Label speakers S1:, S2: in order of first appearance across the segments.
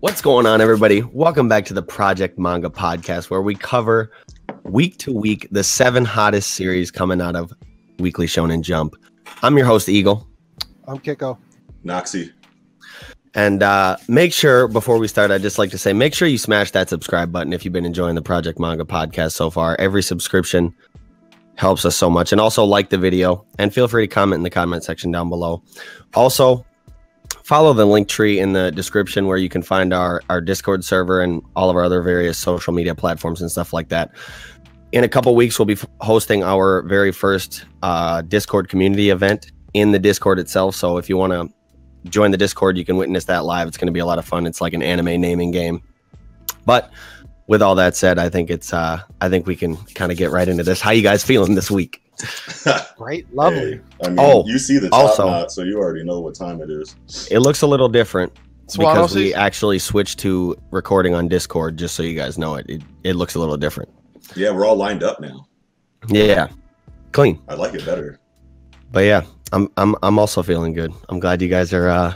S1: What's going on, everybody? Welcome back to the Project Manga Podcast, where we cover week to week the seven hottest series coming out of Weekly Shonen Jump. I'm your host, Eagle.
S2: I'm Kiko.
S3: Noxie.
S1: And uh, make sure before we start, I'd just like to say make sure you smash that subscribe button if you've been enjoying the Project Manga podcast so far. Every subscription helps us so much. And also like the video and feel free to comment in the comment section down below. Also, follow the link tree in the description where you can find our, our Discord server and all of our other various social media platforms and stuff like that. In a couple weeks, we'll be f- hosting our very first uh, Discord community event in the Discord itself. So if you want to join the Discord. You can witness that live. It's going to be a lot of fun. It's like an anime naming game. But with all that said, I think it's uh I think we can kind of get right into this. How you guys feeling this week?
S2: Great, lovely.
S3: Hey, I mean,
S1: Oh,
S3: you see the top
S1: also-
S3: knot, so you already know what time it is.
S1: It looks a little different
S4: Swaddle
S1: because we
S4: season?
S1: actually switched to recording on Discord just so you guys know it. It, it looks a little different.
S3: Yeah, we're all lined up now.
S1: Yeah. Clean.
S3: I like it better.
S1: But yeah, I'm I'm I'm also feeling good. I'm glad you guys are uh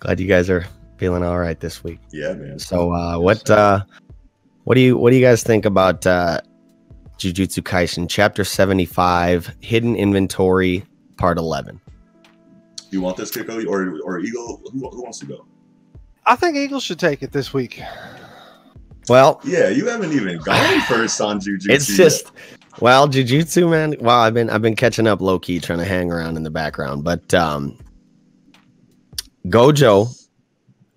S1: glad you guys are feeling all right this week.
S3: Yeah, man.
S1: So uh, what uh, what do you what do you guys think about uh, Jujutsu Kaisen Chapter Seventy Five Hidden Inventory Part Eleven?
S3: you want this Kiko or or Eagle? Who, who wants to go?
S2: I think Eagles should take it this week.
S1: Well,
S3: Yeah, you haven't even gone first on Jujutsu.
S1: it's just well Jujutsu man. Well, I've been I've been catching up low key, trying to hang around in the background, but um, Gojo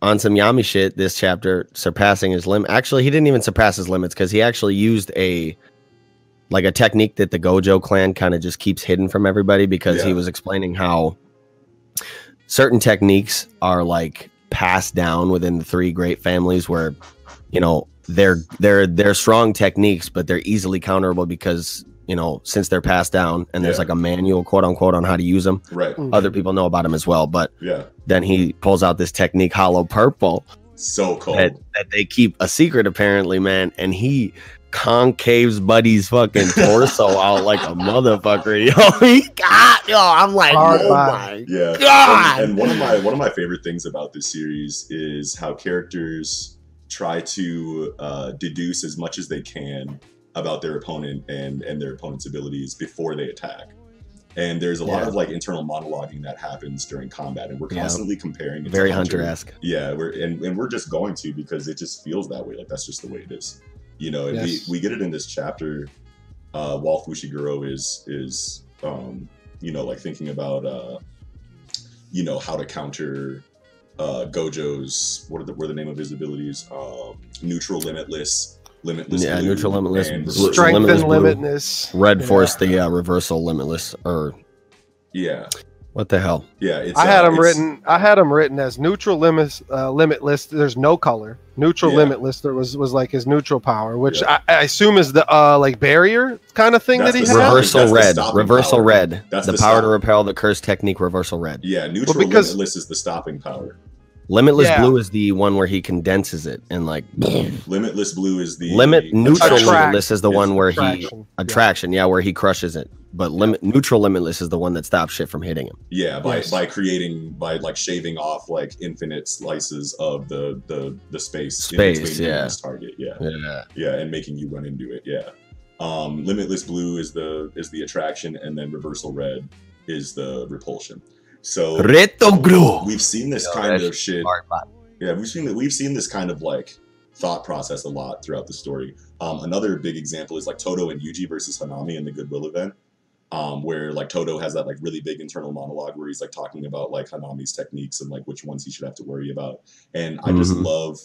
S1: on some Yami shit this chapter surpassing his limit. Actually, he didn't even surpass his limits because he actually used a like a technique that the Gojo clan kind of just keeps hidden from everybody because he
S3: Yeah.
S1: was explaining how certain techniques are like passed down within the three great families where you know they're they're they're strong techniques but they're easily counterable because you know since they're passed down and there's
S3: Yeah.
S1: like a manual quote unquote on how to use them
S3: yeah, right.
S1: other people know about him as well but
S3: Yeah,
S1: then he pulls out this technique hollow purple
S3: so cold.
S1: that, that they keep a secret apparently man and he concaves buddy's fucking torso out like a motherfucker yo he got yo i'm like
S2: Hard
S1: oh my
S2: body.
S3: yeah.
S1: God!
S3: And, and one of my one of my favorite things about this series is how characters try to uh, deduce as much as they can about their opponent and and their opponent's abilities before they attack. And there's a lot
S1: Yeah.
S3: of like internal monologuing that happens during combat, and we're
S1: Yeah.
S3: constantly comparing. It
S1: very
S3: to
S1: hunter-esque
S3: Yeah, we're and, and we're just going to because it just feels that way. Like that's just the way it is. You know, and
S2: Yes.
S3: we, we get it in this chapter. Uh while Fushiguro is is um, you know, like thinking about uh you know how to counter uh Gojo's what are the what are the name of his abilities? Um neutral limitless, limitless.
S1: Yeah,
S3: blue,
S1: Neutral Limitless,
S3: and
S1: Blue.
S3: Blue.
S2: Strength
S1: Limitless
S2: and
S1: blue.
S2: limitness.
S1: red
S2: Yeah.
S1: force the uh, reversal limitless or
S3: Yeah.
S1: what the hell
S3: Yeah. It's,
S2: I had
S3: uh,
S2: them
S3: it's-
S2: written. I had them written as neutral limit, uh, limitless. There's no color. Neutral
S3: Yeah.
S2: limitless. There was was like his neutral power, which I, I assume is the uh, like barrier kind of thing
S3: That's
S2: that he
S3: the
S2: has.
S3: stopping-
S1: reversal
S3: that's the
S1: red
S3: stopping
S1: reversal
S3: power.
S1: red
S3: That's
S1: the,
S3: the
S1: power to
S3: stop.
S1: repel the curse technique reversal red
S3: Yeah, neutral
S2: because-
S3: limitless is the stopping power.
S1: limitless
S2: Yeah.
S1: blue is the one where he condenses it and like
S3: Limitless blue is the
S1: limit neutral
S2: Attract.
S1: limitless is the
S3: Yes.
S1: one where he
S2: Attraction.
S1: attraction yeah. where he crushes it but limit neutral limitless is the one that stops shit from hitting him
S3: Yeah, by
S2: Yes.
S3: by creating by like shaving off like infinite slices of the the the space,
S1: Space,
S3: you and
S1: yeah.
S3: his target. Yeah,
S1: yeah
S3: yeah, and making you run into it. Yeah, um, limitless blue is the is the attraction, and then reversal red is the repulsion. So Oh,
S1: reto gru
S3: we've seen this
S1: Yo,
S3: kind
S1: that
S3: of shit. Yeah, we've seen that we've seen this kind of like thought process a lot throughout the story. Um, another big example is like Toto and Yuji versus Hanami in the Goodwill event, um, where like Toto has that like really big internal monologue where he's like talking about like Hanami's techniques and like which ones he should have to worry about. And I just
S2: Mm-hmm.
S1: Mhm.
S3: love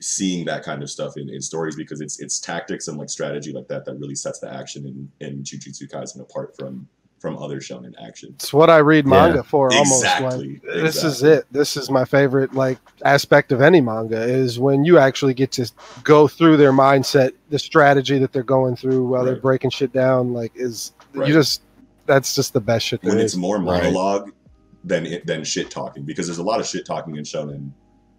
S3: seeing that kind of stuff in, in stories because it's it's tactics and like strategy like that that really sets the action in in Jujutsu Kaisen apart from from other shonen action.
S2: It's what I read manga for almost. Like
S3: Exactly.
S2: this is
S3: exactly.
S2: it. This is my favorite like aspect of any manga is when you actually get to go through their mindset, the strategy that they're going through while they're
S3: Right.
S2: breaking shit down. Like is
S3: Right.
S2: you just that's just the best shit.
S3: when
S2: there
S3: it's
S2: is.
S3: more
S1: Right.
S3: monologue than it, than shit talking because there's a lot of shit talking in shonen,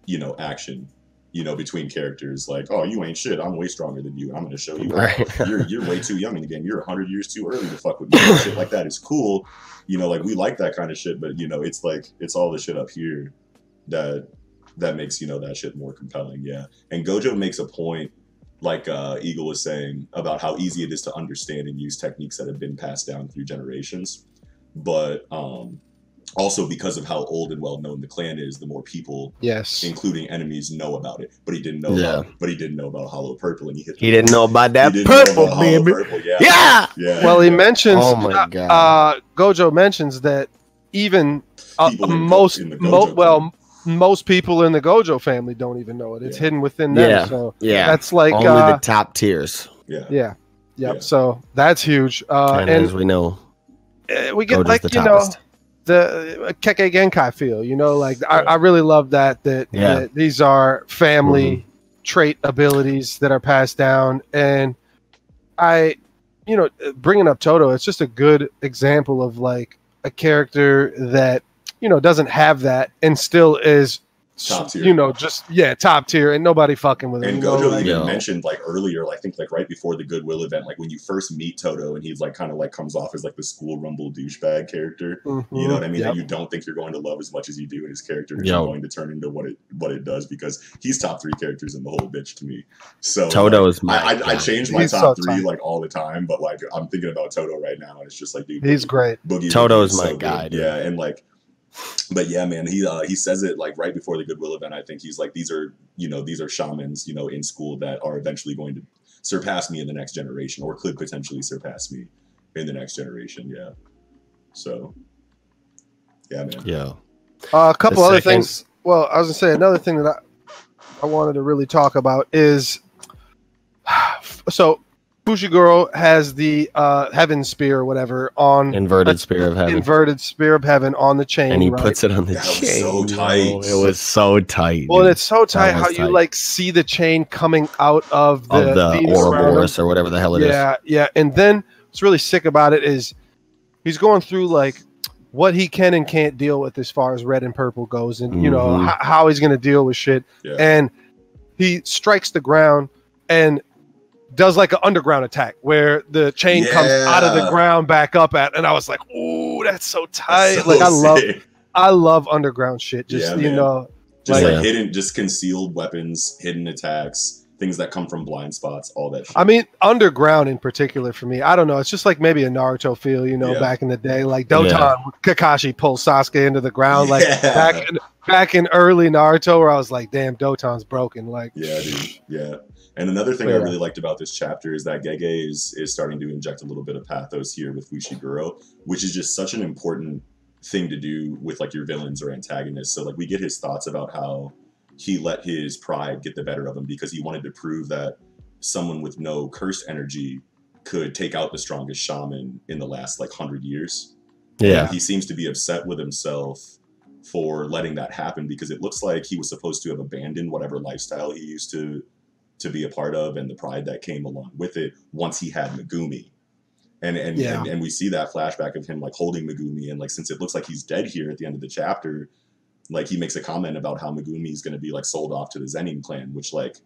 S3: you know, action. you know, between characters, like, oh, you ain't shit. I'm way stronger than you. I'm going to show you.
S1: Right.
S3: You're, you're way too young in the game. You're 100 years too early to fuck with me. And shit like that is cool. You know, like, we like that kind of shit, but, you know, it's like, it's all the shit up here that that makes, you know, that shit more compelling. Yeah. And Gojo makes a point, like uh, Eagle was saying, about how easy it is to understand and use techniques that have been passed down through generations. But um, also because of how old and well known the clan is, the more people
S2: Yes.
S3: including enemies, know about it. But he didn't know.
S1: Yeah.
S3: About, but he didn't know about Hollow Purple, and he hit.
S1: He didn't know about that
S3: didn't know
S1: purple,
S3: about Hollow
S1: baby.
S3: Purple, Yeah.
S1: Yeah.
S3: Yeah.
S2: Well, he mentions.
S1: Oh my God.
S2: Uh, Gojo mentions that even uh,
S3: People in Go-
S2: most,
S3: in the
S2: mo-
S3: Gojo
S2: well, most people in the Gojo family don't even know it. It's
S3: Yeah.
S2: hidden within them.
S1: Yeah.
S2: So
S1: yeah.
S2: that's like,
S1: Only
S2: uh,
S1: the top tiers.
S3: yeah.
S2: yeah, yep.
S3: Yeah.
S2: So that's huge. Uh,
S1: and, as
S2: and
S1: we know,
S2: uh, we get
S1: Gojo's
S2: like
S1: the
S2: you know
S1: toppest.
S2: the uh, Kekkei Genkai feel. You know, like I,
S3: Yeah.
S2: I really love that. That,
S1: Yeah. Mm-hmm.
S2: that these are family trait abilities that are passed down, and I, you know, bringing up Toto, it's just a good example of like a character that you know doesn't have that and still is
S3: Top tier.
S2: You know, just yeah, top tier, and nobody fucking with him.
S3: And
S2: you know,
S3: Gojo
S2: like-
S3: even
S1: Yeah.
S3: mentioned like earlier, I think like right before the Goodwill event, like when you first meet Toto, and he's like kind of like comes off as like the school rumble douchebag character. You know what I mean?
S2: mm-hmm. Mm, Yep.
S3: That you don't think you're going to love as much as you do, and his character is
S1: Yo.
S3: going to turn into what it what it does because he's top three characters in the whole bitch to me. So
S1: Toto is my.
S3: I, I, I
S1: guy.
S3: change my
S2: He's
S3: top
S2: so
S3: three
S2: tight.
S3: like all the time, but like I'm thinking about Toto right now, and it's just like, dude,
S2: He's great.
S3: Boogie
S1: Toto's
S3: Woogie is
S1: my
S3: good.
S1: guy, dude.
S3: Yeah, and like, but yeah, man, he uh, he says it like right before the Goodwill event. I think he's like, these are you know these are shamans you know in school that are eventually going to surpass me in the next generation, or could potentially surpass me in the next generation. Yeah. So. Yeah, man.
S1: Yo.
S2: Uh, a couple
S1: The
S2: other
S1: second-
S2: things. Well, I was gonna say another thing that I, I wanted to really talk about is so Fushiguro has the uh, heaven spear or whatever on
S1: Inverted Spear of Heaven.
S2: inverted spear of heaven on the chain,
S1: and he
S2: right?
S1: puts it on the
S3: That was
S1: chain.
S3: so
S1: yo.
S3: tight.
S1: It was so tight.
S2: well,
S1: dude.
S2: and it's so tight
S1: was
S2: how you
S1: tight.
S2: like see the chain coming out of
S1: of
S2: the,
S1: the
S2: Venus round him.
S1: Ouroboros or whatever the hell it is.
S2: yeah, yeah. And then what's really sick about it is he's going through like what he can and can't deal with as far as red and purple goes, and you know
S1: Mhm.
S2: h- how he's going to deal with shit.
S3: Yeah.
S2: And he strikes the ground and does like an underground attack where the chain comes out of the
S3: Yeah.
S2: ground back up at. And I was like, "Ooh, that's so tight!"
S3: So
S2: like I love,
S3: sick.
S2: I love underground shit. Just
S3: Yeah,
S2: you
S3: man.
S2: know,
S3: just
S1: like-
S3: like hidden, just concealed weapons, hidden attacks, things that come from blind spots, all that. Shit.
S2: I mean, underground in particular for me, I don't know. It's just like maybe a Naruto feel, you know,
S3: Yeah.
S2: back in the day, like Dotan,
S1: Yeah.
S2: Kakashi pulls Sasuke into the ground, like
S3: Yeah.
S2: back in, back in early Naruto, where I was like, damn, Dotan's broken. Like,
S3: Yeah, dude. Yeah. And another thing I
S2: Yeah.
S3: really liked about this chapter is that Gege is is starting to inject a little bit of pathos here with Fushiguro, which is just such an important thing to do with like your villains or antagonists. So like we get his thoughts about how he let his pride get the better of him because he wanted to prove that someone with no cursed energy could take out the strongest shaman in the last like hundred years.
S1: Yeah.
S3: He seems to be upset with himself for letting that happen because it looks like he was supposed to have abandoned whatever lifestyle he used to to be a part of and the pride that came along with it once he had Megumi. And and,
S2: Yeah.
S3: and and we see that flashback of him like holding Megumi and like since it looks like he's dead here at the end of the chapter, like he makes a comment about how Megumi is going to be like sold off to the Zenin clan, which like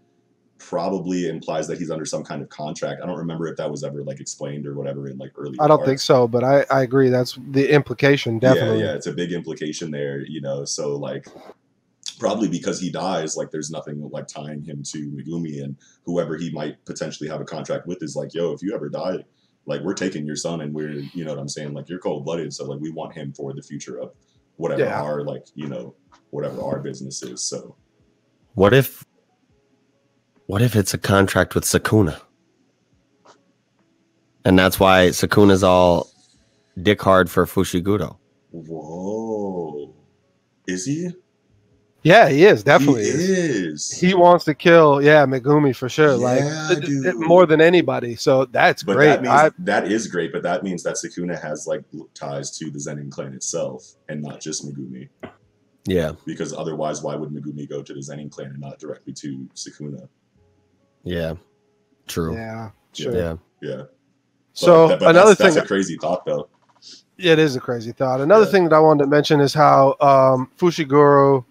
S3: probably implies that he's under some kind of contract. I don't remember if that was ever like explained or whatever in like early.
S2: I don't think
S3: arcs.
S2: so, but I, I agree. That's the implication, definitely.
S3: Yeah, yeah, it's a big implication there, you know. So like, probably because he dies, like there's nothing like tying him to Megumi and whoever he might potentially have a contract with is like, yo, if you ever die, like we're taking your son and we're, you know what I'm saying? Like you're cold blooded, so like we want him for the future of whatever
S2: Yeah.
S3: our like, you know, whatever our business is. So
S1: What if? What if it's a contract with Sakuna? And that's why Sakuna's all dick hard for Fushiguro.
S3: whoa, is he?
S2: Yeah, he is definitely.
S3: he
S2: is.
S3: is.
S2: He wants to kill, yeah, Megumi for sure.
S3: Yeah,
S2: like, th- th-
S3: dude.
S2: more than anybody. So that's
S3: But
S2: great.
S3: that means
S2: I,
S3: that is great, but that means that Sakuna has like ties to the Zenin clan itself and not just Megumi.
S1: Yeah.
S3: Because otherwise, why would Megumi go to the Zenin clan and not directly to Sakuna?
S1: Yeah. True. Yeah.
S2: yeah, sure.
S1: Yeah.
S3: Yeah. But-
S2: So
S3: but
S2: another
S3: that's,
S2: thing,
S3: that's a crazy thought though.
S2: Yeah, it is a crazy thought. Another
S3: Yeah.
S2: thing that I wanted to mention is how um, Fushiguro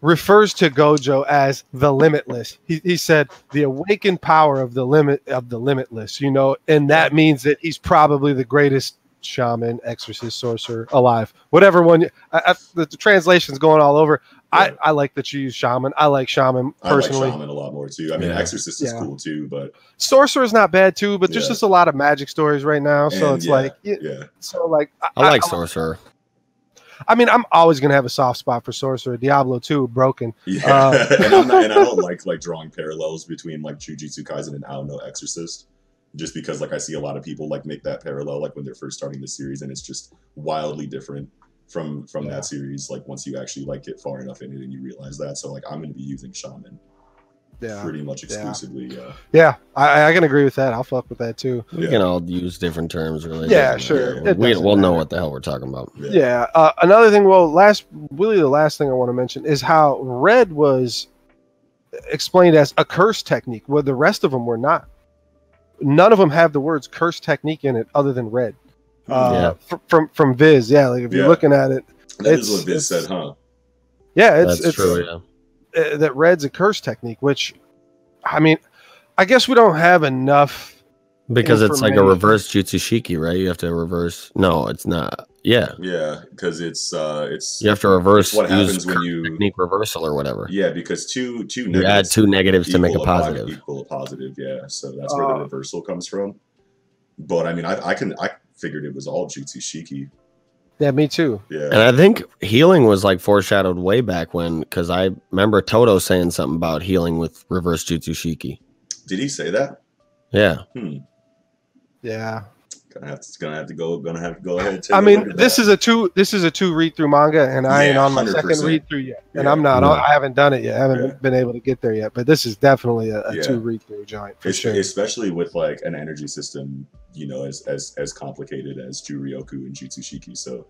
S2: refers to Gojo as the limitless. He, he said the awakened power of the limit of the limitless, you know, and that means that he's probably the greatest shaman, exorcist, sorcerer alive. Whatever one I, I, the, the translation's going all over. I,
S3: Yeah.
S2: I like that you use shaman. I like shaman
S3: I
S2: personally.
S3: like Shaman a lot more too. I mean,
S1: Yeah.
S3: Exorcist is
S2: Yeah.
S3: cool too, but
S2: Sorcerer's not bad too, but there's
S3: Yeah.
S2: just a lot of magic stories right now. So
S3: And,
S2: it's
S3: yeah,
S2: like it-
S3: yeah,
S2: so like
S1: I like Sorcerer.
S2: I mean, I'm always gonna have a soft spot for sorcerer. Diablo 2, broken.
S3: yeah.
S2: Uh,
S3: and, I'm not, and I don't like like drawing parallels between like Jujutsu Kaisen and I don't know Exorcist, just because like I see a lot of people like make that parallel like when they're first starting the series, and it's just wildly different from from
S2: Yeah.
S3: that series. Like once you actually like get far enough in it and you realize that, so like I'm going to be using Shaman
S2: Yeah.
S3: pretty much exclusively. Yeah,
S2: Yeah. I, I can agree with that. I'll fuck with that too.
S1: We
S3: Yeah.
S1: can all use different terms, really.
S2: Yeah,
S1: doesn't
S3: sure.
S1: matter.
S2: It
S1: We,
S2: doesn't
S1: we'll know
S2: matter.
S1: what the hell we're talking about.
S3: yeah.
S2: Yeah. Uh, another thing, well, last really the last thing I want to mention is how red was explained as a curse technique, where the rest of them were not. None of them have the words curse technique in it, other than red. Uh, fr- from from Viz, yeah. Like if
S3: Yeah.
S2: you're looking at it,
S3: That is
S2: it's-
S3: what Viz
S2: it's-
S3: said, huh?
S2: yeah, it's
S1: That's
S2: it's
S1: true. Yeah.
S2: uh, that red's a curse technique, which, I mean, I guess we don't have enough.
S1: Because it's like a
S2: Information.
S1: reverse Jutsu Shiki, right? You have to reverse. No, it's not. Yeah.
S3: Yeah, because it's uh, it's
S1: You have to reverse.
S3: what
S1: use
S3: happens when
S1: curse
S3: you-
S1: technique reversal or whatever.
S3: yeah, because two two
S1: You add
S3: negatives
S1: two negatives to make a
S3: equal po-
S1: positive.
S3: equal a positive, yeah. So that's where the
S2: Oh.
S3: reversal comes from. But I mean, I, I can I figured it was all Jutsu Shiki.
S2: Yeah, me too.
S3: Yeah,
S1: And I think healing was like foreshadowed way back when, because I remember Toto saying something about healing with reverse Jutsu Shiki.
S3: did he say that?
S1: Yeah.
S2: Yeah.
S3: Gonna have to gonna have to go gonna have to go ahead. And take
S2: I
S3: a
S2: mean,
S3: look at
S2: this
S3: that.
S2: is a two this is a two read through manga, and I
S3: Yeah,
S2: ain't on my second
S3: 100%.
S2: read through yet, and
S3: Yeah.
S2: I'm not
S1: Yeah.
S2: on. I haven't done it yet. I haven't
S3: Yeah.
S2: been able to get there yet. But this is definitely a, a
S3: Yeah.
S2: two read through giant for
S3: Es-
S2: sure.
S3: especially with like an energy system, you know, as as as complicated as Juryoku and Jutsu Shiki. So like,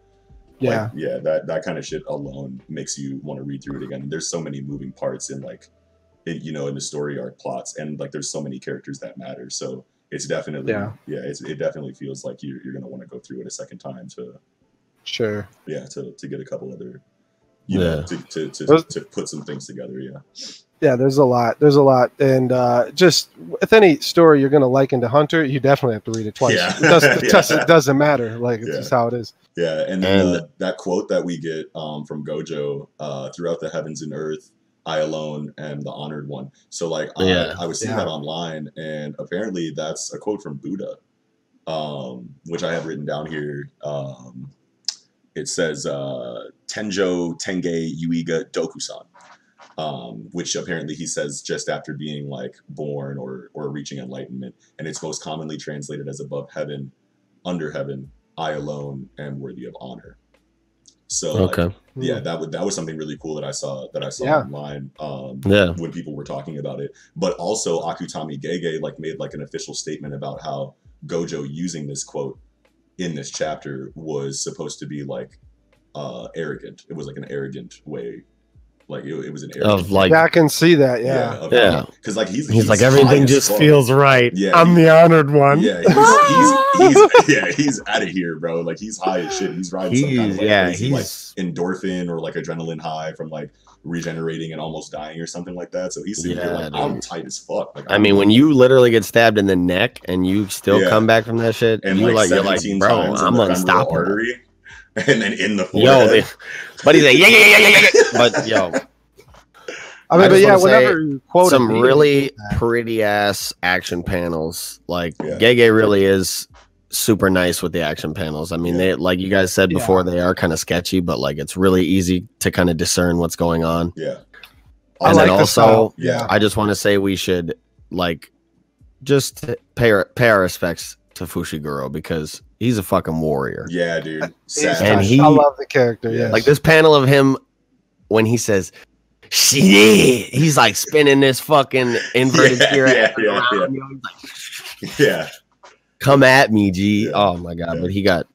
S2: yeah,
S3: yeah, that that kind of shit alone makes you want to read through it again. There's so many moving parts in like, it, you know, in the story arc plots, and like there's so many characters that matter. So it's definitely yeah,
S2: Yeah.
S3: it's, it definitely feels like you're you're gonna want to go through it a second time to
S2: sure.
S3: yeah to to get a couple other. You know,
S1: Yeah.
S3: to, to, to,
S2: Those-
S3: to put some things together, yeah.
S2: Yeah, there's a lot. There's a lot, and uh, just with any story you're gonna liken to Hunter, you definitely have to read it twice.
S3: Yeah.
S2: It, doesn't,
S3: Yeah.
S2: it doesn't it doesn't matter. Like it's
S3: Yeah.
S2: just how it is.
S3: Yeah, and then
S1: And-
S3: uh, that quote that we get um, from Gojo uh, throughout the heavens and earth, I alone am the honored one. So like, I,
S1: Yeah.
S3: I was seeing
S2: Yeah.
S3: that online, and apparently that's a quote from Buddha, um, which I have written down here. Um, it says uh, Tenjo Tenge Yuiga Dokusan, um, which apparently he says just after being like born or or reaching enlightenment, and it's most commonly translated as above heaven, under heaven. I alone am worthy of honor. So Oh, like,
S1: Okay.
S3: yeah, that would that was something really cool that I saw that I saw
S2: Yeah.
S3: online. Um,
S1: Yeah.
S3: when people were talking about it. But also Akutami Gege like made like an official statement about how Gojo using this quote in this chapter was supposed to be like uh arrogant. It was like an arrogant way, like it, it was an arrogant
S1: Of like,
S2: yeah, I can see that. Yeah,
S3: of-
S1: Yeah.
S3: Cause like he's
S1: he's like,
S3: high
S1: everything
S3: as
S1: just
S3: fuck.
S1: feels right.
S3: Yeah,
S1: I'm
S3: he-
S1: the honored one.
S3: Yeah, he's, he's, he's yeah, he's out of here, bro. Like he's high as shit. He's riding some kind of
S1: He's,
S3: like,
S1: yeah,
S3: crazy, like,
S1: he's,
S3: endorphin or like adrenaline high from like regenerating and almost dying or something like that. So he's sitting there
S1: Yeah,
S3: like, I'm
S1: dude.
S3: tight as fuck. Like,
S1: I mean, when you literally get stabbed in the neck and you still
S3: Yeah.
S1: come back from that shit,
S3: and
S1: you like,
S3: like,
S1: you're like,
S3: 17
S1: bro,
S3: times in
S1: I'm
S3: the femoral
S1: unstoppable.
S3: artery, and then in the
S1: Yo,
S3: forehead.
S1: they, but he's like, yeah, yeah, yeah, yeah, yeah, yeah. But yo,
S2: I
S1: I
S2: mean, but
S1: just
S2: yeah,
S1: wanna say
S2: whenever you quote a
S1: some
S2: meme-
S1: really pretty ass action panels. Like
S3: Yeah.
S1: Gege really is super nice with the action panels. I mean,
S3: Yeah.
S1: they like you guys said
S2: Yeah.
S1: before, they are kind of sketchy, but like it's really easy to kind of discern what's going on.
S3: yeah.
S2: I
S1: and
S2: like
S1: then
S2: the style.
S1: also,
S3: Yeah.
S1: I just want to say we should like just pay our, pay our respects to Fushiguro because he's a fucking warrior.
S3: yeah, dude.
S2: He's-
S3: Sad.
S1: And he-
S2: I love the character.
S3: Yeah.
S2: Yeah,
S1: Like this panel of him when he says, "Shit," he's like spinning this fucking inverted
S3: Yeah,
S1: spear
S3: yeah,
S1: around,
S3: yeah, yeah.
S1: you know, he's like,
S3: yeah,
S1: come at me, G.
S3: Yeah.
S1: Oh my god,
S3: Yeah.
S1: but he got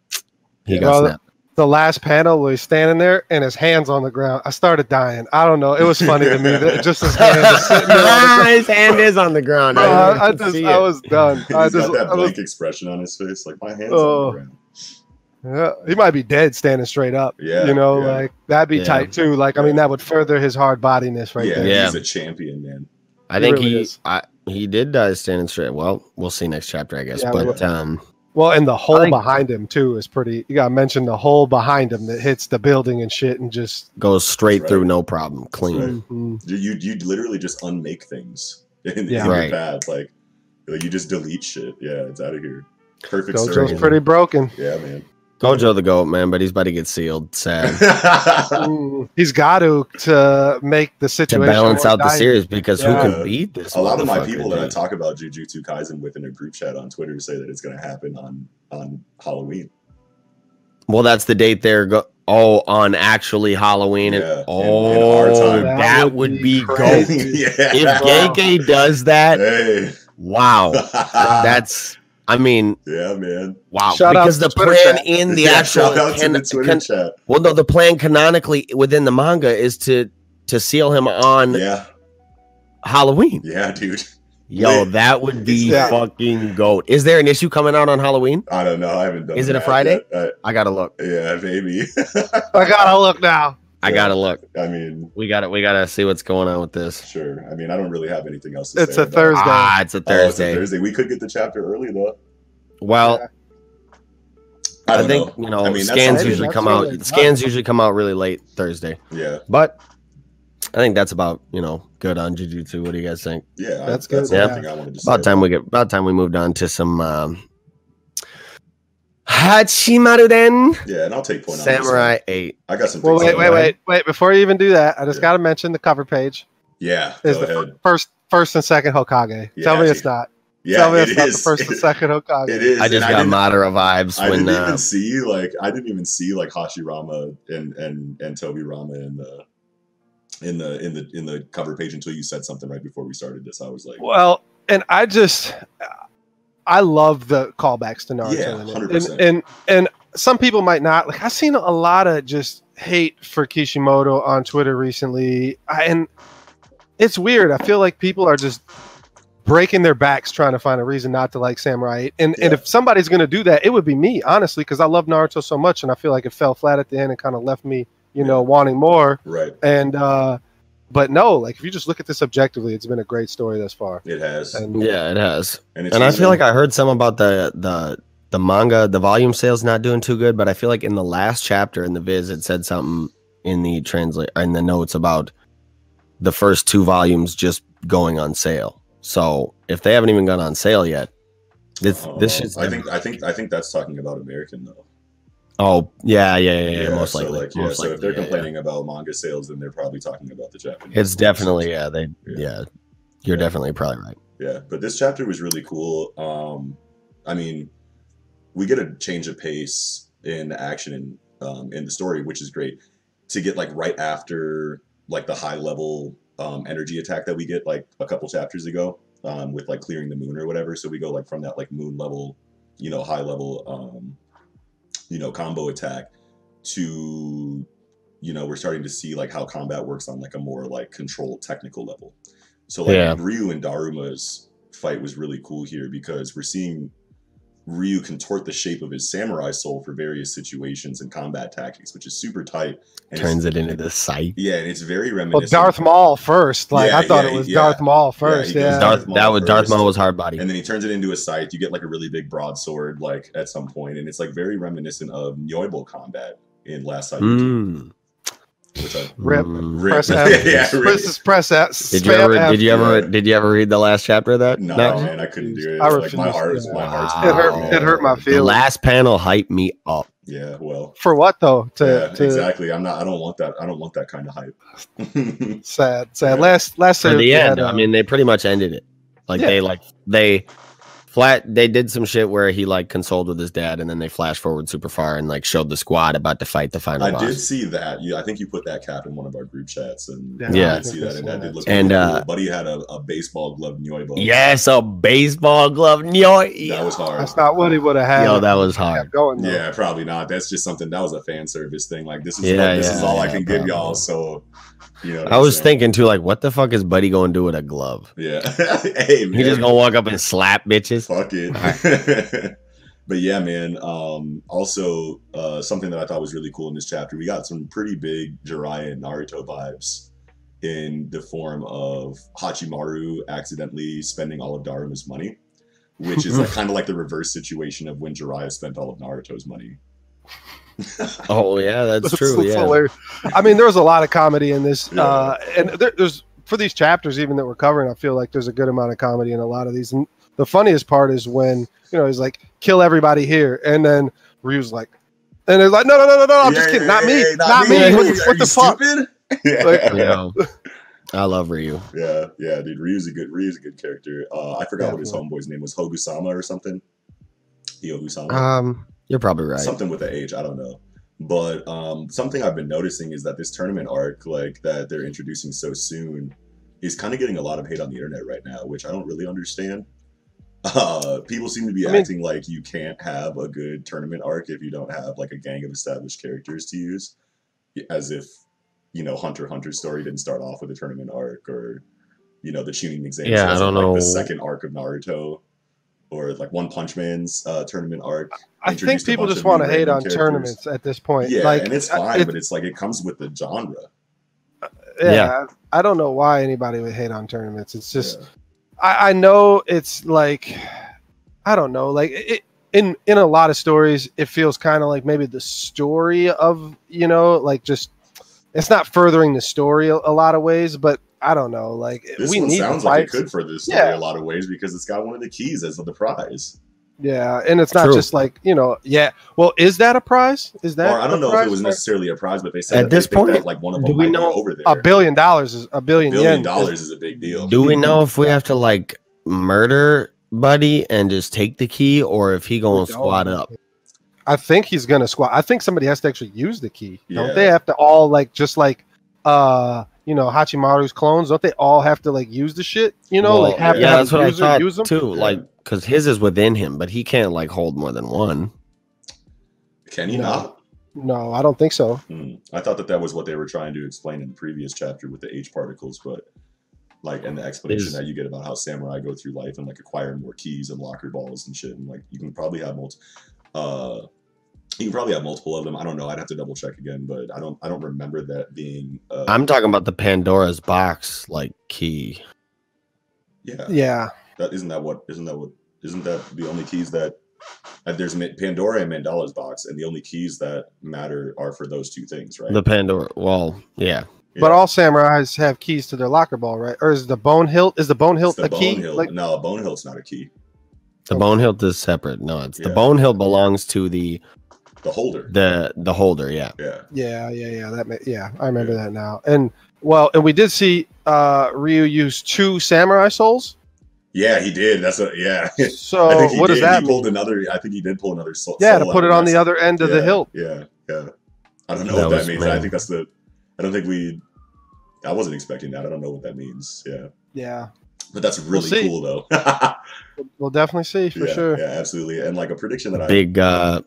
S1: he
S3: Yeah.
S1: got
S2: Well,
S1: snapped.
S2: the last panel where he's standing there and his hands on the ground. I started dying. I don't know. It was funny to me. That just his hands. Are sitting there on the
S1: His hand is on the ground.
S2: ground. Bro,
S1: I,
S2: I, I just, I was done.
S3: He's
S2: I
S3: got
S2: just,
S3: that
S2: I was,
S3: blank expression on his face, like my hands on
S2: Oh.
S3: the ground.
S2: Yeah, he might be dead standing straight up.
S3: Yeah,
S2: you know,
S3: yeah.
S2: like that'd be
S1: Yeah.
S2: tight too. Like I mean, that would further his hard bodiness right
S3: yeah,
S2: there.
S1: Yeah.
S3: he's a champion, man.
S1: I
S2: It
S1: think
S2: really
S1: he
S2: is.
S1: I, he did die standing straight. Well, we'll see next chapter, I guess.
S2: Yeah,
S1: but
S3: we'll-
S1: um,
S2: Well, and the hole
S1: think-
S2: behind him too is pretty. You gotta mention the hole behind him that hits the building and shit, and just
S1: goes straight
S3: That's right.
S1: through, no problem, clean.
S3: Right.
S2: Mhm.
S3: You you, you literally just unmake things in,
S2: Yeah.
S3: in
S1: Right.
S3: the path. Like, like you just delete shit. Yeah, it's out of here. Perfect
S2: Gojo's
S3: circle.
S2: pretty broken.
S3: yeah, man.
S1: Gojo the goat, man, but he's about to get sealed. Sad
S3: Uh,
S2: Mm. He's got to to make the
S1: to
S2: situation
S1: balance
S2: more
S1: out the
S2: dire.
S1: series because who
S3: Yeah.
S1: can beat this?
S3: a lot of my
S1: motherfucker,
S3: people that I
S1: dude?
S3: talk about Jujutsu Kaisen with in a group chat on Twitter say that it's going to happen on on Halloween.
S1: Well, that's the date they're go- oh on actually Halloween. and-
S3: Yeah, in- in our
S1: oh,
S3: time.
S1: that, would be
S2: crazy.
S1: goat. If Oh, Genki does that,
S3: Hey.
S1: wow, that's. I mean,
S3: yeah, man.
S1: wow,
S2: Shout out
S1: because
S2: to
S1: the
S2: Twitter
S1: plan
S2: chat.
S1: in the
S3: Yeah,
S1: actual
S3: shout out
S1: can-
S3: to the Twitter
S1: can-
S3: chat.
S1: well, no, the plan canonically within the manga is to to seal him on
S3: Yeah,
S1: Halloween.
S3: yeah, dude.
S1: Yo,
S3: Wait.
S1: that would be
S2: Yeah.
S1: fucking goat. Is there an issue coming out on Halloween?
S3: I don't know. I haven't done.
S1: Is it a
S3: that
S1: Friday?
S3: yet.
S1: I gotta look.
S3: Uh, yeah, maybe.
S2: I gotta look now.
S1: I
S3: Yeah.
S1: gotta look.
S3: I mean,
S1: We gotta we gotta see what's going on with this.
S3: sure. I mean, I don't really have anything else. to
S2: It's
S3: say
S2: a
S3: about it.
S2: Thursday.
S1: Ah, it's a
S3: Oh, it's a
S1: Thursday.
S3: Thursday. We could get the chapter early though.
S1: Well,
S3: I,
S1: I,
S3: don't
S1: think
S3: know.
S1: you know
S3: I mean, that's
S1: scans
S3: something-
S1: usually
S2: That's
S1: come
S2: really
S1: out.
S2: not-
S1: Scans usually come out really late Thursday,
S3: Yeah,
S1: but I think that's about you know good on Jujutsu. What do you guys think?
S3: yeah. I-
S2: That's
S3: That's
S2: good,
S3: something I wanted to say.
S1: About time we get. About time we moved on to some um, Hachimaru Den
S3: Yeah, and I'll take point on this one.
S1: Samurai Eight.
S3: I got some.
S2: Well, wait,
S3: things on
S2: wait,
S3: that.
S2: wait, wait. Before you even do that, I just
S3: Yeah.
S2: gotta mention the cover page
S3: Yeah,
S2: is
S3: go
S2: the
S3: ahead.
S2: first, first and second Hokage.
S3: Yeah,
S2: Tell me it's
S3: dude.
S2: not.
S3: Yeah,
S2: Tell me
S3: it
S2: it's not
S3: is.
S2: the first and second Hokage.
S3: It is.
S1: I just
S3: and
S1: got
S3: didn't-
S1: Madara vibes
S3: I
S1: when
S3: didn't
S1: uh,
S3: even see like I didn't even see like Hashirama and and and Toby Rama in the in the in the in the cover page until you said something right before we started this. I was like,
S2: Well, and I just I love the callbacks to Naruto.
S3: Yeah,
S2: in it.
S3: 100%.
S2: And, and and some people might not like. I've seen a lot of just hate for Kishimoto on Twitter recently, I, and it's weird. I feel like people are just breaking their backs trying to find a reason not to like Samurai. 8. And and
S3: Yeah.
S2: if somebody's going to do that, it would be me, honestly, because I love Naruto so much, and I feel like it fell flat at the end and kind of left me, you know, wanting more.
S3: right,
S2: And uh but no, like if you just look at this objectively, it's been a great story thus far.
S3: it has, and,
S2: And
S1: yeah, it has.
S3: it's
S1: And I
S3: even-
S1: feel like I heard some about the the the manga, the volume sales not doing too good, but I feel like in the last chapter in the viz it said something in the translate in the notes about the first two volumes just going on sale. So if they haven't even gone on sale yet, this
S3: Oh,
S1: this shit's
S3: I think I think I think that's talking about American though.
S1: oh yeah yeah yeah, yeah, most
S3: so
S1: likely
S3: like, yeah,
S1: most
S3: so
S1: likely
S3: if they're
S1: yeah, yeah.
S3: complaining about manga sales, then they're probably talking about the Japanese.
S1: it's
S3: ones.
S1: definitely yeah they
S3: Yeah.
S1: yeah, you're
S3: Yeah.
S1: definitely probably right.
S3: yeah but this chapter was really cool um i mean we get a change of pace in action in, um, in the story which is great to get like right after like the high level um, energy attack that we get like a couple chapters ago um, with like clearing the moon or whatever so we go like from that like moon level you know high level um, you know combo attack to you know we're starting to see like how combat works on like a more like controlled technical level so like
S1: Yeah.
S3: ryu and daruma's fight was really cool here because we're seeing ryu contort the shape of his samurai soul for various situations and combat tactics which is super tight and it's-
S1: Turns it into the site.
S3: yeah and it's very
S2: well,
S3: reminiscent
S2: Darth Maul first. Like
S3: Yeah,
S2: I thought
S3: yeah,
S2: it was
S3: yeah.
S2: Darth Maul
S3: Yeah, he
S2: first.
S3: goes
S2: Yeah,
S1: Darth,
S3: Maul
S1: that was Darth
S3: first.
S1: Maul was hard body.
S3: and then he turns it into a scythe. You get like a really big broadsword, like at some point, and it's like very reminiscent of Nyoibo combat in Last Sight,
S1: Mm.
S3: which I
S2: Rip.
S1: Mm.
S3: rip.
S2: Press
S3: yeah,
S2: F.
S3: yeah, rip.
S2: press, press S.
S1: Did you
S2: spam
S1: ever?
S2: F.
S1: Did you ever?
S3: Yeah.
S1: Did you ever read the last chapter of that?
S3: No,
S1: Max?
S3: man, I couldn't do it.
S2: I
S3: Like my
S2: refuse.
S3: heart was my heart's
S1: Wow. It hurt-
S3: broken,
S1: it
S2: hurt my
S3: man.
S2: feelings.
S1: The last panel hyped me up.
S3: Yeah, well,
S2: For what though? To,
S3: yeah,
S2: to
S3: exactly. I'm not. I don't want that. I don't want that kind of hype.
S2: sad, sad.
S3: Yeah.
S2: Last, last
S1: For
S2: we
S1: the
S2: had,
S1: end, I
S2: uh,
S1: mean, they pretty much ended it. Like
S2: Yeah.
S1: they like they flat. They did some shit where he like consoled with his dad, and then they flash forward super far and like showed the squad about to fight the final
S3: I
S1: boss.
S3: did see that. Yeah, I think you put that cap in one of our group chats, and
S2: Yeah,
S3: I
S1: Yeah.
S3: did see that, and that did look.
S1: And,
S3: really
S1: uh,
S3: cool. Buddy had a, a baseball glove Nyoibo.
S1: Yes, a baseball glove. Yo,
S3: that was hard.
S2: that's not what he would have had.
S1: yo,
S2: if
S1: that was
S2: he kept
S1: hard.
S2: Going though.
S3: Yeah, probably not. That's just something that was a fan service thing. Like this is
S1: Yeah,
S3: this
S1: yeah,
S3: is all I
S1: yeah,
S3: can give y'all.
S1: probably.
S3: So you know, what
S1: I
S3: I'm
S1: was
S3: saying?
S1: thinking too, like, what the fuck is Buddy going to do with a glove?
S3: Yeah. hey man,
S1: He just gonna walk up and slap bitches.
S3: fuck it. but yeah, man. Um, also, uh, something that I thought was really cool in this chapter, we got some pretty big Jiraiya and Naruto vibes in the form of Hachimaru accidentally spending all of Daruma's money, which is like kind of like the reverse situation of when Jiraiya spent all of Naruto's money.
S1: Oh yeah, that's, true.
S2: That's
S1: yeah.
S2: hilarious. I mean, there's a lot of comedy in this,
S3: Yeah.
S2: uh, and there, there's for these chapters even that we're covering. I feel like there's a good amount of comedy in a lot of these. And the funniest part is when you know he's like, "Kill everybody here," and then Ryu's like, and it's like, "No, no, no, no, no! Oh, I'm just
S3: Yeah,
S2: kidding.
S3: yeah,
S2: Not
S3: yeah,
S2: me.
S3: yeah,
S2: not me. What, the-
S3: Are
S2: what
S3: you
S2: the fuck?"
S3: stupid? Yeah.
S2: Like-
S1: Yeah. I love Ryu.
S3: Yeah, yeah, dude. Ryu's a good Ryu's a good character. Uh, I forgot what his
S2: Definitely.
S3: homeboy's name was, Hogusama or something. Hyogusama.
S1: Um, you're probably right.
S3: Something with the H, I don't know. But um, something I've been noticing is that this tournament arc, like that they're introducing so soon, is kind of getting a lot of hate on the internet right now, which I don't really understand. Uh, people seem to be
S2: I mean-
S3: acting like you can't have a good tournament arc if you don't have like a gang of established characters to use, as if you know Hunter x Hunter's story didn't start off with a tournament arc, or you know the Chunin exam.
S1: Yeah, I
S3: wasn't,
S1: don't
S3: like,
S1: know.
S3: the second arc of Naruto, or like One Punch Man's uh, tournament arc.
S2: I think
S3: introduced a
S2: people
S3: bunch
S2: just
S3: of new
S2: want to hate
S3: random
S2: on
S3: characters.
S2: tournaments at this point.
S3: Yeah,
S2: like,
S3: and it's
S2: I-
S3: fine,
S2: it-
S3: but it's like it comes with the genre.
S2: yeah,
S1: Yeah.
S2: I don't know why anybody would hate on tournaments. It's just
S3: Yeah.
S2: I, I know it's like I don't know, like it, in in a lot of stories, it feels kind of like maybe the story of you know, like just it's not furthering the story a, a lot of ways, but I don't know, like
S3: This
S2: we
S3: one
S2: need
S3: sounds
S2: the
S3: like it
S2: fights.
S3: could for this story
S2: Yeah.
S3: a lot of ways because it's got one of the keys as the prize.
S2: yeah, and it's not
S1: True.
S2: just like you know, yeah. Well, is that a prize? Is that
S3: or I
S2: a
S3: don't know if
S2: prize?
S3: it was necessarily a prize, but they said
S1: At
S3: that they
S1: this
S3: think that,
S1: point,
S3: like one of
S1: do
S3: them
S1: we
S3: might
S1: know
S3: go over there.
S2: a billion dollars is a billion,
S3: billion
S2: yen.
S3: dollars is a big deal.
S1: Do we know if we have to like murder Buddy and just take the key, or if he gonna
S2: don't.
S1: squat up?
S2: I think he's gonna squat. I think somebody has to actually use the key.
S3: Yeah.
S2: Don't they have to all like just like uh you know Hachimaru's clones? Don't they all have to like use the shit? You know,
S1: Well,
S2: like have
S1: yeah,
S2: to
S1: that's
S2: have
S1: what I
S2: a user
S1: thought
S2: use them.
S1: too.
S3: Yeah.
S1: Like, cause his is within him, but he can't like hold more than one.
S3: Can you
S2: No.
S3: not?
S2: No, I don't think so.
S3: Hmm. I thought that that was what they were trying to explain in the previous chapter with the H particles, but like and the explanation
S1: There's-
S3: that you get about how samurai go through life and like acquire more keys and locker balls and shit, and like you can probably have multi. Uh, you can probably have multiple of them. I don't know. I'd have to double check again, but I don't. I don't remember that being. Uh,
S1: I'm talking about the Pandora's box like key.
S3: yeah.
S2: Yeah.
S3: That isn't that what isn't that what isn't that the only keys that uh, there's Ma- Pandora and Mandala's box, and the only keys that matter are for those two things, right?
S1: The Pandora. Well, yeah.
S2: But
S3: Yeah.
S2: all samurais have keys to their locker ball, right? Or is the bone hilt is the bone
S3: It's
S2: hilt
S3: the
S2: a key?
S3: bone hilt.
S2: Like
S3: no, bone hilt's not a key.
S1: The
S2: Okay.
S1: bone hilt is separate. No, it's the
S3: Yeah.
S1: bone hilt belongs to the
S3: The holder.
S1: the the holder. Yeah.
S3: yeah.
S2: yeah, yeah, yeah. That ma- yeah, I remember that now. And well, and we did see uh Ryu use two samurai souls.
S3: Yeah, he did. That's a yeah.
S2: So
S3: I think he
S2: Oh, what
S3: did.
S2: does that mean?
S3: he pulled another I think he did pull another soul.
S2: Yeah, to put it on the other end of the hilt.
S3: Yeah, yeah. I don't know
S1: That
S3: what that
S1: was
S3: means. I
S1: mad.
S3: think that's the I don't think we I wasn't expecting that. I don't know what that means. Yeah.
S2: Yeah.
S3: But that's really
S2: see.
S3: cool though.
S2: We'll definitely see for
S3: yeah,
S2: sure.
S3: Yeah, absolutely. And like a prediction that I
S1: Big uh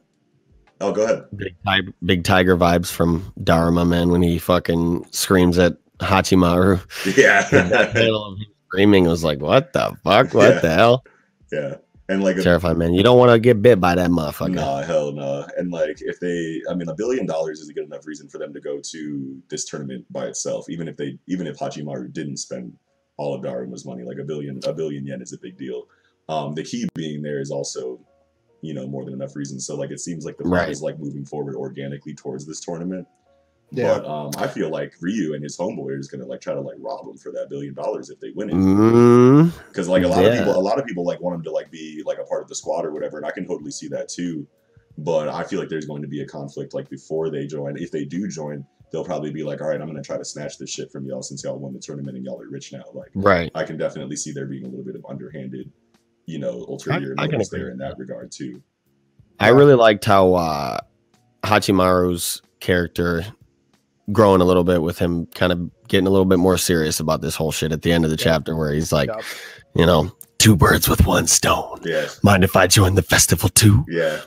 S3: Oh, go ahead.
S1: big tiger, big tiger vibes from Dharma man when he fucking screams at Hachimaru. that
S3: Yeah.
S1: panel of him screaming was like, what the fuck? What
S3: Yeah.
S1: the hell?
S3: yeah. And like a,
S1: Terrifying man. You don't want to get bit by that motherfucker.
S3: nah, hell no. And like if they I mean a billion dollars is a good enough reason for them to go to this tournament by itself, even if they even if Hachimaru didn't spend all of Daruma's money, like a billion a billion yen is a big deal. Um the key being there is also, you know, more than enough reason. So like it seems like the plot
S1: Right.
S3: is like moving forward organically towards this tournament.
S2: Yeah.
S3: But um I feel like Ryu and his homeboy is gonna like try to like rob him for that billion dollars if they win it.
S1: Mm,
S3: because like a lot of
S1: Yeah.
S3: people a lot of people like want him to like be like a part of the squad or whatever and i can totally see that too but i feel like there's going to be a conflict like before they join if they do join they'll probably be like all right i'm going to try to snatch this shit from y'all since y'all won the tournament and y'all are rich now like
S1: right.
S3: i can definitely see there being a little bit of underhanded you know ulterior
S1: I can
S3: motives
S1: agree
S3: there
S1: with
S3: in that regard too
S1: I really liked how uh, Hachimaru's character growing a little bit with him kind of getting a little bit more serious about this whole shit at the end of the
S2: Yeah.
S1: chapter where he's like,
S2: Yup.
S1: you know, two birds with one stone.
S3: yeah
S1: Mind if I join the festival too?
S3: yeah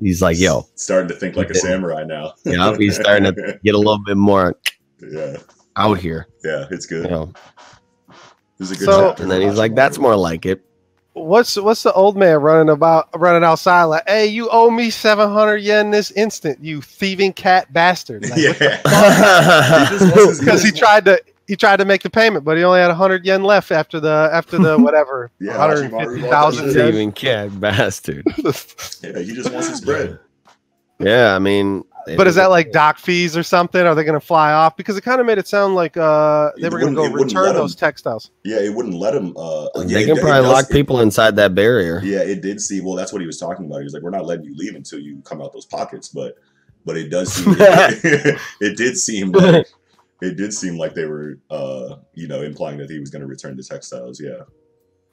S1: He's like, yo,
S3: starting to think like a
S1: Yeah.
S3: samurai now
S1: Yup, he's starting
S3: to
S1: get a little bit more
S3: yeah
S1: out here.
S3: yeah it's good
S1: You know?
S3: This is a good
S2: So-
S3: chapter
S1: And then
S3: for
S1: he's like, that's
S3: Hachimaru.
S1: more like it.
S2: what's what's the old man running about running outside like, hey, you owe me seven hundred yen this instant, you thieving cat bastard. Like,
S3: yeah.
S2: because he tried to he tried to make the payment, but he only had hundred yen left after the after the whatever
S3: Yeah,
S2: one hundred fifty thousand
S3: Hachimaru
S2: yen.
S1: Even cat bastard.
S3: Yeah, he just wants his bread.
S1: Yeah, I mean.
S2: But is that like dock fees or something? Are they going to fly off? Because it kind of made it sound like uh, they
S3: It
S2: were going to
S3: wouldn't-
S2: go
S3: it wouldn't let
S2: return
S3: 'em.
S2: those textiles.
S3: Yeah, it wouldn't let him. Uh, yeah,
S1: They
S3: it-
S1: can
S3: it
S1: probably
S3: does-
S1: lock
S3: it-
S1: people inside that barrier.
S3: Yeah, it did seem. Well, that's what he was talking about. He was like, "We're not letting you leave until you come out those pockets." But, but it does seem. it did seem like it did seem like they were, uh, you know, implying that he was going to return the textiles. Yeah,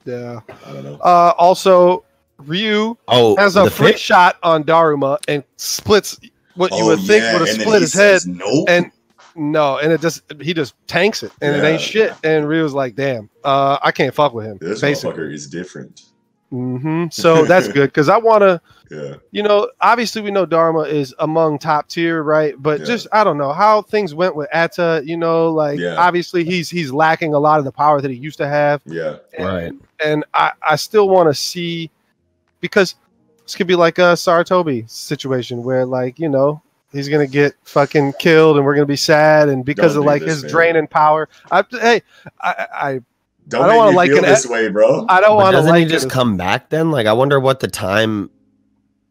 S2: Yeah.
S3: I don't know.
S2: Uh, also, Ryu
S1: Oh,
S2: has a
S1: the
S2: free
S1: fish.
S2: shot on Daruma and splits what you
S3: Oh,
S2: would think
S3: yeah,
S2: would have
S3: and then
S2: split
S3: he
S2: his head.
S3: says, Nope.
S2: and- No, and it just he just tanks it and it
S3: Yeah.
S2: ain't shit. And Ryu's like, damn, uh, I can't fuck with him.
S3: this
S2: basically.
S3: motherfucker is different.
S2: hmm So that's good because I want to
S3: Yeah,
S2: you know, obviously we know Dharma is among top tier, right? But
S3: Yeah.
S2: just I don't know how things went with Atta, you know, like
S3: Yeah.
S2: obviously he's he's lacking a lot of the power that he used to have.
S3: yeah,
S2: And,
S1: Right.
S2: and I, I still want to see because this could be like a Saratobi situation where like, you know, he's gonna get fucking killed and we're gonna be sad and because
S3: Don't
S2: of
S3: do
S2: like
S3: this,
S2: his
S3: man.
S2: draining power. I hey, I I
S3: don't,
S2: I don't
S3: make
S2: wanna
S3: me
S2: like
S3: feel
S2: an
S3: this way, bro.
S2: I don't
S1: But
S2: want to
S1: doesn't
S2: like
S1: he just
S2: it.
S1: come back then? Like, I wonder what the time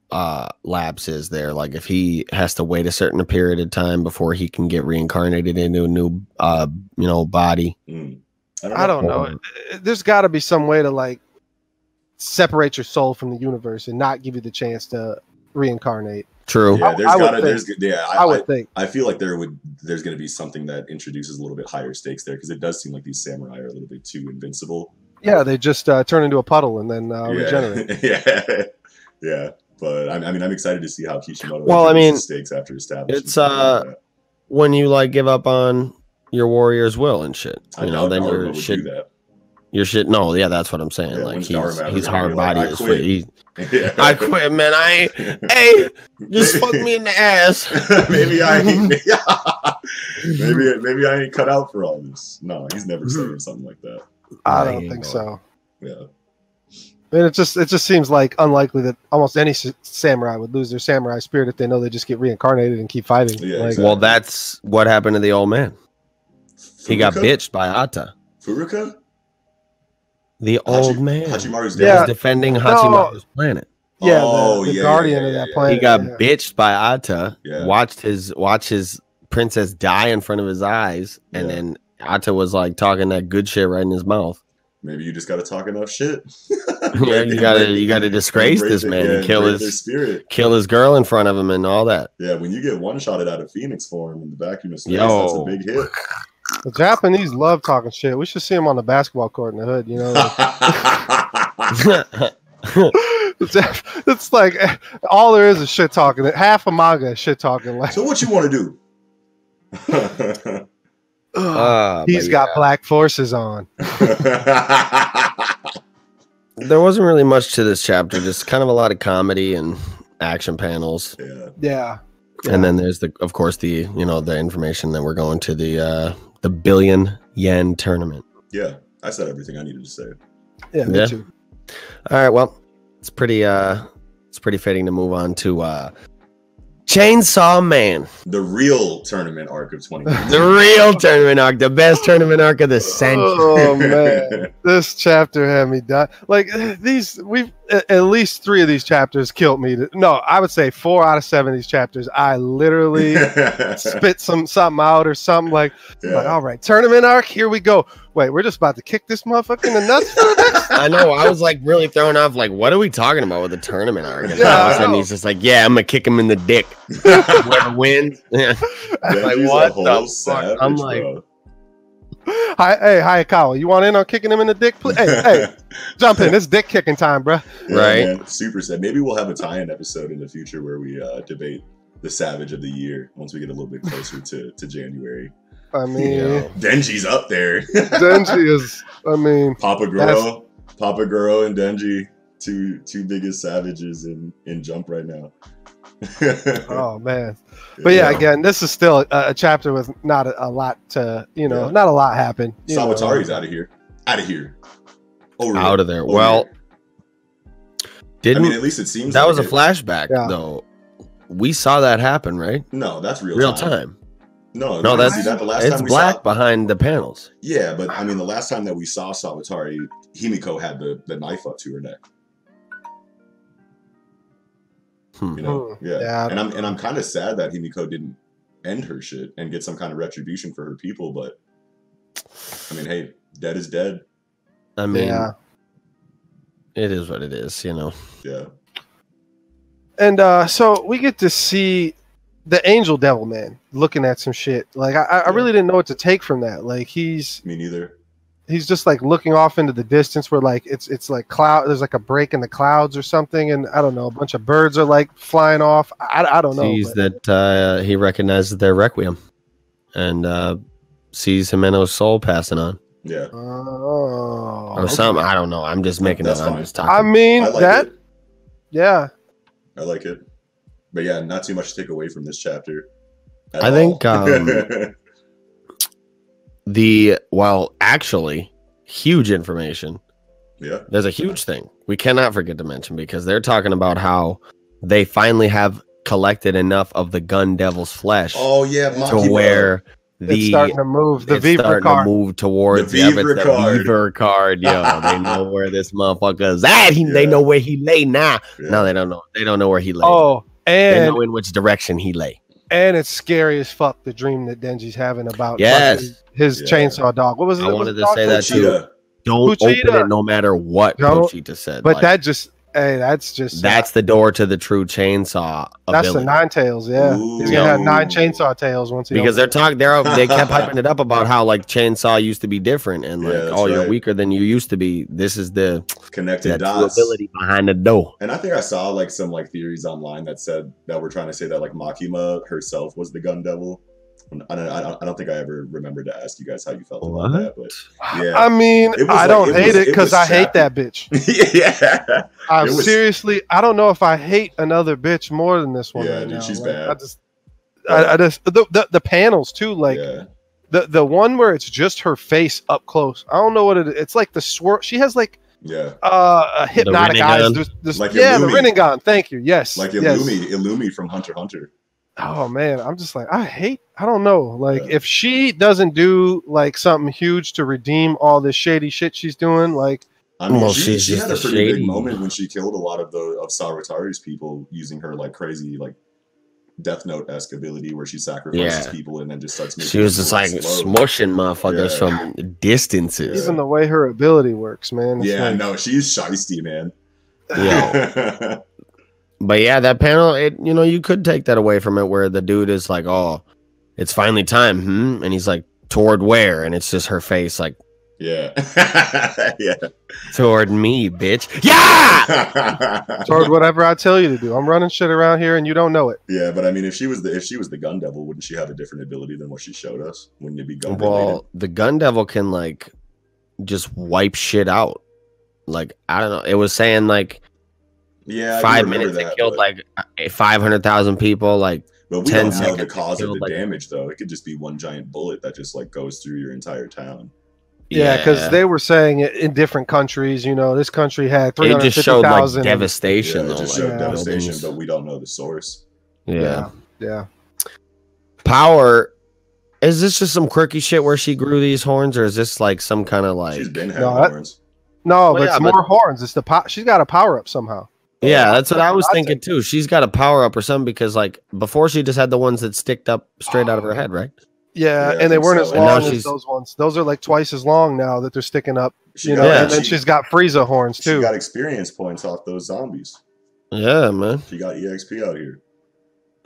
S1: uh lapse is there. Like, if he has to wait a certain period of time before he can get reincarnated into a new, uh, you know, body.
S3: Mm.
S2: I don't know. Uh, There's got to be some way to like separate your soul from the universe and not give you the chance to reincarnate.
S1: True.
S3: Yeah,
S2: I-
S3: there's
S2: I would
S3: gotta,
S2: think-
S3: there's, yeah,
S2: I,
S3: I, I,
S2: would think.
S3: I feel like there would there's going to be something that introduces a little bit higher stakes there because it does seem like these samurai are a little bit too invincible.
S2: Yeah, they just uh, turn into a puddle and then uh,
S3: yeah.
S2: regenerate.
S3: yeah, yeah. But I, I mean, I'm excited to see how Kishimoto.
S1: Well, I
S3: introduces
S1: mean,
S3: stakes after establishing.
S1: it's,
S3: something like
S1: uh,
S3: that.
S1: When you like give up on your warrior's will and shit,
S3: I
S1: you know,
S3: doubt
S1: then
S3: Naruto
S1: your
S3: would do
S1: shit,
S3: that.
S1: your shit. No, yeah, that's what I'm saying.
S3: Yeah,
S1: like,
S3: when's
S1: he's
S3: Daruma
S1: he's
S3: ever gonna
S1: hard
S3: be like,
S1: body
S3: "I
S1: as
S3: quit."
S1: shit. He-
S3: Yeah.
S1: I quit, man. I ain't. Hey, just fuck me in the ass.
S3: maybe I ain't. maybe maybe I ain't cut out for all this. No, he's never saying something like that.
S2: I
S1: Yeah,
S2: don't
S1: you
S2: think
S1: know.
S2: so.
S3: Yeah,
S2: I mean, it just it just seems like unlikely that almost any s- samurai would lose their samurai spirit if they know they just get reincarnated and keep fighting.
S3: Yeah,
S2: Like,
S3: exactly.
S1: Well, that's what happened to the old man. He got
S3: Furuka?
S1: bitched by Atta.
S3: Furuka,
S1: The old Oh, man
S3: Hachimaru's
S1: that
S3: dad.
S2: Yeah.
S1: was defending Hachimaru's planet.
S2: yeah,
S3: Oh,
S2: the, the
S3: yeah, yeah,
S2: guardian
S3: yeah,
S2: of
S3: yeah,
S2: that
S3: yeah.
S2: planet.
S1: He got
S2: yeah.
S1: bitched by Atta.
S3: Yeah.
S1: Watched his watch his princess die in front of his eyes, and
S3: Yeah.
S1: then Atta was like talking that good shit right in his mouth.
S3: Maybe you just gotta talk enough shit.
S1: Yeah, you gotta you gotta disgrace
S3: Break
S1: this
S3: the-
S1: man
S3: yeah,
S1: and kill
S3: break their
S1: his
S3: spirit.
S1: kill his girl in front of him and all that.
S3: Yeah, when you get one shotted out of Phoenix form in the vacuum of space,
S1: Yo.
S3: that's a big hit.
S2: The Japanese love talking shit. We should see him on the basketball court in the hood. You know, Ah, it's, it's like eh, all there is is shit talking. Half a manga is shit talking. Like
S3: so what you want to do?
S1: Ah,
S2: he's
S1: but
S2: got
S1: yeah.
S2: black forces on.
S1: There wasn't really much to this chapter, just kind of a lot of comedy and action panels.
S3: yeah,
S2: Yeah,
S1: And then there's the of course the you know the information that we're going to the uh the billion yen tournament.
S3: yeah. I said everything I needed to say.
S2: yeah, me
S1: Yeah.
S2: too.
S1: All right, well, it's pretty uh it's pretty fitting to move on to uh Chainsaw Man.
S3: The real tournament arc of 20.
S1: The real tournament arc, the best tournament arc of the century.
S2: Oh man, this chapter had me done. Like these, we've a- at least three of these chapters killed me. No, I would say four out of seven of these chapters. I literally spit some something out or something like. Like,
S3: yeah.
S2: all right, tournament arc, here we go. Wait, we're just about to kick this motherfucker in the nuts for the next.
S1: I know. I was like really thrown off. Like, what are we talking about with the tournament arc? And then
S2: Yeah,
S1: all of
S2: I
S1: a sudden
S2: know.
S1: he's just like, "Yeah, I'm gonna kick him in the dick. Whoever wins." Yeah. like,
S3: Benji's a
S1: what the
S3: whole
S1: fuck?
S3: savage,
S1: I'm like-
S3: bro.
S2: Hi, hey, Hayakawa, you want in on kicking him in the dick? Please? Hey, hey, jump in. It's dick kicking time, bruh.
S1: Right.
S3: man. super sad. Maybe we'll have a tie-in episode in the future where we uh, debate the savage of the year once we get a little bit closer to, to January.
S2: I mean,
S1: Yeah.
S3: Denji's up there.
S2: Denji is. I mean,
S3: Papa Goro, Papa Goro, and Denji, two two biggest savages in in jump right now.
S2: oh man. But yeah, again, this is still a, a chapter with not a, a lot to, you know,
S3: Yeah.
S2: not a lot happened. you know.
S3: Sawatari's out of here. Out of here. Over
S1: Out of there. Well,
S3: I
S1: Didn't
S3: Oh, mean, at least it seems
S1: that
S3: like
S1: was a
S3: it.
S1: flashback
S2: Yeah.
S1: though. We saw that happen, right?
S3: No, that's real,
S1: Real
S3: time.
S1: time.
S3: No,
S1: No,
S3: no, that's
S1: that's-
S3: that the last
S1: It's
S3: time we
S1: black
S3: saw.
S1: behind the panels.
S3: Yeah, but I mean, the last time that we saw Sabatari, Himiko had the, the knife up to her neck.
S1: Hmm.
S3: You know,
S2: Hmm,
S3: yeah.
S2: yeah.
S3: And I'm and I'm kind of sad that Himiko didn't end her shit and get some kind of retribution for her people. But I mean, hey, dead is dead.
S1: I mean,
S2: yeah.
S1: it is what it is, you know.
S3: Yeah.
S2: And uh, so we get to see the angel devil man looking at some shit. Like I, I- I
S3: Yeah.
S2: really didn't know what to take from that. Like he's
S3: Me neither.
S2: he's just like looking off into the distance where like it's it's like cloud. There's like a break in the clouds or something, and I don't know. A bunch of birds are like flying off. I, I don't know.
S1: sees
S2: but-
S1: that uh, he recognizes their requiem, and uh, sees Jimeno's soul passing on
S3: Yeah.
S2: Oh.
S1: or something. I don't know. I'm just making
S3: That's
S1: it. up. I'm
S3: fine.
S1: just
S2: I
S1: talking.
S2: mean
S3: I like
S2: that.
S3: it.
S2: Yeah.
S3: I like it. But yeah, not too much to take away from this chapter. at
S1: I think,
S3: all.
S1: um, the well, actually, huge information
S3: yeah.
S1: there's a huge thing we cannot forget to mention because they're talking about how they finally have collected enough of the gun devil's flesh
S3: Oh yeah, Maki
S1: to where
S2: it's
S1: the
S2: starting to move. The
S1: it's starting
S2: Vibra car.
S1: to move towards
S3: The
S1: yep, it's
S3: Vibra card.
S1: Vibra card. Yo, they know where this motherfucker's at. He, They
S3: Yeah.
S1: know where he lay now.
S3: Yeah.
S1: No, they don't know. They don't know where he lay.
S2: Oh,
S1: they
S2: and
S1: know in which direction he lay.
S2: and it's scary as fuck the dream that Denji's having about
S1: Yes.
S2: fucking his
S3: Yeah.
S2: chainsaw dog. What was it?
S1: I
S2: What was
S1: wanted to
S2: the dog
S1: say
S2: called?
S1: that too.
S3: Cheetah.
S1: Don't open
S2: Kuchita.
S1: it no matter what
S2: Don't-
S1: Kuchita said.
S2: But
S1: Like,
S2: that just hey, that's just
S1: that's the door to the true chainsaw
S2: that's
S1: ability.
S2: the nine tails. Yeah, he's gonna have nine
S3: Ooh.
S2: chainsaw tails once he
S1: because
S2: opens
S1: they're talking they're they kept hyping it up about how like chainsaw used to be different and like
S3: Yeah, that's
S1: oh you're
S3: right.
S1: weaker than you used to be this is the
S3: connected
S1: that
S3: dots.
S1: ability behind the door
S3: And I think I saw like some like theories online that said that were trying to say that like Makima herself was the gun devil. And I don't, I don't, I don't think I ever remembered to ask you guys how you felt about that, but
S2: it.
S3: yeah,
S2: I mean,
S3: It was
S2: I
S3: like-
S2: don't
S3: it
S2: hate
S3: was-
S2: it
S3: it
S2: because
S3: was
S2: I hate
S3: sappy.
S2: that bitch.
S3: yeah,
S2: I
S3: It was-
S2: seriously, I don't know if I hate another bitch more than this one.
S3: Yeah,
S2: right
S3: dude,
S2: now.
S3: she's
S2: Like,
S3: bad.
S2: I just, I, I just the, the the panels too. Like
S3: yeah,
S2: the the one where it's just her face up close. I don't know what it is. It's like the swirl. She has like
S3: yeah.
S2: uh a hypnotic eyes.
S1: Rinnegan?
S2: There's, there's,
S3: Like
S2: yeah, the
S3: Illumi.
S2: Rinnegan. Thank you. Yes.
S3: Like
S2: yes.
S3: Illumi, Illumi from Hunter x Hunter.
S2: Oh man, I'm just like I hate. I don't know. Like
S3: Yeah.
S2: if she doesn't do like something huge to redeem all this shady shit she's doing, like
S3: I mean,
S1: Well,
S3: she,
S1: she's
S3: she
S1: just
S3: had a
S1: a
S3: pretty
S1: shady-
S3: big moment when she killed a lot of the of Saratari's people using her like crazy like Death Note esque ability where she sacrifices
S1: Yeah.
S3: people and then just starts.
S1: she was just like
S3: making people explode.
S1: smushing motherfuckers from distances
S2: even the way her ability works, man. it's
S3: Yeah,
S2: like-
S3: no, she's shisty, man.
S1: yeah but yeah that panel it you know you could take that away from it where the dude is like oh it's finally time hmm? and he's like toward where and it's just her face like
S3: Yeah. yeah.
S1: toward me bitch yeah
S2: Toward whatever I tell you to do, I'm running shit around here, and you don't know it.
S3: yeah, but I mean if she was the if she was the gun devil, wouldn't she have a different ability than what she showed us? Wouldn't it be gun related?
S1: Well, the gun devil can like just wipe shit out. Like I don't know. It was saying like
S3: Yeah, I do
S1: five
S3: remember
S1: minutes it
S3: that,
S1: killed
S3: but,
S1: like five hundred thousand people. Like
S3: but we
S1: 10
S3: don't know the
S1: seconds, it
S3: cause of
S1: killed,
S3: the
S1: like-
S3: damage though. It could just be one giant bullet that just like goes through your entire town.
S2: Yeah, because
S1: yeah.
S2: they were saying it in different countries. You know, this country had three
S1: it
S2: hundred
S1: just
S2: fifty
S1: showed like
S2: thousand.
S1: devastation.
S3: yeah,
S1: though,
S3: it just
S1: like,
S3: showed
S2: Yeah.
S3: devastation,
S1: buildings.
S3: but we don't know the source.
S1: yeah.
S2: yeah.
S1: power. Is this just some quirky shit where she grew these horns, or is this like some kind of like?
S3: She's been having
S2: No, that-
S3: horns.
S2: No,
S1: Well,
S2: but
S1: yeah,
S2: it's
S1: but-
S2: more horns. It's the po- she's got a power up somehow.
S1: Yeah, that's what I was
S2: I'll take
S1: thinking too. She's got a power up or something because like before she just had the ones that sticked up straight out of her head, right?
S2: Yeah,
S3: Yeah, I
S2: and they
S3: think
S2: weren't
S3: so.
S2: as
S1: And now
S2: long as
S1: she's-
S2: those ones. Those are like twice as long now that they're sticking up.
S3: She
S2: You know,
S3: got,
S1: Yeah.
S2: and then
S3: she,
S2: she's got Frieza horns
S3: she
S2: too.
S3: got experience points off those zombies.
S1: Yeah, man.
S3: She got EXP out here.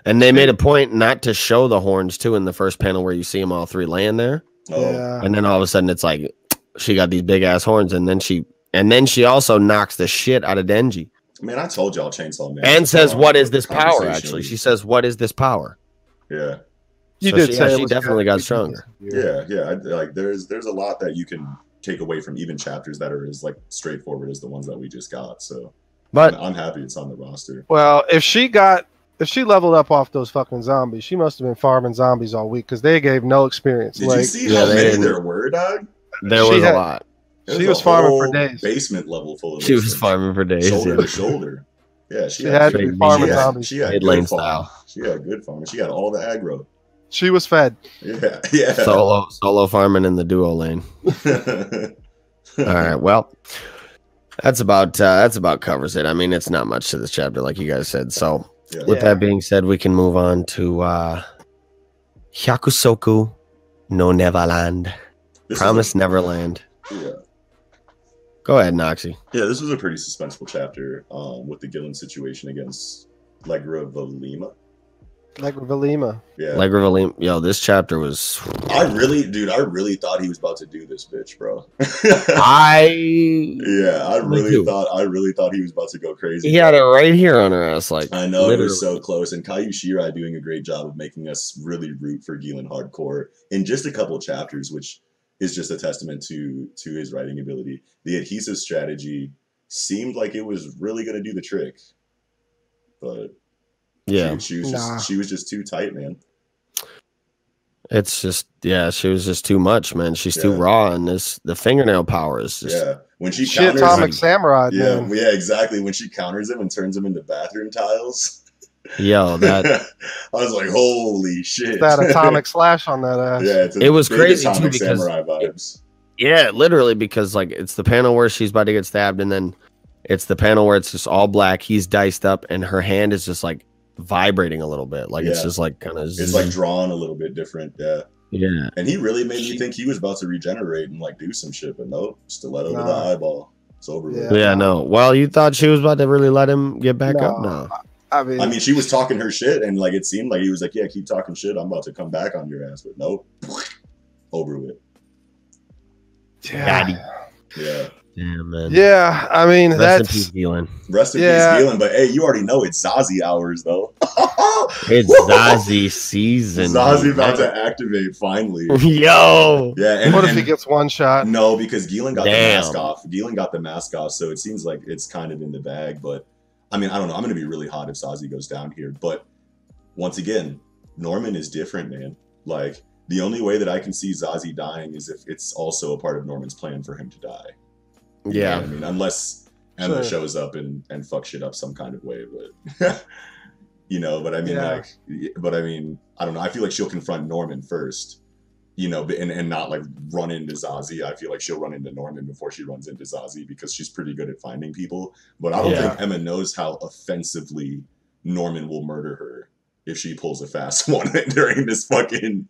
S1: And they made a point not to show the horns too in the first panel where you see them all three laying there.
S3: Oh,
S2: Yeah,
S1: And then all of a sudden it's like she got these big ass horns and then she and then she also knocks the shit out of Denji
S3: man, I told y'all Chainsaw Man.
S1: and
S3: was
S1: says
S3: wrong.
S1: what is this power
S3: Conversation.
S1: actually? She says what is this power?
S3: yeah,
S2: you
S1: So
S2: did
S1: she-
S2: say
S1: yeah,
S2: it
S1: she
S2: was
S1: definitely
S2: kinda-
S1: got stronger.
S3: yeah, yeah. I, like there's there's a lot that you can take away from even chapters that are as like straightforward as the ones that we just got. So
S1: But
S3: I'm happy it's on the roster.
S2: Well, if she got if she leveled up off those fucking zombies, she must have been farming zombies all week because they gave no experience.
S3: Did
S2: like
S3: you see
S1: yeah,
S3: how
S1: they
S3: many
S1: didn't-
S3: there were, dog?
S1: there
S2: She
S1: was a
S2: had-
S1: lot.
S3: It
S2: She
S3: a
S2: was farming for
S3: whole
S2: days.
S3: Basement level full of
S1: She
S3: those
S1: was
S3: things.
S1: farming for days.
S3: shoulder
S1: yeah.
S3: to shoulder. Yeah, she,
S2: She had
S1: to be
S3: she
S1: farming
S3: had-
S2: zombies.
S3: She had
S1: Mid
S3: good
S1: lane
S3: farm.
S1: style.
S3: She had good farming. She had all the aggro.
S2: She was fed.
S3: Yeah, yeah.
S1: Solo solo farming in the duo lane. All right. Well, that's about uh, that's about covers it. I mean, it's not much to this chapter, like you guys said. So,
S3: Yeah.
S1: with that being said, we can move on to uh, Hyakusoku no Neverland,
S3: This is a-
S1: Promise Neverland.
S3: yeah.
S1: Go ahead, Noxy.
S3: Yeah, this was a pretty suspenseful chapter um, with the Gillen situation against Legrova Lima.
S2: Like Velima.
S3: Yeah.
S1: Like Revealim- yo, this chapter was.
S3: I really, dude, I really thought he was about to do this, bitch, bro.
S1: I
S3: yeah, I
S1: Me
S3: really
S1: too.
S3: thought, I really thought he was about to go crazy.
S1: he had it right here on her ass, like
S3: I know it
S1: literally.
S3: was so close, and Caillou Shirai doing a great job of making us really root for Gillen hardcore in just a couple chapters, which is just a testament to to his writing ability. The adhesive strategy seemed like it was really going to do the trick, but
S1: yeah,
S3: she, she was
S2: Nah.
S3: just she was just too tight, man.
S1: it's just yeah, she was just too much, man. She's too
S3: Yeah.
S1: raw, and this the fingernail power is just
S3: Yeah, when she
S2: She
S3: counters,
S2: atomic
S3: him,
S2: samurai.
S3: yeah,
S2: Man.
S3: yeah, exactly. When she counters him and turns him into bathroom tiles,
S1: yo that.
S3: I was like, holy shit!
S2: That atomic slash on that ass.
S3: yeah, it's a
S1: It was
S3: big
S1: crazy, too,
S3: Atomic
S1: because
S3: samurai vibes.
S1: Yeah, literally, because like it's the panel where she's about to get stabbed, and then it's the panel where it's just all black. He's diced up, and her hand is just like vibrating a little bit. Like it's
S3: Yeah.
S1: just like kind of
S3: It's like drawn a little bit different, yeah.
S1: yeah,
S3: And he really made me
S1: She-
S3: think he was about to regenerate and like do some shit, but no, stiletto to the
S2: Nah.
S3: eyeball. It's over with.
S2: Yeah.
S1: yeah. No, well, you thought she was about to really let him get back up.
S2: No.
S1: No,
S2: I mean,
S3: I mean, she was talking her shit, and like it seemed like he was like, "Yeah, keep talking shit. I'm about to come back on your ass," but nope, over with.
S1: Got
S2: yeah.
S1: it.
S3: Yeah,
S1: damn man.
S2: yeah. I mean,
S1: Rest in
S2: that's
S1: peace, Elon.
S3: rest in
S2: Yeah.
S3: peace, Dylan. But hey, you already know it's Zazie hours though.
S1: It's
S3: Woo!
S1: Zazie season.
S3: Zazie
S1: dude.
S3: about to activate finally.
S1: Yo,
S3: Yeah, and,
S2: what if
S3: and-
S2: he gets one shot?
S3: No, because Gielan got
S1: Damn.
S3: the mask off. Gielan got the mask off, so it seems like it's kind of in the bag. But I mean, I don't know. I'm going to be really hot if Sazi goes down here. But once again, Norman is different, man. Like the only way that I can see Zazie dying is if it's also a part of Norman's plan for him to die. You know
S1: yeah.
S3: what I mean, unless Emma
S2: Sure.
S3: shows up and and fucks shit up some kind of way, but you know. But I mean,
S2: Yeah.
S3: like, y- but I mean, I don't know. I feel like she'll confront Norman first, you know, but- and and not like run into Zazie. I feel like she'll run into Norman before she runs into Zazie because she's pretty good at finding people. But I don't
S1: Yeah.
S3: think Emma knows how offensively Norman will murder her if she pulls a fast one during this fucking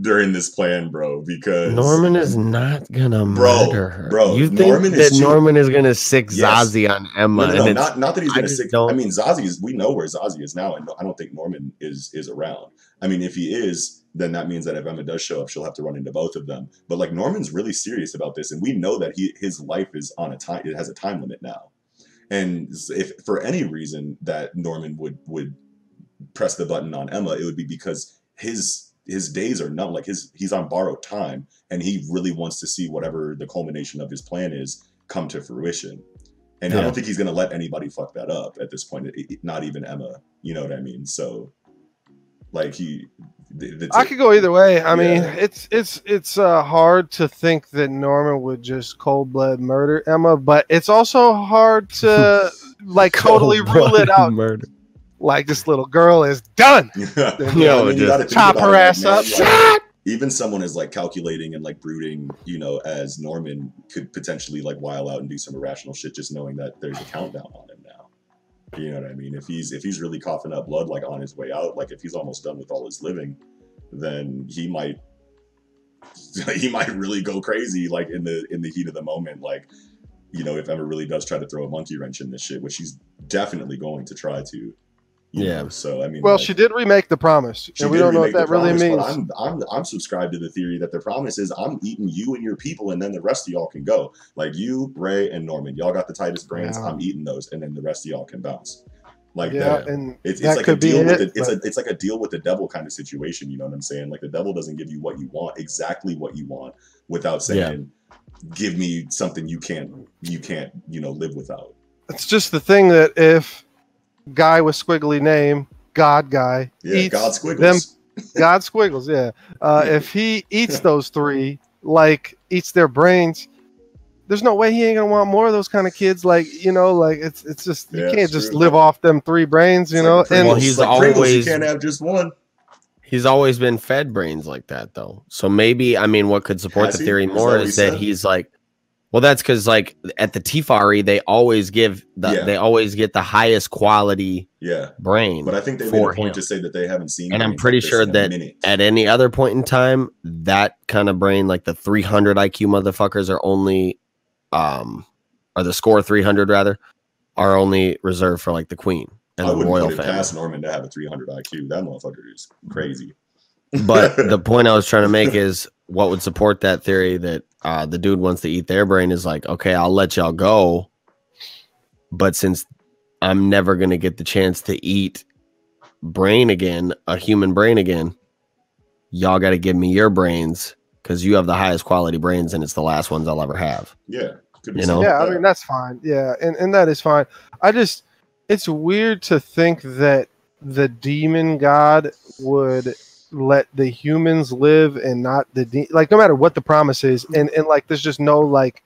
S3: during this plan, bro. Because
S1: Norman is not gonna
S3: Bro,
S1: murder her.
S3: bro,
S1: you think
S3: Norman is
S1: that
S3: too-
S1: Norman is gonna sick
S3: Yes.
S1: Zazie on Emma?
S3: No, no,
S1: and
S3: no,
S1: it's
S3: not not that he's
S1: I
S3: gonna
S1: just
S3: stick.
S1: don't-
S3: I mean, Zazie is. We know where Zazie is now, and I don't think Norman is is around. I mean, if he is, then that means that if Emma does show up, she'll have to run into both of them. But like Norman's really serious about this, and we know that he his life is on a time. It has a time limit now, and s- if for any reason that Norman would would press the button on Emma, it would be because his his days are numb. Like his he's on borrowed time, and he really wants to see whatever the culmination of his plan is come to fruition. And I
S1: Yeah.
S3: don't think he's going to let anybody fuck that up at this point. it- it- Not even Emma. You know what I mean? So, like he, the, the
S2: I could go either way. I mean,
S3: Yeah.
S2: it's it's it's uh, hard to think that Norman would just cold blood murder Emma, but it's also hard to like totally rule
S1: Cold-blooded
S2: it out.
S1: Oh, Murder.
S2: Like this little girl is done.
S3: yeah,
S1: Yo,
S3: I mean,
S1: just
S3: you gotta think
S2: Chop
S3: about
S2: her
S3: it,
S2: ass
S3: man,
S2: up.
S3: like- even someone as like calculating and like brooding, you know, as Norman could potentially like while out and do some irrational shit, just knowing that there's a countdown on him now. You know what I mean? If he's if he's really coughing up blood like on his way out, like if he's almost done with all his living, then he might he might really go crazy like in the in the heat of the moment. Like, you know, if Emma really does try to throw a monkey wrench in this shit, which she's definitely going to try to. you
S1: Yeah.
S3: know, So I mean
S2: Well,
S3: like-
S2: she did remake the promise,
S3: she
S2: and we
S3: did
S2: don't know what
S3: remake
S2: that
S3: the
S2: really means.
S3: promise, but I'm, I'm, I'm subscribed to the theory that the promise is I'm eating you and your people, and then the rest of y'all can go. Like you, Ray, and Norman, y'all got the tightest brands.
S2: Yeah.
S3: I'm eating those, and then the rest of y'all can bounce. Like
S2: yeah,
S3: that.
S2: and
S3: It's,
S2: that
S3: it's like a
S2: could be
S3: deal with
S2: it,
S3: the, it's
S2: but-
S3: a it's like a deal with the devil kind of situation. You know what I'm saying? Like the devil doesn't give you what you want, exactly what you want, without
S1: Yeah.
S3: saying, "Give me something you can't you can't you know live without."
S2: it's just the thing that if guy with squiggly name, God guy,
S3: Yeah,
S2: eats
S3: God squiggles.
S2: God squiggles, yeah. Uh, if he eats those three, like eats their brains, there's no way he ain't gonna want more of those kind of kids. Like you know, like it's it's just you
S3: Yeah,
S2: can't
S3: it's
S2: just
S3: true.
S2: live off them three brains, you
S3: It's
S2: know.
S3: like
S2: and
S1: Well,
S3: Pringles.
S1: he's
S3: like Pringles,
S1: always-
S3: you can't have just one.
S1: He's always been fed brains like that, though. So maybe, I mean, what could support
S3: Has
S1: the
S3: he?
S1: theory
S3: Is that
S1: more
S3: what he
S1: is that
S3: said?
S1: he's like, well, that's because like at the Tifari, they always give the
S3: Yeah.
S1: they always get the highest quality
S3: Yeah,
S1: brain.
S3: but I think they made
S1: For
S3: a point
S1: him.
S3: to say that they haven't seen.
S1: And I'm
S3: brains
S1: pretty
S3: like this
S1: sure
S3: in a
S1: that
S3: minute.
S1: at any other point in time, that kind of brain, like the 300 IQ motherfuckers, are only, um, or the score 300 rather, are only reserved for like the queen and
S3: I
S1: the
S3: wouldn't
S1: royal
S3: put it
S1: family. Mm-hmm.
S3: past Norman to have a 300 IQ. That motherfucker is crazy.
S1: but the point I was trying to make is what would support that theory that uh, the dude wants to eat their brain is like, okay, I'll let y'all go, but since I'm never gonna get the chance to eat brain again, a human brain again, y'all got to give me your brains because you have the highest quality brains and it's the last ones I'll ever have.
S3: Yeah, could
S1: You know?
S3: something
S2: yeah,
S3: like
S2: I mean
S3: that.
S2: that's fine. Yeah, and and that is fine. I just it's weird to think that the demon god would let the humans live and not the de- like no matter what the promise is and and like there's just no like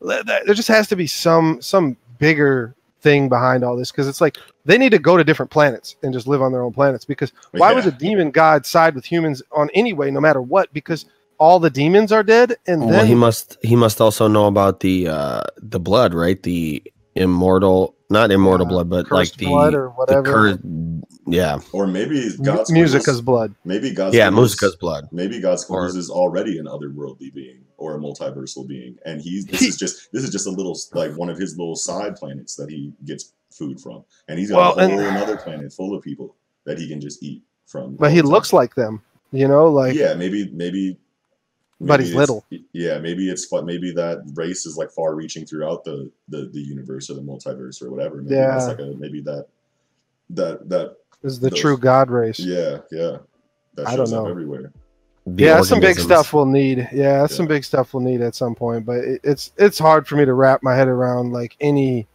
S2: le- th- there just has to be some some bigger thing behind all this because it's like they need to go to different planets and just live on their own planets because
S3: But
S2: why
S3: yeah,
S2: would the demon god side with humans on any way no matter what because all the demons are dead and
S1: well,
S2: then
S1: he must he must also know about the uh, the blood, right? The immortal, not immortal
S2: Uh,
S1: blood, but like
S2: cursed
S1: the
S2: blood or
S1: the
S2: whatever
S1: cur- yeah,
S3: or maybe
S2: Mu-
S3: God's
S2: musica's
S3: Squiggles-
S2: blood.
S3: maybe God's
S1: yeah,
S3: Squiggles-
S1: Musica's blood.
S3: Maybe God's
S1: Or-
S3: Squiggles is already an otherworldly being or a multiversal being, and he's this
S2: He-
S3: is just this is just a little like one of his little side planets that he gets food from, and he's
S2: Well,
S3: got a
S2: and-
S3: whole another planet full of people that he can just eat from.
S2: But
S3: all
S2: he
S3: the time.
S2: looks like them, you know, like
S3: yeah, maybe maybe.
S2: But
S3: maybe
S2: he's
S3: it's-
S2: little.
S3: Yeah, maybe it's fu- maybe that race is like far reaching throughout the, the the universe or the multiverse or whatever. Maybe that's
S2: Yeah.
S3: like a maybe that that that
S2: is the
S3: those-
S2: true god race. Yeah,
S3: yeah yeah that
S2: I
S3: shows
S2: don't
S3: up
S2: know.
S3: everywhere.
S1: the
S2: that's some big
S1: organisms.
S2: stuff we'll need. Yeah, that's some
S3: Yeah.
S2: big stuff we'll need at some point. But it, it's it's hard for me to wrap my head around like any.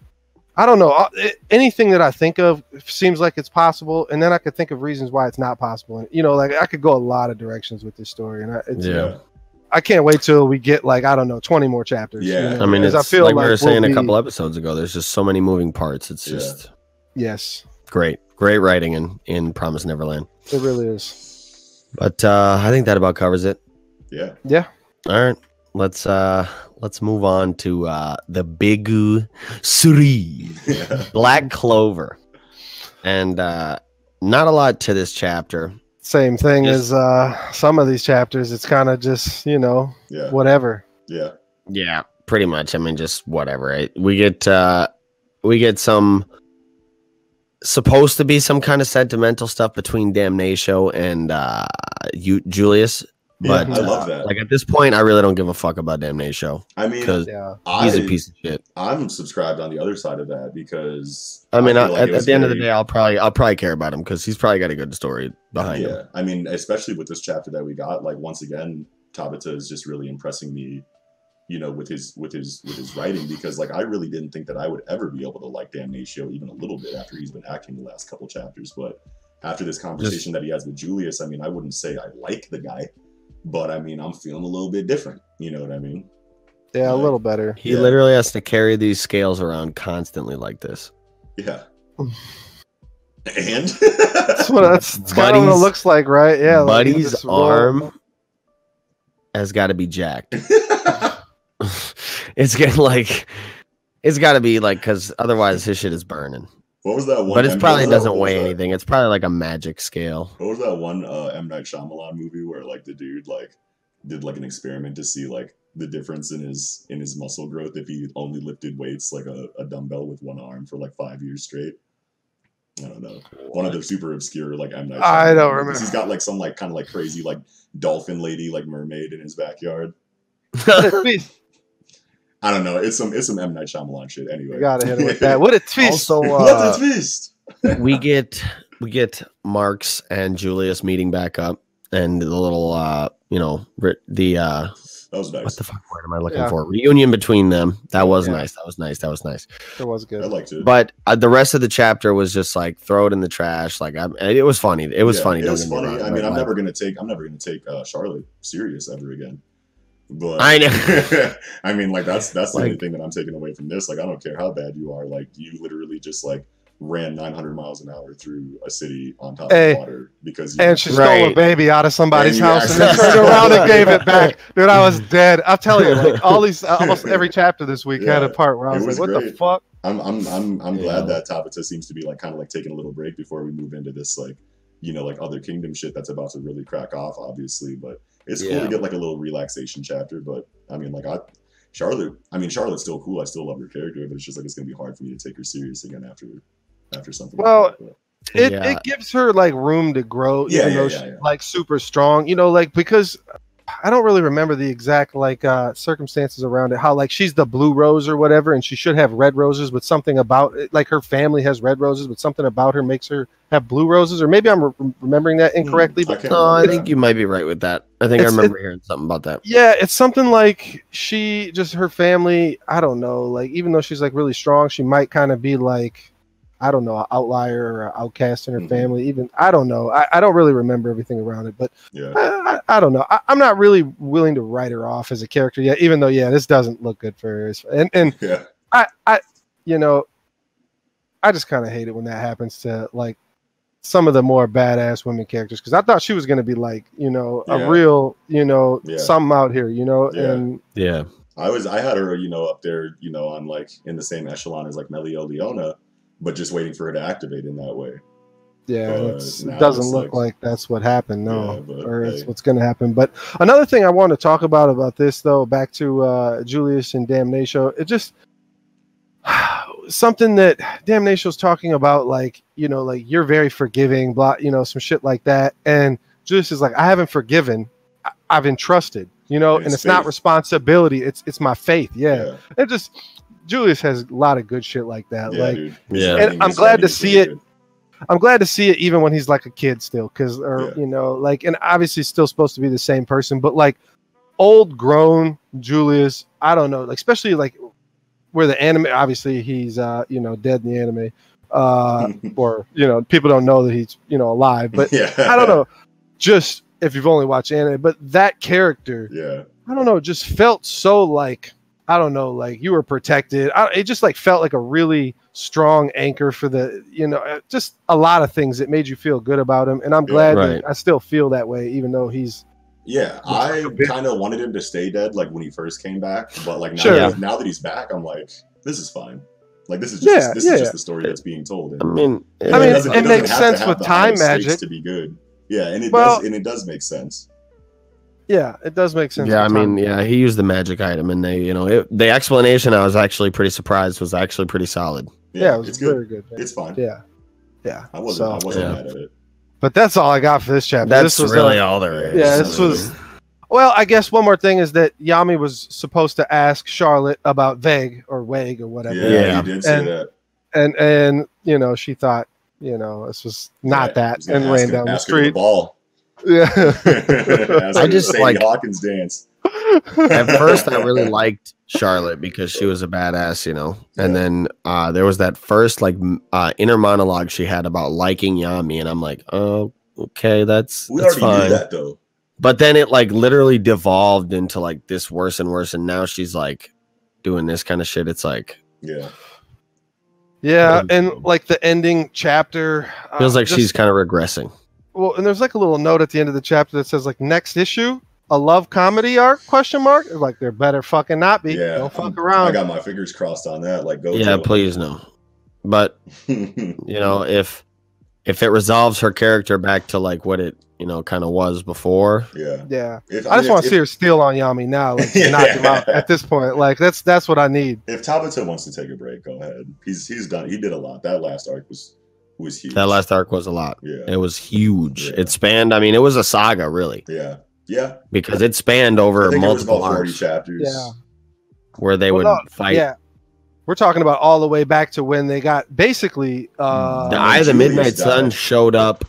S2: I don't know. uh, it- Anything that I think of seems like it's possible, and then I could think of reasons why it's not possible. And you know, like I could go a lot of directions with this story, and I, it's,
S1: Yeah.
S2: I can't wait till we get like I don't know twenty more chapters.
S3: Yeah.
S2: you know,
S1: I mean,
S2: 'cause
S1: it's like, we were
S2: we'll
S1: saying
S2: be-
S1: a couple episodes ago. There's just so many moving parts. It's
S3: Yeah.
S1: just
S2: Yes,
S1: great, great writing in in Promise Neverland.
S2: it really is.
S1: But uh, I think that about covers it.
S3: yeah.
S1: All right, let's uh let's move on to uh the Bigu Suri
S3: yeah.
S1: Black Clover, and uh not a lot to this chapter.
S2: Same thing
S1: Just-
S2: as uh, some of these chapters. It's kind of just you know
S3: Yeah,
S2: whatever.
S3: yeah,
S1: Yeah, pretty much. I mean, just whatever. Right? We get uh we get some supposed to be some kind of sentimental stuff between Damnatio and uh you Julius. But
S3: I love
S1: uh,
S3: that.
S1: Like at this point, I really don't give a fuck about Damnatio
S3: I mean,
S1: because
S2: Yeah,
S3: I,
S1: he's a piece of shit.
S3: I'm subscribed on the other side of that because
S1: I mean,
S3: feel
S1: I,
S3: like
S1: at,
S3: it
S1: at
S3: was
S1: the end of the
S3: very-
S1: day, I'll probably I'll probably care about him because he's probably got a good story behind
S3: yeah,
S1: him.
S3: I mean, especially with this chapter that we got, like once again, Tabata is just really impressing me, you know, with his with his with his writing because like I really didn't think that I would ever be able to like Damnatio even a little bit after he's been acting the last couple chapters, but after this conversation that he has with Julius, I mean, I wouldn't say I like the guy, but I mean, I'm feeling a little bit different. You know what I mean?
S2: yeah, a
S3: Like-
S2: little better.
S1: He
S3: Yeah.
S1: literally has to carry these scales around constantly like this.
S3: Yeah.
S2: That's
S3: And
S2: what that's, kind of what it
S1: Buddy's-
S2: looks like, right? Yeah, like, you
S1: Buddy's
S2: just roll-
S1: arm has got to be jacked. it's getting like it's got to be like because otherwise his shit is burning.
S3: what was that one?
S1: But
S3: I
S1: it
S3: mean,
S1: probably
S3: what was uh, that-
S1: doesn't
S3: what was
S1: weigh
S3: that-
S1: anything. It's probably like a magic scale.
S3: What was that one uh, M Night Shyamalan movie where like the dude like did like an experiment to see like the difference in his in his muscle growth if he only lifted weights like a, a dumbbell with one arm for like five years straight. I don't know. One of the super obscure like M Night.
S2: I
S3: Shyamalan
S2: don't
S3: movies.
S2: remember.
S3: He's got like some like kind of like crazy like dolphin lady like mermaid in his backyard.
S2: What a twist.
S3: I don't know. It's some it's some M Night Shyamalan shit anyway.
S2: You gotta hit him with that. What a twist!
S1: also,
S3: what
S1: uh,
S3: a twist!
S1: we get we get Marks and Julius meeting back up, and the little uh, you know re- the uh,
S3: That was nice.
S1: what the fuck word am I looking
S2: Yeah.
S1: for? Reunion between them. That was
S2: Yeah.
S1: nice. That was nice. That was nice.
S2: that was
S3: I
S2: good.
S3: liked it.
S1: But uh, the rest of the chapter was just like throw it in the trash. Like I'm, it was funny. It was
S3: Yeah,
S1: funny.
S3: It
S1: don't
S3: was
S1: get me
S3: funny.
S1: wrong,
S3: I
S1: but,
S3: mean, I'm
S1: like,
S3: never gonna take I'm never gonna take uh, Charlotte serious ever again. But
S1: I know.
S3: I mean, like that's that's the only
S1: Like-
S3: thing that I'm taking away from this. Like, I don't care how bad you are. Like, you literally just like ran 900 miles an hour through a city on top
S2: Hey.
S3: of water because you,
S2: And she stole a
S1: Right.
S2: baby out of somebody's
S3: And you
S2: house and then
S1: actually
S2: turned around and
S1: stole
S2: gave
S1: it.
S2: it back. Dude, I was dead. I'll tell you, like all these, almost every chapter this week had a
S3: Yeah,
S2: part where I was,
S3: it was
S2: like, "What the
S3: great.
S2: fuck?"
S3: I'm I'm I'm I'm glad
S1: Yeah.
S3: that Tabata seems to be like kind of like taking a little break before we move into this like you know like other kingdom shit that's about to really crack off, obviously. But it's cool
S1: Yeah.
S3: to get like a little relaxation chapter. But I mean, like I Charlotte, I mean Charlotte's still cool. I still love her character, but it's just like it's gonna be hard for me to take her serious again after after something. like
S2: Well,
S3: that. But-
S2: It
S1: Yeah.
S2: it gives her like room to grow,
S3: Yeah,
S2: even
S3: yeah,
S2: though
S3: yeah,
S2: she's
S3: yeah.
S2: like super strong. You know, like because I don't really remember the exact like uh circumstances around it. How like she's the blue rose or whatever, and she should have red roses, but something about it, like her family has red roses, but something about her makes her have blue roses. Or maybe I'm re- remembering that incorrectly,
S3: Hmm, I
S2: but
S3: can't
S1: No, I
S3: remember
S1: think
S3: that.
S1: you might be right with that. I think I
S2: It's- it-
S1: remember hearing something about that.
S2: Yeah, it's something like she just her family. I don't know. Like even though she's like really strong, she might kind of be like, I don't know, an outlier or an outcast in her
S3: Mhm.
S2: family. Even I don't know. I, I don't really remember everything around it, but
S3: yeah.
S2: I, I, I don't know. I, I'm not really willing to write her off as a character yet. Even though yeah, this doesn't look good for her. It's- And and
S3: Yeah.
S2: I I you know, I just kind of hate it when that happens to like some of the more badass women characters because I thought she was gonna be like you know
S3: Yeah.
S2: a real you know
S3: Yeah.
S2: something out here you know
S3: Yeah.
S2: and
S1: Yeah.
S3: I was I had her, you know, up there, you know, on like in the same echelon as like Melio Leona, but just waiting for her to activate in that way.
S2: Yeah,
S3: But
S2: it's,
S3: now
S2: it doesn't
S3: it's
S2: look
S3: like-
S2: like, that's what happened,
S3: Yeah,
S2: no,
S3: but
S2: or it's
S3: hey.
S2: what's going to happen. But another thing I want to talk about about this though, back to uh, Julius and Damnatio, it just something that Damnatio's talking about, like you know, like you're very forgiving, blah, you know, some shit like that, and Julius is like, I haven't forgiven, I- I've entrusted, you know,
S3: It's
S2: and it's not
S3: faith.
S2: responsibility, it's it's my faith, yeah. It just Julius has a lot of good shit like that,
S3: Yeah,
S2: like.
S3: dude.
S1: Yeah.
S2: And
S3: His
S2: I'm
S3: writing
S2: glad to
S3: is really
S2: see it
S3: good.
S2: I'm glad to see it even when he's like a kid still, because or
S3: Yeah.
S2: you know, like and obviously still supposed to be the same person, but like old grown Julius, I don't know, like especially like where the anime obviously he's uh you know dead in the anime. Uh or you know, people don't know that he's you know alive, but
S3: Mm-hmm. yeah.
S2: I don't know. Just if you've only watched anime, but that character,
S3: Yeah.
S2: I don't know, just felt so like I don't know, like you were protected. I, it just like felt like a really strong anchor for the, you know, uh, just a lot of things that made you feel good about him. And I'm
S3: Yeah,
S2: glad
S1: right.
S2: that I still feel that way, even though he's
S3: Yeah. I kind of wanted him to stay dead, like when he first came back, but like now,
S2: Sure.
S3: that, now that he's back, I'm like, this is fine. Like this is just
S2: Yeah,
S3: this
S2: yeah, yeah.
S3: is just the story that's being told. And,
S1: I mean,
S2: I mean,
S1: yeah.
S3: doesn't-
S2: it
S3: doesn't
S2: makes
S3: have to
S2: sense
S3: have
S2: with
S3: the high
S2: time
S3: stakes
S2: magic.
S3: to be good. Yeah, and it
S2: Well-
S3: does and it does make sense.
S2: yeah, it does make sense.
S1: yeah, I
S2: with
S1: mean,
S2: time.
S1: yeah, he used the magic item, and they, you know, it, the explanation I was actually pretty surprised was actually pretty solid.
S2: yeah, it was
S3: it's good.
S2: very good.
S3: It's fine.
S2: yeah. Yeah.
S3: I wasn't
S2: So-
S3: I wasn't
S1: Yeah.
S3: mad at it.
S2: But that's all I got for this chapter.
S1: That's
S2: this was
S1: really
S2: uh,
S1: all there is.
S2: Yeah, this was- well, I guess one more thing is that Yami was supposed to ask Charlotte about Vague or Wag or whatever.
S3: Yeah,
S1: Yeah.
S3: he did say
S2: And-
S3: that.
S2: and and you know she thought you know this was not
S3: Yeah, he
S2: that
S3: was gonna
S2: and
S3: ask
S2: ran
S3: him-
S2: down the
S3: ask him to
S2: street
S3: ball.
S2: yeah
S3: Ask
S1: I
S3: him to
S1: just
S3: Sadie
S1: like-
S3: Hawkins dance.
S1: At first, I really liked Charlotte because she was a badass, you know. And
S3: Yeah.
S1: then uh, there was that first like m- uh, inner monologue she had about liking Yami, and I'm like, oh, okay, that's
S3: We
S1: that's
S3: already
S1: fine.
S3: knew that though.
S1: But then it like literally devolved into like this worse and worse, and now she's like doing this kind of shit. It's like
S3: Yeah.
S2: yeah
S3: um,
S2: and like the ending chapter uh,
S1: feels like
S2: just-
S1: she's kind of regressing.
S2: well and there's like a little note at the end of the chapter that says like next issue a love comedy arc question mark like there better fucking not be
S3: Yeah,
S2: don't fuck
S3: I'm- I
S2: around
S3: got my fingers crossed on that. Like, go.
S1: Yeah,
S3: Joe.
S1: please no. But you know if if it resolves her character back to like what it you know kind of was before
S3: yeah.
S2: yeah
S3: If,
S2: I just
S3: mean,
S2: want to
S3: if,
S2: see her steal on Yami now, like to knock him out. At this point, like that's that's what I need.
S3: If Tabata wants to take a break, go ahead. He's he's done. He did a lot. That last arc was was huge.
S1: that last arc was a lot
S3: Yeah.
S1: it was huge
S3: Yeah.
S1: it spanned i mean it was a saga really
S3: Yeah. Yeah.
S1: because it spanned over
S3: I think it was
S1: multiple
S3: about forty
S1: arcs
S3: chapters.
S2: Yeah.
S1: where they
S2: Well,
S1: would fight
S2: yeah, we're talking about all the way back to when they got basically uh,
S1: the eye of the
S3: Julius
S1: midnight sun
S3: died.
S1: showed up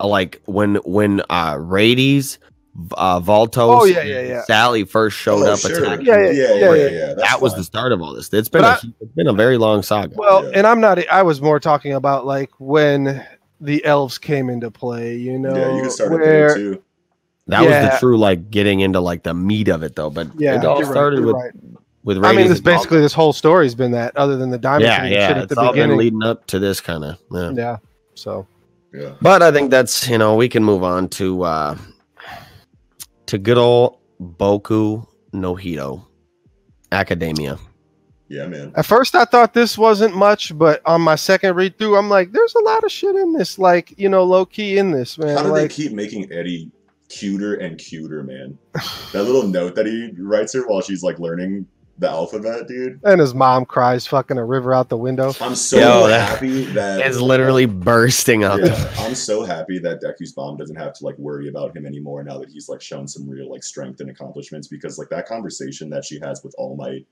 S1: uh, like when when uh rades uh Voltos,
S2: Oh, yeah,
S1: and
S2: yeah, yeah.
S1: sally first showed
S3: Oh,
S1: up
S3: sure.
S1: attacking
S2: Yeah, yeah,
S3: Yeah.
S2: yeah,
S3: Yeah.
S2: yeah.
S3: yeah, yeah. That's
S1: that was
S3: fine.
S1: the start of all this it's been
S2: But
S1: a, it's been a very long saga
S2: Well,
S3: Yeah.
S2: and I'm not. I was more talking about like when the elves came into play. You know,
S3: yeah. You can start at
S2: where
S3: there too.
S1: That was
S2: Yeah.
S1: the true like getting into like the meat of it though. But
S2: Yeah,
S1: it all
S2: you're right,
S1: started
S2: you're
S1: with
S2: right.
S1: with
S2: I mean,
S1: ratings
S2: this
S1: and all-
S2: basically this whole story's been that, other than the diamond
S1: yeah,
S2: Ring
S1: yeah.
S2: shit at
S1: It's
S2: the
S1: all been
S2: beginning.
S1: leading up to this kind of yeah.
S2: yeah, so
S3: Yeah.
S1: But I think that's you know we can move on to uh to good old Boku no Hero Academia.
S3: Yeah, man.
S2: at first I thought this wasn't much, but on my second read through, I'm like, there's a lot of shit in this, like you know, low key in this man.
S3: How do
S2: like,
S3: they keep making Eddie cuter and cuter, man? that little note that he writes her while she's like learning the alphabet, dude.
S2: and his mom cries fucking a river out the window.
S3: I'm so
S1: Yo, that-
S3: happy that
S1: It's literally bursting out.
S3: Yeah, I'm so happy that Deku's mom doesn't have to like worry about him anymore now that he's like shown some real like strength and accomplishments because like that conversation that she has with All Might,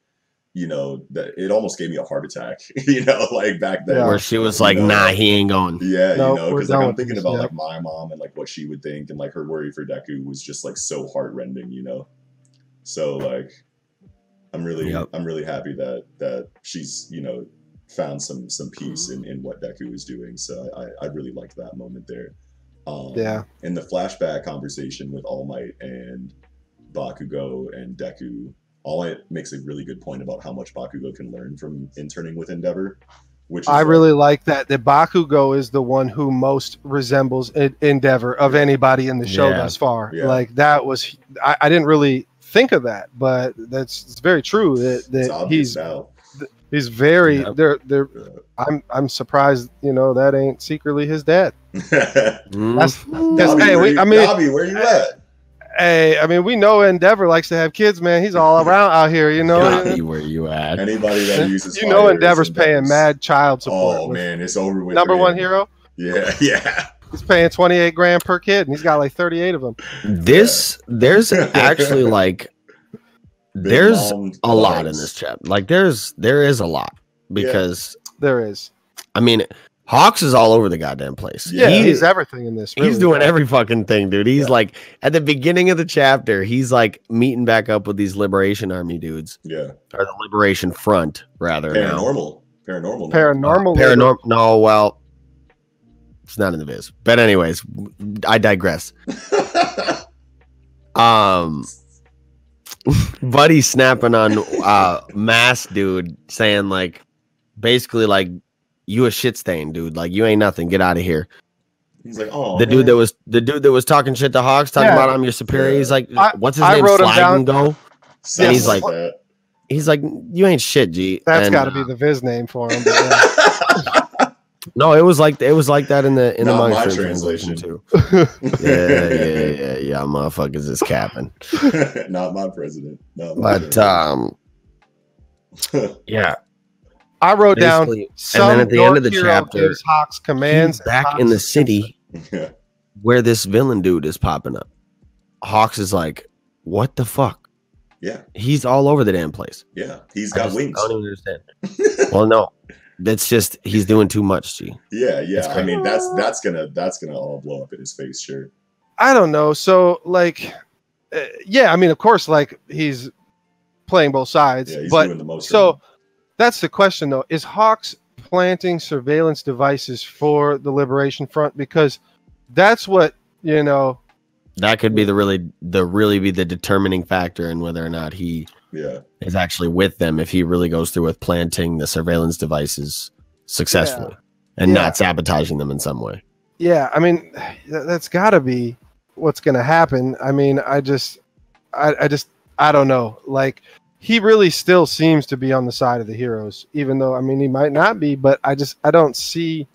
S3: you know, that it almost gave me a heart attack, you know, like back then.
S2: Yeah.
S1: Where she was like, "Nah, he ain't going."
S3: Yeah,
S2: No,
S3: you know,
S2: we're
S3: because like
S2: done
S3: I'm
S2: with
S3: thinking
S2: this,
S3: about
S2: yeah.
S3: like my mom and like what she would think, and like her worry for Deku was just like so heartrending, you know. So like, I'm really,
S1: Yep.
S3: I'm really happy that that she's you know found some some peace in in what Deku is doing. So I I really liked that moment there. Um,
S2: Yeah.
S3: And the flashback conversation with All Might and Bakugo and Deku. All Might makes a really good point about how much Bakugo can learn from interning with Endeavor, which is
S2: I
S3: like,
S2: really like that. That Bakugo is the one who most resembles En- Endeavor of anybody in the show
S1: Yeah.
S2: thus far.
S3: Yeah.
S2: Like that was, I, I didn't really think of that, but that's it's very true that,
S3: it's
S2: that
S3: obvious
S2: he's
S3: now.
S2: he's very.
S1: Yeah.
S2: They're they're.
S3: Yeah.
S2: I'm I'm surprised. You know that ain't secretly his dad.
S1: Mm,
S2: That's
S3: Dobby,
S2: hey,
S3: where
S2: we-
S3: you,
S2: I mean-
S3: Dobby, where you at?
S2: hey. I mean, we know Endeavor likes to have kids, man. He's all around out here. You know,
S1: Dobby, where you at?
S3: Anybody that uses
S2: you know
S3: fire is
S2: Endeavor's paying mad child support.
S3: Oh
S2: with-
S3: man, it's over with.
S2: Number
S3: for
S2: one
S3: him.
S2: hero.
S3: Yeah, yeah.
S2: He's paying twenty eight grand per kid, and he's got like thirty eight of them.
S1: This there's actually like
S3: Big
S1: there's
S3: mom
S1: a lot in
S3: vibes.
S1: this chapter. Like there's there is a lot because
S2: There is.
S1: I mean Hawks is all over the goddamn place.
S2: Yeah,
S1: He-
S2: he's everything in this.
S1: He's
S2: really.
S1: doing every fucking thing, dude. He's
S3: Yeah.
S1: like at the beginning of the chapter, he's like meeting back up with these Liberation Army dudes
S3: Yeah,
S1: or the Liberation Front rather now.
S3: paranormal, paranormal,
S2: paranormal.
S1: Paranormal. No, well, it's not in the biz. But anyways, I digress.
S3: paranormal.
S1: Um, buddy snapping on uh mass dude saying like basically like you a shit stain, dude. Like you ain't nothing. Get out of here.
S3: He's like, oh,
S1: the dude
S3: man.
S1: that was the dude that was talking shit to Hawks, talking
S2: Yeah.
S1: about I'm your superior. He's like,
S2: I-
S1: what's his
S2: I
S1: name?
S2: wrote him
S1: Slide
S2: down.
S1: and go.
S3: Something
S1: and he's like-
S3: that.
S1: He's like, you ain't shit, G.
S2: That's
S1: And,
S2: got to
S1: uh,
S2: be the Viz name for him. but yeah.
S1: No, it was like it was like that in the in the
S3: Not my
S1: manga
S3: translation.
S1: too. Yeah, yeah, yeah, yeah, yeah. Motherfuckers is capping.
S3: Not my president. Not my
S1: But um,
S3: president.
S1: yeah.
S2: I wrote down.
S1: basically,
S2: Some
S1: then at the
S2: your
S1: end of the
S2: hero
S1: chapter,
S2: gives Hawks commands
S1: he's back in the
S2: Hawks-
S1: city
S3: yeah.
S1: where this villain dude is popping up. Hawks is like, what the fuck?
S3: Yeah.
S1: He's all over the damn place.
S3: yeah, he's
S1: I
S3: got
S1: just-
S3: wings.
S1: I don't even understand. well, no, that's just he's doing too much, G.
S3: Yeah, yeah.
S1: It's
S3: I
S1: great.
S3: mean, that's that's gonna that's gonna all blow up in his face, sure.
S2: I don't know. So like, uh, yeah. I mean, of course, like he's playing both sides,
S3: Yeah, he's
S2: but
S3: doing the most.
S2: so that's the question though: Is Hawks planting surveillance devices for the Liberation Front? Because that's what you know.
S1: That could be the really the really be the determining factor in whether or not he
S3: yeah,
S1: is actually with them if he really goes through with planting the surveillance devices successfully and
S2: Yeah.
S1: not sabotaging them in some way.
S2: Yeah, I mean, th- that's got to be what's going to happen. I mean, I just, I, I just, I don't know. Like, he really still seems to be on the side of the heroes, even though, I mean, he might not be, but I just, I don't see.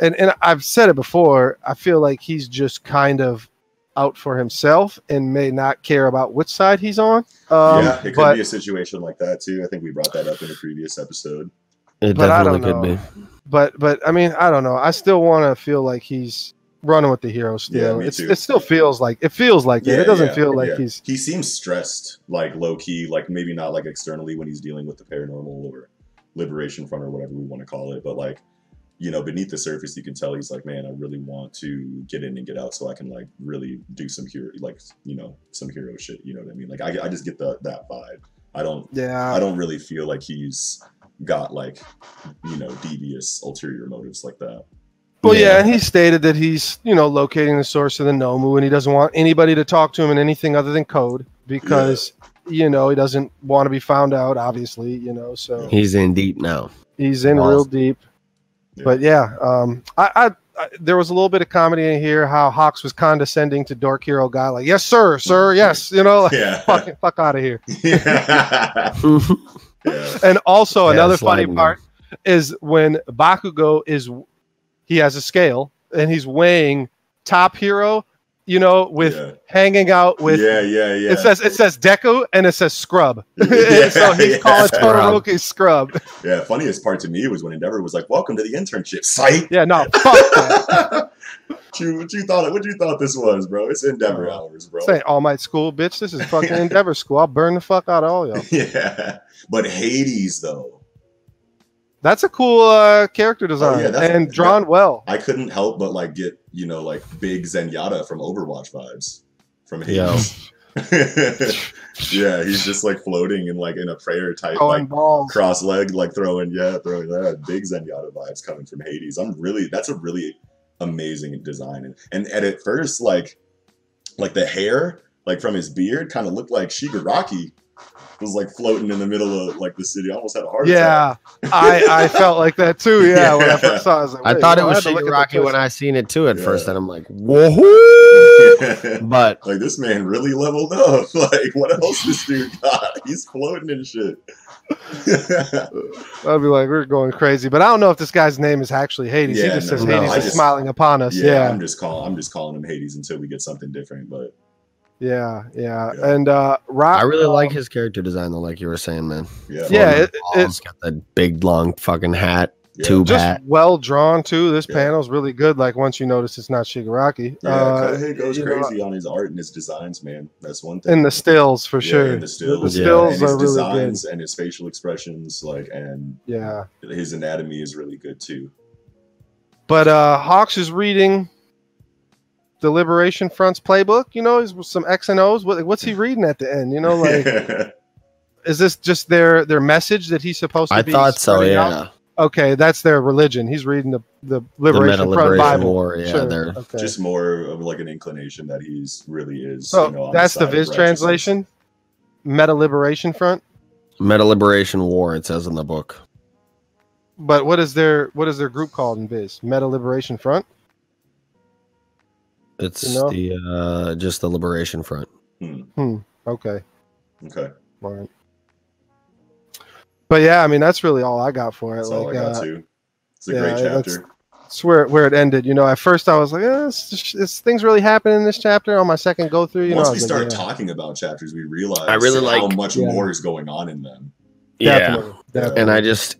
S2: And, and I've said it before, I feel like he's just kind of out for himself and may not care about which side he's on. Um,
S3: yeah. It could
S2: but,
S3: be a situation like that too. I think we brought that up in a previous episode.
S1: It
S2: But I
S1: definitely could
S2: don't know.
S1: be.
S2: but, but I mean, I don't know. I still want to feel like he's running with the heroes
S3: Yeah,
S2: still.
S3: me
S2: it's,
S3: too.
S2: it still feels like, it feels like that.
S3: Yeah,
S2: It doesn't
S3: yeah,
S2: feel like
S3: yeah.
S2: he's,
S3: He seems stressed, like low key, like maybe not like externally when he's dealing with the paranormal or liberation front or whatever we want to call it, but like you know, beneath the surface, you can tell he's like, man, I really want to get in and get out so I can like really do some hero, like you know, some hero shit. You know what I mean? Like I, I just get the that vibe. I don't
S2: yeah.
S3: I don't really feel like he's got like you know devious ulterior motives like that.
S2: Well, yeah.
S1: Yeah.
S2: and he stated that he's, you know, locating the source of the Nomu and he doesn't want anybody to talk to him in anything other than code because, you know, he doesn't want to be found out, obviously, you know, so
S1: He's in deep now.
S2: he's in
S1: Wow.
S2: real deep.
S3: Yeah.
S2: But yeah, um, I, I, I, there was a little bit of comedy in here how Hawks was condescending to Dork Hero guy, like, yes, sir, sir, yes, you know, like,
S3: Yeah.
S2: fuck, fuck out of here.
S3: yeah. yeah.
S2: And also,
S1: Yeah,
S2: another funny
S1: sliding in.
S2: part is when Bakugo is he has a scale and he's weighing Top Hero, you know, with
S3: yeah.
S2: hanging out with.
S3: yeah, yeah, yeah.
S2: It says it says Deku and it says Scrub,
S3: Yeah,
S2: so he's
S3: yeah.
S2: calling
S1: Scrub.
S2: Todoroki Scrub.
S3: yeah, funniest part to me was when Endeavor was like, "Welcome to the internship, site."
S2: Yeah, no, fuck that.
S3: what you what you thought what you thought this was, bro? It's Endeavor
S2: Oh.
S3: hours, bro.
S2: Say All Might School, bitch. This is fucking Endeavor School. I'll burn the fuck out of all y'all.
S3: yeah, but Hades though,
S2: That's a cool uh, character
S3: Oh,
S2: design
S3: yeah, that's-
S2: and drawn well.
S3: I couldn't help but like get you know like big Zenyatta from Overwatch vibes from
S1: Yo.
S3: Hades. yeah, he's just like floating in like in a prayer type
S2: Oh,
S3: like
S2: and balls.
S3: cross leg like throwing yeah throwing that big Zenyatta vibes coming from Hades. I'm really that's a really amazing design and and, and at first like like the hair like from his beard kind of looked like Shigaraki was like floating in the middle of like the city. I almost had a heart attack.
S2: Yeah, I, I felt like that too. Yeah, when I
S3: Yeah.
S2: first saw it, I, was like,
S1: I
S2: wait,
S1: thought it
S2: no,
S1: was
S2: had to look at the
S1: Shigaraki when
S2: twist.
S1: I seen it too at
S3: Yeah.
S1: first, and I'm like, whoa! but
S3: like this man really leveled up. Like what else this dude got? He's floating and shit.
S2: I'd be like, we're going crazy. But I don't know if this guy's name is actually Hades. he
S3: Yeah,
S2: just
S3: no,
S2: says
S1: no,
S2: Hades
S1: I
S2: is
S3: just-
S2: smiling upon us.
S3: yeah,
S2: Yeah,
S3: I'm just calling. I'm just calling him Hades until we get something different. But
S2: yeah, yeah.
S3: Yeah.
S2: And uh, Rock,
S1: I really
S2: uh,
S1: like his character design, though, like you were saying, man.
S3: yeah,
S2: Yeah,
S1: Full
S2: it-
S1: of balls, got the big long fucking hat,
S3: yeah.
S1: tube
S2: just
S1: hat.
S2: well drawn too. This
S3: Yeah.
S2: panel's really good. Like once you notice it's not Shigaraki.
S3: Yeah,
S2: uh,
S3: Kohe goes
S2: you know,
S3: crazy on his art and his designs, man. That's one thing.
S2: in the stills for
S3: Yeah,
S2: sure.
S3: and the stills,
S2: the
S1: yeah.
S2: stills
S3: and his
S2: are really
S3: designs and his facial expressions, like, and
S2: good. Yeah.
S3: his anatomy is really good too.
S2: But uh, Hawks is reading the Liberation Front's playbook. You know, he's with some X and O's. What, what's he reading at the end? You know, like is this just their their message that he's supposed to
S1: I
S2: be?
S1: thought so,
S2: spreading out?
S1: yeah.
S2: Okay, that's their religion. He's reading the the
S1: The
S2: Liberation
S1: Metal
S2: Front
S1: Liberation
S2: Bible.
S1: War, yeah.
S2: Sure,
S1: They're,
S2: okay.
S3: just more of like an inclination that he's really is.
S2: so
S3: you know, on
S2: that's the
S3: side of
S2: Viz
S3: righteousness.
S2: translation. Meta Liberation Front.
S1: Metal Liberation War, it says in the book.
S2: But what is their what is their group called in Viz? Meta Liberation Front.
S1: It's
S2: You know?
S1: the uh, just the Liberation Front.
S2: Okay,
S3: Okay,
S2: all right. But yeah, I mean that's really all I got for it.
S3: that's all I
S2: like,
S3: got
S2: uh,
S3: too. It's a
S2: yeah,
S3: great
S2: that's-
S3: chapter.
S2: it's where where it ended. You know, at first I was like, eh, it's, just- it's- things really happen in this chapter. On my second go through, you
S3: Once
S2: know, I
S3: we
S2: was like,
S3: start
S2: yeah,
S3: talking about chapters, we realize
S1: I really
S3: how
S1: like-
S3: much
S2: Yeah.
S3: more is going on in them.
S2: definitely, definitely.
S1: and I just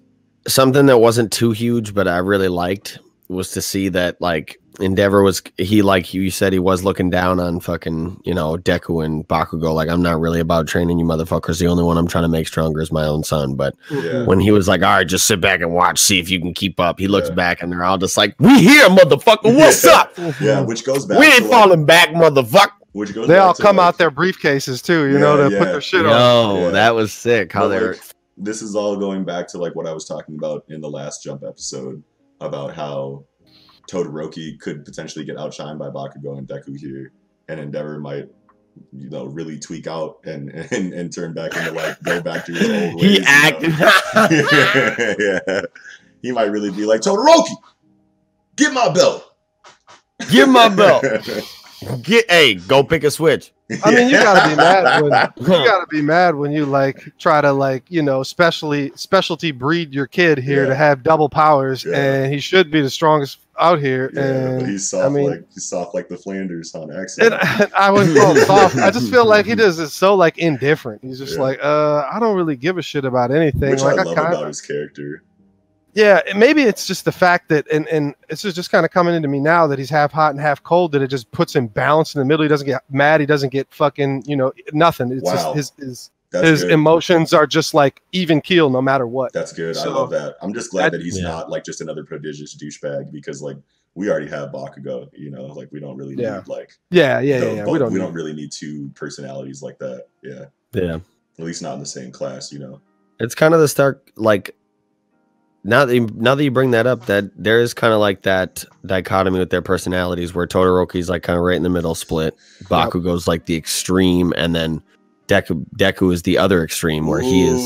S1: something that wasn't too huge, but I really liked was to see that like Endeavor was he like you said he was looking down on fucking you know Deku and Bakugo like I'm not really about training you motherfuckers. The only one I'm trying to make stronger is my own son. But
S3: Yeah.
S1: when he was like, all right, just sit back and watch, see if you can keep up. He looks
S3: Yeah.
S1: back and they're all just like, we here, motherfucker. What's
S3: Yeah.
S1: up?
S3: Yeah, which goes back.
S1: We
S3: to
S1: ain't
S3: like-
S1: falling back, motherfucker.
S3: Which goes
S2: They
S3: back
S2: all
S3: to,
S2: come
S3: like,
S2: out their briefcases too, you
S3: Yeah,
S2: know, to
S3: yeah.
S2: put their shit on.
S1: No,
S3: Yeah.
S1: that was sick. How
S3: But,
S1: they're
S3: like, this is all going back to like what I was talking about in the last jump episode about how Todoroki could potentially get outshined by Bakugo and Deku here, and Endeavor might, you know, really tweak out and and, and turn back into like go back to his old ways.
S1: he
S3: you know?
S1: acted.
S3: yeah, he might really be like Todoroki, get my belt.
S1: Give my belt. Get hey, go pick a switch.
S2: I mean, you gotta be mad when- You
S1: Huh.
S2: gotta be mad when you like try to like you know specially specialty breed your kid here
S3: Yeah.
S2: to have double powers,
S3: Yeah.
S2: and he should be the strongest out here.
S3: Yeah, but
S2: and
S3: he's soft
S2: I mean-
S3: like he's soft like the Flanders on
S2: and uh,
S3: accident.
S2: I, wouldn't call him soft. I just feel like he does it so like indifferent. He's just
S3: Yeah.
S2: like, uh, I don't really give a shit about anything.
S3: Which
S2: like
S3: I love
S2: kinda-
S3: about his character.
S2: Yeah, and maybe it's just the fact that, and and this is just kind of coming into me now that he's half hot and half cold. That it just puts him balanced in the middle. He doesn't get mad. He doesn't get fucking you know nothing. It's
S3: Wow.
S2: just his his,
S3: That's
S2: his
S3: good.
S2: emotions are just like even keel no matter what.
S3: That's good. I
S2: So-
S3: love that. I'm just glad
S2: That-
S3: that he's
S1: Yeah.
S3: not like just another prodigious douchebag because like we already have Bakugo, you know, like we don't really
S2: Yeah.
S3: need like
S2: Yeah, yeah,
S3: the-
S2: yeah. yeah.
S3: both-
S2: We don't.
S3: we
S2: need-
S3: don't really need two personalities like that. Yeah.
S1: Yeah.
S3: At least not in the same class, you know.
S1: It's kind of the stark like now that you, now that you bring that up, that there is kind of like that dichotomy with their personalities, where Todoroki's like kind of right in the middle split. Baku goes like the extreme, and then Deku Deku is the other extreme, where he is,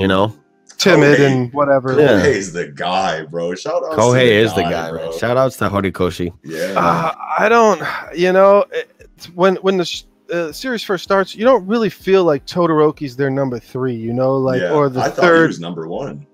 S1: you know,
S2: timid
S3: Kohei.
S2: and whatever.
S1: Yeah.
S3: Kohei's the guy, bro. Shout out.
S1: Kohei is the guy. Right? Shout outs to Horikoshi.
S3: yeah.
S2: Uh, I don't, you know, it's when when the sh- uh, series first starts, you don't really feel like Todoroki's their number three, you know, like
S3: Yeah.
S2: or the
S3: I thought he
S2: third.
S3: was number one.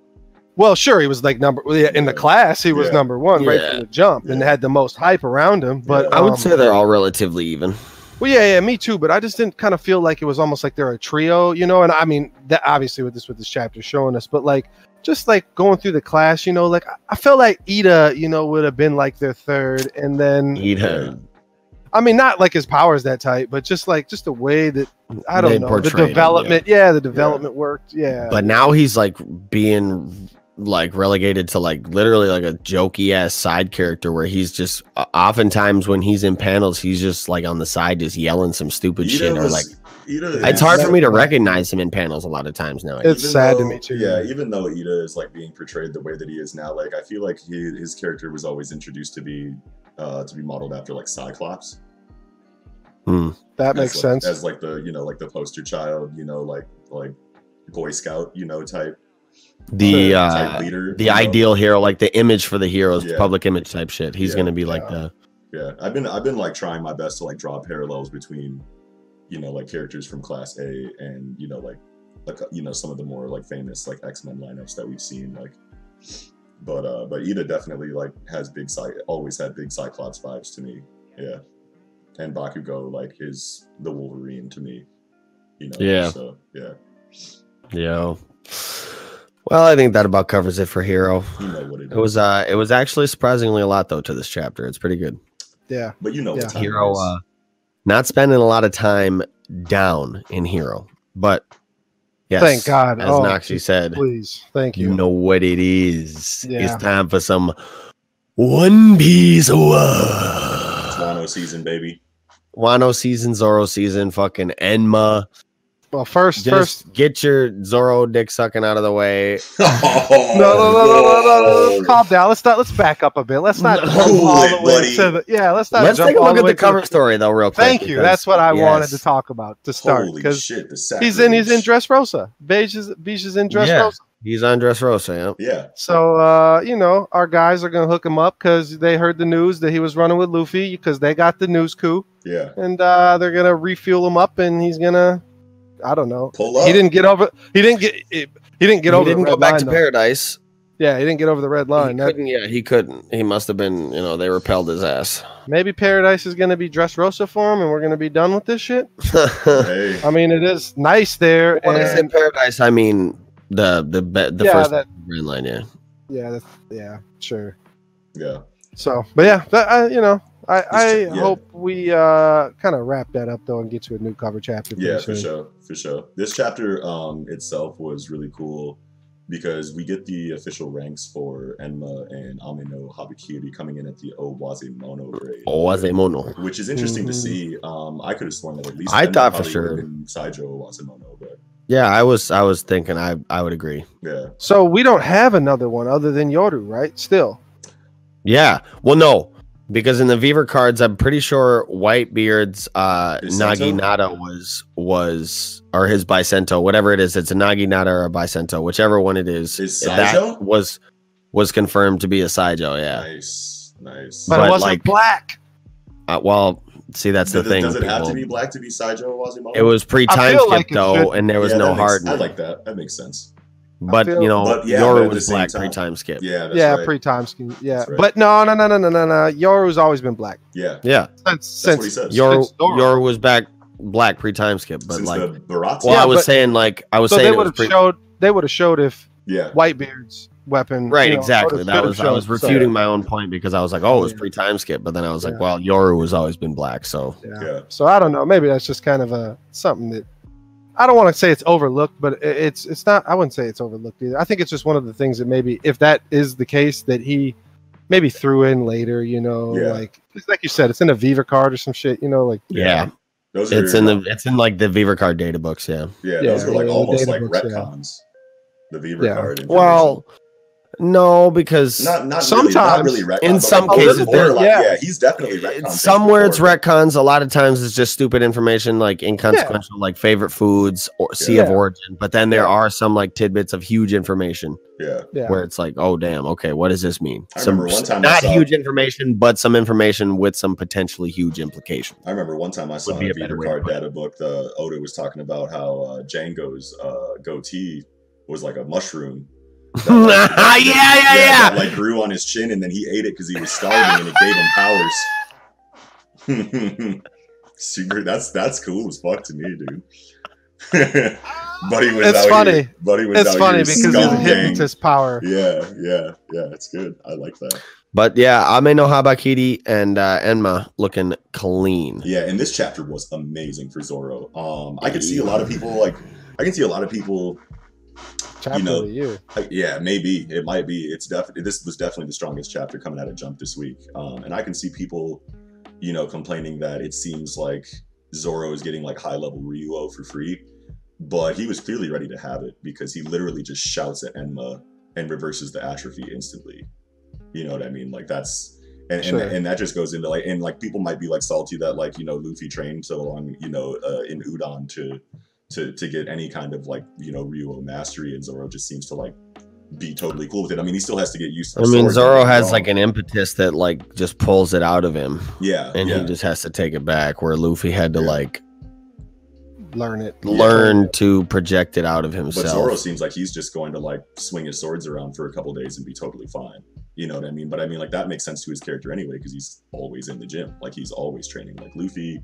S2: Well, sure, he was like number well, yeah, in the
S3: Yeah.
S2: class. He was
S3: Yeah.
S2: number one right
S1: Yeah.
S2: from the jump, and
S3: Yeah.
S2: had the most hype around him. But
S3: Yeah.
S1: I would
S2: um,
S1: say they're all relatively even.
S2: Well, yeah, yeah, me too. But I just didn't kind of feel like it was almost like they're a trio, you know. And I mean, that obviously with this with this chapter showing us, but like just like going through the class, you know, like I- I felt like Ida, you know, would have been like their third, and then
S1: Ida,
S2: I mean, not like his powers that tight, but just like just the way that I don't
S1: They
S2: know the
S1: portrayed him,
S2: development. yeah. the development worked. Yeah,
S1: but now he's like being like relegated to like literally like a jokey ass side character, where he's just uh, oftentimes when he's in panels, he's just like on the side just yelling some stupid
S3: Ida
S1: shit or
S3: was-
S1: like.
S3: Ida
S1: It's
S3: is-
S1: hard for me to
S2: Yeah.
S1: recognize him in panels a lot of times now.
S2: It's
S3: Even
S2: sad to
S3: though-
S2: me, too.
S3: Yeah, even though Ida is like being portrayed the way that he is now, like I feel like he, his character was always introduced to be uh, to be modeled after like Cyclops.
S2: that
S3: As,
S2: makes
S3: like-
S2: sense.
S3: As like the you know like the poster child, you know like like Boy Scout, you know type
S1: The
S3: uh,
S1: uh,
S3: type leader.
S1: the
S3: you know?
S1: ideal hero, like the image for the heroes,
S3: Yeah.
S1: public image type shit. He's
S3: Yeah,
S1: gonna be like
S2: yeah.
S1: the
S3: Yeah, I've been I've been like trying my best to like draw parallels between, you know, like characters from Class A and you know like like you know some of the more like famous like X Men lineups that we've seen like, but uh but Ida definitely like has big cy always had big Cyclops vibes to me. Yeah, and Bakugo like is the Wolverine to me. You know.
S1: Yeah.
S3: So yeah,
S1: yo. Well, I think that about covers it for hero.
S3: you know what it is.
S1: It was uh, it was actually surprisingly a lot though to this chapter. It's pretty good.
S2: yeah,
S3: but you know
S2: yeah.
S3: what time
S1: Hero,
S3: it is.
S1: uh, not spending a lot of time down in hero, but yes,
S2: Thank God.
S1: as
S2: Oh,
S1: Noxie said,
S2: please, thank
S1: you
S2: you.
S1: know what it is.
S2: Yeah.
S1: It's time for some One Piece. Wa-
S3: It's Wano season, baby.
S1: Wano season, Zoro season, fucking Enma.
S2: Well, first,
S1: Just
S2: first,
S1: get your Zoro dick sucking out of the way.
S2: no, no, no, no, no, no, no. Let's calm down. Let's not. Let's back up a bit. Let's not
S1: No,
S2: jump all the
S3: it,
S2: way
S3: buddy.
S2: to the. Yeah, let's not.
S1: Let's
S2: jump
S1: take a
S2: all
S1: look at
S2: way
S1: the
S2: to
S1: cover story though, real quick.
S2: Thank you.
S1: because-
S2: That's what I wanted to
S1: Yes.
S2: talk about to start
S3: Holy
S2: because
S3: shit, the
S2: he's in. He's in
S3: sacrilege.
S2: dress rosa. Beige is Beige is in dress
S1: Yeah.
S2: rosa.
S1: He's on Dressrosa.
S3: Yeah,
S2: So uh, you know our guys are gonna hook him up because they heard the news that he was running with Luffy because they got the news coup
S3: yeah.
S2: and uh, they're gonna refuel him up and he's gonna. I don't know.
S3: Pull up.
S2: He didn't get over. He didn't get. He didn't
S1: Yeah.
S2: get over.
S1: he
S2: the
S1: didn't go
S2: red
S1: back
S2: line,
S1: to
S2: though.
S1: paradise.
S2: Yeah, he didn't get over the red line.
S1: he
S2: That-
S1: couldn't, yeah, he couldn't. He must have been, you know, they repelled his ass.
S2: Maybe paradise is going to be dress rosa for him, and we're going to be done with this shit.
S3: Hey.
S2: I mean, it is nice there.
S1: when I say
S2: and-
S1: paradise, I mean the the be- the
S2: Yeah,
S1: first
S2: that-
S1: green line, yeah.
S2: yeah, that's, yeah, sure.
S3: Yeah.
S2: So, but yeah, that, I, you know, I, I
S3: It's- yeah.
S2: hope we uh, kind of wrap that up though and get to a new cover chapter. pretty
S3: Yeah, for
S2: soon.
S3: sure. For sure. This chapter um itself was really cool because we get the official ranks for Enma and Amino Habakiri coming in at the Owaze Mono grade.
S1: Oh, was a mono.
S3: Which is interesting to
S2: Mhm.
S3: see. Um, I could have sworn that at least
S1: I
S3: Enma
S1: thought for
S3: probably
S1: sure.
S3: would've been Saijo Owasemono, but
S1: Yeah, I was I was thinking I I would agree.
S3: yeah,
S2: So we don't have another one other than Yoru, right? Still,
S1: Yeah. Well, no, because in the Beaver cards, I'm pretty sure Whitebeard's uh,
S3: Bicento?
S1: Naginata was was or his Bicento, whatever it is. It's a Naginata or a Bicento, whichever one it is.
S3: Is Saijo?
S1: that was was confirmed to be a Saijo. Yeah.
S3: nice, nice.
S2: but,
S1: But,
S2: it wasn't
S1: like,
S2: black.
S1: Uh, well, see, that's the
S3: Does-
S1: thing.
S3: Does it have to
S1: people.
S3: be black to be Saijo Owasemono?
S1: It was pre
S2: I
S1: time
S2: feel
S1: skip
S2: like it
S1: though,
S2: should-
S1: and there was
S3: Yeah,
S1: no
S3: that makes-
S1: hard.
S3: I like that. That makes sense.
S1: but
S2: feel-
S1: you know,
S3: But, yeah, but at
S1: Yoru
S3: the
S1: was
S3: same
S1: black
S3: time-
S1: pre time skip. Yeah.
S3: Yeah, that's
S2: Yeah,
S3: right.
S2: pre-time scheme. Yeah,
S3: That's right.
S2: but no, no, no, no, no, no, no. Yoru's always been black
S3: yeah.
S2: since
S3: That's what he
S2: since
S3: says.
S1: Yoru
S2: Since Dora.
S1: Yoru was back black pre time skip, but
S3: Since
S1: like.
S3: the Barat.
S1: Well,
S2: Yeah,
S1: I was
S2: but-
S1: saying like I was
S2: so
S1: saying
S2: they
S1: it
S2: would
S1: was
S2: have
S1: pre-
S2: showed. They would have showed if
S3: yeah.
S2: Whitebeard's weapon.
S1: right,
S2: you know,
S1: exactly.
S2: should've-
S1: That
S2: should've
S1: was I was
S2: showed, so-
S1: refuting my own point because I was like, oh, it was
S2: Yeah.
S1: pre time skip, but then I was like,
S2: Yeah.
S1: well, Yoru has always been black, so
S2: Yeah.
S3: Yeah.
S2: So I don't know. Maybe that's just kind of a something that I don't want to say it's overlooked, but i- it's it's not. I wouldn't say it's overlooked either. I think it's just one of the things that maybe if that is the case that he maybe threw in later. You know,
S3: Yeah.
S2: like it's like you said, it's in a Viva card or some shit. You know, like
S1: yeah,
S3: Those are
S1: it's in the it's in like the Beaver card data books, yeah.
S3: Yeah,
S2: Yeah,
S3: those were like
S2: yeah,
S3: almost
S2: data
S3: like
S2: books, yeah.
S3: retcons. The Beaver
S2: Yeah.
S3: card. information.
S1: Well, No, because
S3: Not not
S2: Sometimes,
S3: really, not really retcon,
S1: in
S3: but,
S1: some
S3: like, a little
S2: cases,
S3: borderline.
S2: yeah.
S3: yeah. he's definitely
S1: it-
S3: retcon.
S1: somewhere it's retcons. A lot of times it's just stupid information, like inconsequential, like favorite foods or sea of
S2: Yeah.
S1: origin. But then there
S2: Yeah.
S1: are some like tidbits of huge information
S3: Yeah,
S2: Yeah.
S1: where it's like, oh damn, okay, what does this mean?
S3: I
S1: Some
S3: remember one time I
S1: not
S3: saw-
S1: huge information, but some information with some potentially huge implication.
S3: I remember one time I saw
S1: Would
S3: in
S1: be
S3: a
S1: a better
S3: Peter
S1: way to
S3: Card
S1: put it.
S3: data book, the Oda was talking about how uh, Django's uh, goatee was like a mushroom. that,
S1: yeah,
S3: like,
S1: yeah, yeah.
S3: that, like grew on his chin, and then he ate it because he was starving, and it gave him powers. Secret. That's that's cool as fuck to me, dude. buddy was
S2: It's
S3: out here-
S2: funny.
S3: buddy was
S2: It's
S3: out
S2: funny
S3: here
S2: because
S3: scum
S2: of
S3: gang.
S2: hypnotist power.
S3: Yeah, yeah, yeah. It's good. I like that.
S1: But yeah, Ameno Habakiri and uh, Enma looking clean.
S3: Yeah, and this chapter was amazing for Zoro. Um, I could see a lot of people like. I can see a lot of people.
S2: Chapter
S3: You know,
S2: of the year.
S3: Like, yeah, maybe it might be. It's definitely this was definitely the strongest chapter coming out of Jump this week. Um, and I can see people, you know, complaining that it seems like Zoro is getting like high level Ryuo for free, but he was clearly ready to have it because he literally just shouts at Enma and reverses the atrophy instantly. You know what I mean? Like that's and,
S2: Sure.
S3: and, and that just goes into like and like people might be like salty that like you know Luffy trained so long you know uh, in Udon to to to get any kind of like you know Ryuo mastery and Zoro just seems to like be totally cool with it. I mean he still has to get used to.
S1: I
S3: the
S1: mean,
S3: sword,
S1: Zoro
S3: don't get me
S1: has
S3: wrong.
S1: like an impetus that like just pulls it out of him,
S3: yeah
S1: and
S3: yeah.
S1: he just has to take it back. Where Luffy had to
S3: Yeah.
S1: like
S2: Learn it.
S3: Yeah.
S1: learn to project it out of
S3: But Zoro
S1: himself.
S3: seems like he's just going to like swing his swords around for a couple days and be totally fine. You know what I mean? But I mean, like that makes sense to his character anyway because he's always in the gym. Like he's always training. Like Luffy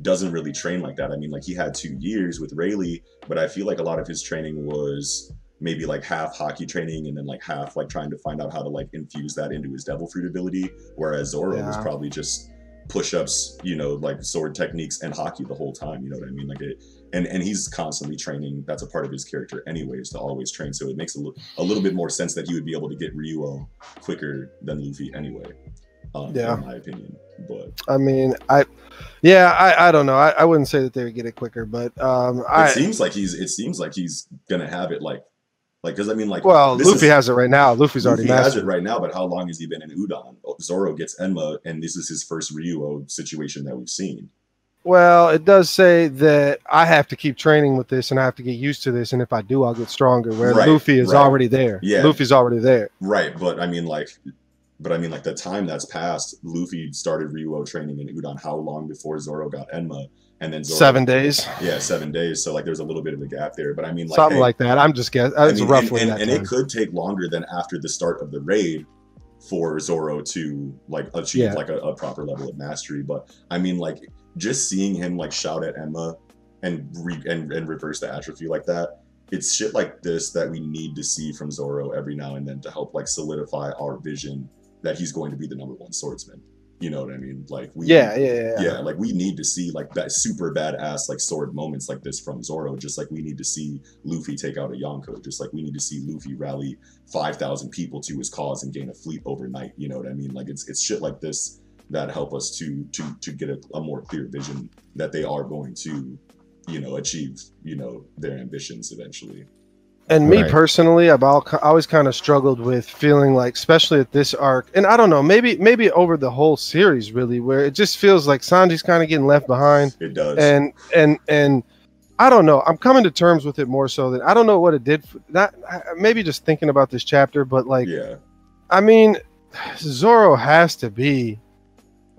S3: doesn't really train like that. I mean, like he had two years with Rayleigh, but I feel like a lot of his training was maybe like half hockey training and then like half like trying to find out how to like infuse that into his devil fruit ability. Whereas Zoro was
S2: Yeah.
S3: probably just push-ups, you know, like sword techniques and hockey the whole time. You know what I mean? Like it and and he's constantly training. That's a part of his character, anyways, to always train. So it makes a, li- a little bit more sense that he would be able to get Ryuo quicker than Luffy, anyway. Um,
S2: Yeah.
S3: in my opinion. But
S2: I mean, I, yeah, I, I don't know. I, I wouldn't say that they would get it quicker, but um,
S3: it
S2: I
S3: seems like he's it seems like he's gonna have it like like because I mean like
S2: well,
S3: this
S2: Luffy
S3: is-
S2: has it right now. Luffy's already
S3: Luffy has
S2: mastered.
S3: it right now, but how long has he been in Udon? Zoro gets Enma, and this is his first Ryuo situation that we've seen.
S2: Well, it does say that I have to keep training with this, and I have to get used to this. And if I do, I'll get stronger. Where
S3: Right,
S2: Luffy is
S3: right.
S2: already there.
S3: Yeah.
S2: Luffy's already there.
S3: Right, but I mean, like, but I mean, like, the time that's passed, Luffy started Ryuo training in Udon how long before Zoro got Enma? And then Zoro.
S2: Seven days,
S3: Yeah, seven days. So, like, there's a little bit of a gap there. But I mean, like,
S2: something
S3: hey,
S2: like that. I'm just guessing.
S3: I
S2: It's
S3: mean,
S2: roughly
S3: and,
S2: that.
S3: and, and
S2: time.
S3: it could take longer than after the start of the raid for Zoro to, like, achieve,
S2: Yeah.
S3: like, a, a proper level of mastery. But I mean, like, just seeing him, like, shout at Emma and, re- and, and reverse the atrophy like that. It's shit like this that we need to see from Zoro every now and then to help, like, solidify our vision that he's going to be the number one swordsman. You know what I mean? Like, we,
S2: yeah, yeah, yeah, yeah.
S3: yeah like we need to see like that super badass like sword moments like this from zoro just like we need to see luffy take out a yonko just like we need to see luffy rally 5000 people to his cause and gain a fleet overnight you know what i mean like it's it's shit like this that help us to to to get a, a more clear vision that they are going to you know achieve you know their ambitions eventually
S2: And me
S1: Right.
S2: personally, I've al- always kind of struggled with feeling like, especially at this arc, and I don't know, maybe maybe over the whole series, really, where it just feels like Sanji's kind of getting left behind,
S3: it does
S2: and and and I don't know. I'm coming to terms with it more so than I don't know what it did. For, not I- maybe just thinking about this chapter, but like,
S3: yeah
S2: I mean, Zoro has to be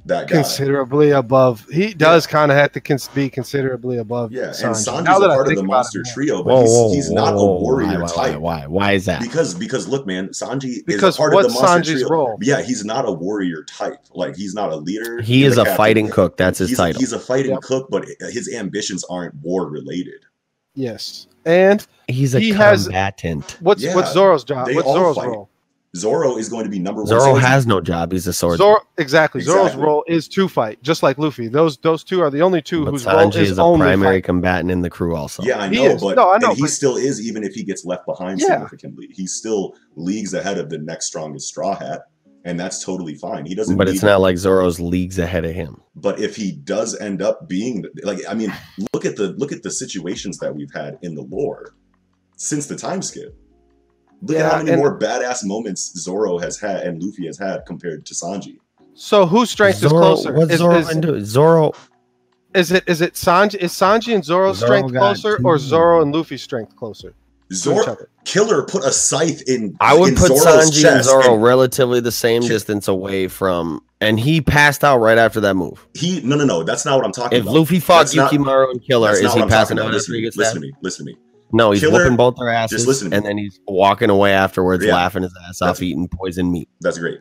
S3: that guy
S2: considerably above. He does kind of have to cons- be considerably above.
S3: yeah
S2: Sanji.
S3: and sanji's
S2: Now
S3: a
S2: that I
S3: part of
S2: think about
S3: the
S2: it
S3: monster
S2: more.
S3: trio but
S1: Whoa,
S3: he's,
S1: whoa,
S3: he's
S1: whoa,
S3: not
S1: whoa,
S3: a warrior
S1: why,
S3: type
S1: Why, why, why is that?
S3: Because because look, man, Sanji
S2: Because
S3: is a part of
S2: what's
S3: the monster
S2: Sanji's
S3: trio.
S2: role?
S3: Yeah, he's not a warrior type. Like he's not a leader.
S1: he
S3: He's
S1: is a
S3: captain.
S1: fighting cook. That's his
S3: he's,
S1: title.
S3: He's a fighting
S2: Yep.
S3: cook, but his ambitions aren't war related.
S2: Yes, and
S1: He's a
S2: he has-
S1: combatant.
S2: What's
S3: Yeah,
S2: what's Zoro's job?
S3: they
S2: What's
S3: all
S2: Zoro's
S3: fight.
S2: role?
S3: Zoro is going to be number one.
S1: Zoro
S3: swordsman.
S1: has no job. He's a sword.
S2: Zoro exactly. Zoro's
S3: Exactly.
S2: role is to fight, just like Luffy. Those those two are the only two
S1: but
S2: whose role
S1: Sanji
S2: is,
S1: is, a
S2: only
S1: primary
S2: fight.
S1: combatant in the crew. Also,
S3: Yeah, I
S2: He
S3: know,
S2: is.
S3: but
S2: No, I know,
S3: and he
S2: but-
S3: still is, even if he gets left behind
S2: Yeah.
S3: significantly. He's still leagues ahead of the next strongest straw hat, and that's totally fine. He doesn't.
S1: but
S3: need
S1: it's not like Zoro's leagues ahead of him.
S3: but if he does end up being like i mean look at the look at the situations that we've had in the lore since the time skip Look at
S2: Yeah,
S3: how many
S2: and-
S3: more badass moments Zoro has had and Luffy has had compared to Sanji.
S2: So whose strength is
S1: Zoro-
S2: closer?
S1: What's
S2: is,
S1: Zoro
S2: is,
S1: into? Zoro.
S2: is it is it Sanji is Sanji and Zoro's
S4: Zoro
S2: strength
S4: got
S2: closer or
S4: two.
S2: Zoro and Luffy's strength closer to each
S3: Zoro
S2: other?
S3: Killer put a scythe in.
S1: I would
S3: in
S1: put
S3: Zoro's
S1: Sanji and
S3: chest,
S1: Zoro relatively the same
S3: Shit.
S1: distance away from, and he passed out right after that move.
S3: He no no no. That's not what I'm talking
S1: If
S3: about.
S1: Luffy fought
S3: That's not-
S1: Yukimaru and Killer,
S3: that's
S1: is
S3: not
S1: he
S3: what I'm talking
S1: passing out
S3: about.
S1: after
S3: Listen,
S1: he
S3: to me,
S1: gets
S3: listen
S1: that?
S3: to me. Listen to me.
S1: No, he's
S3: Killer-
S1: whipping both their asses,
S3: listen to me.
S1: and then he's walking away afterwards,
S3: Yeah.
S1: laughing his ass off,
S3: That's-
S1: eating poison meat.
S3: That's great.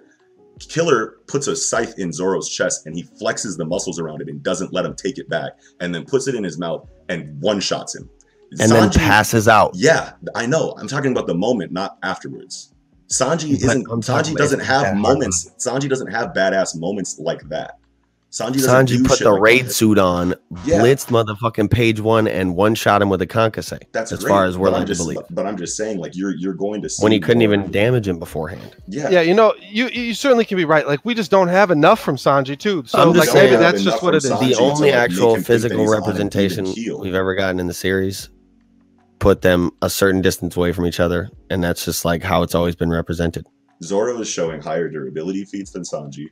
S3: Killer puts a scythe in Zoro's chest and he flexes the muscles around it and doesn't let him take it back and then puts it in his mouth and one shots him.
S1: and then
S3: Sanji-
S1: passes out.
S3: Yeah, I know. I'm talking about the moment, not afterwards. Sanji
S1: But
S3: isn't.
S1: I'm talking
S3: Sanji
S1: about
S3: doesn't
S1: if
S3: have
S1: that
S3: moments. Sanji doesn't have badass moments like that. Sanji doesn't.
S1: Sanji
S3: do
S1: put
S3: shit
S1: the
S3: like
S1: raid
S3: that.
S1: suit on,
S3: Yeah.
S1: blitzed motherfucking page one, and one shot him with a Kankase.
S3: That's
S1: as
S3: great,
S1: far as we're
S3: but I'm
S1: allowed to
S3: just-
S1: believe.
S3: But I'm just saying, like you're you're going to see
S1: When he couldn't
S3: more-
S1: even damage him beforehand.
S3: Yeah,
S2: Yeah. you know, you you certainly can be right. Like we just don't have enough from Sanji too. So
S1: I'm just
S2: like maybe
S1: saying-
S2: that's just
S3: Enough
S2: what it is.
S3: from Sanji
S1: the
S3: to,
S1: only
S3: like, make him
S1: actual
S3: think that
S1: physical
S3: he's on an even
S1: representation
S3: keel.
S1: we've ever gotten in the series put them a certain distance away from each other, and that's just like how it's always been represented.
S3: Zoro is showing higher durability feats than Sanji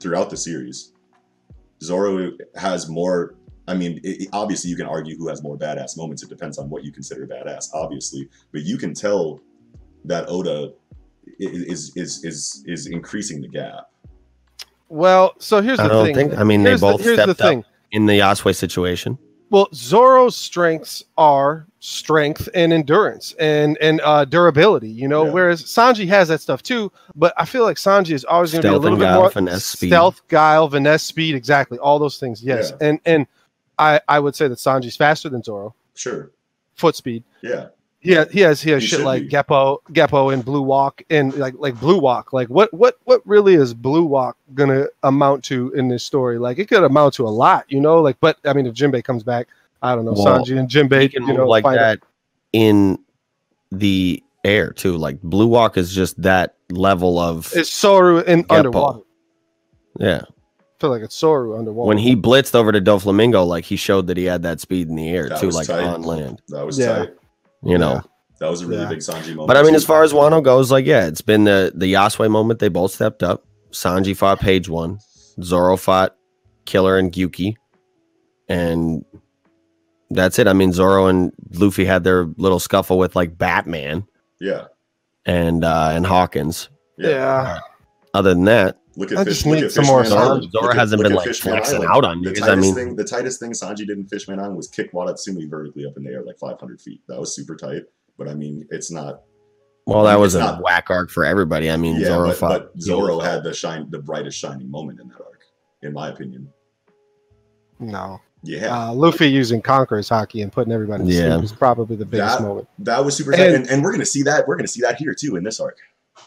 S3: throughout the series. Zoro has more. I mean, it, it- obviously, you can argue who has more badass moments. It depends on what you consider badass, obviously. But you can tell that Oda i- is is is is increasing the gap.
S2: Well, so here's
S1: I
S2: the
S1: don't
S2: thing.
S1: think. I mean, they
S2: here's
S1: both
S2: the, here's the
S1: stepped
S2: thing.
S1: up in the Yasue situation.
S2: Well, Zoro's strengths are strength and endurance and and uh, durability. You know,
S3: Yeah.
S2: whereas Sanji has that stuff too. But I feel like Sanji is always going to be a
S1: Stealth
S2: little
S1: and
S2: bit
S1: guile,
S2: more
S1: finesse, speed.
S2: stealth, guile, finesse, speed. Exactly, all those things. Yes, and and I I would say that Sanji's faster than Zoro.
S3: Sure.
S2: Foot speed.
S3: Yeah.
S2: Yeah, he has he has
S3: He
S2: shit
S3: should
S2: like
S3: be.
S2: Geppo, Geppo, and Blue Walk, and like like Blue Walk. Like what what what really is Blue Walk gonna amount to in this story? Like it could amount to a lot, you know. Like, but I mean, if Jinbei comes back, I don't know.
S1: Well,
S2: Sanji and Jinbei
S1: He can
S2: you
S1: move
S2: know,
S1: like
S2: fight
S1: that in the air too. Like Blue Walk is just that level of
S2: it. It's Soru in
S1: Geppo.
S2: underwater.
S1: yeah.
S2: I feel like it's Soru underwater.
S1: When he blitzed over to Doflamingo, like he showed that he had that speed in the air
S3: That
S1: too,
S3: was
S1: like
S3: tight.
S1: on land.
S3: That was
S2: Yeah.
S3: tight.
S1: You know.
S3: That was a really
S2: Yeah.
S3: big Sanji moment.
S1: But I mean,
S3: too.
S1: as far as Wano goes, like yeah, it's been the the Yasue moment. They both stepped up. Sanji fought Page One. Zoro fought Killer and Gyuki, and that's it. I mean, Zoro and Luffy had their little scuffle with like Batman
S3: yeah,
S1: and uh and Hawkins.
S3: yeah.
S2: yeah.
S1: Other than that,
S3: Look at
S2: I
S3: Fish-
S2: just
S3: look
S2: need
S3: at
S2: some more
S3: Fishman
S1: Zoro,
S3: Island.
S1: Zoro
S3: Look at-
S1: hasn't
S3: look
S1: been
S3: at
S1: like
S3: Fishman
S1: flexing
S3: Island.
S1: out on
S3: The
S1: you.
S3: tightest
S1: I mean,
S3: thing, the tightest thing Sanji did in Fishman Island was kick Wadatsumi vertically up in the air like 500 feet. That was super tight. But I mean, it's not.
S1: well, that
S3: it's
S1: was a
S3: not-
S1: whack arc for everybody. I mean,
S3: yeah,
S1: Zoro
S3: but,
S1: fought.
S3: but Zoro had the shine, the brightest shining moment in that arc, in my opinion.
S2: No,
S3: Yeah,
S2: uh, Luffy using Conqueror's hockey and putting everybody to
S1: Yeah.
S2: sleep is probably the biggest
S3: That-
S2: moment.
S3: that was super tight,
S2: and-
S3: and, and we're gonna see that. We're gonna see that here too in this arc.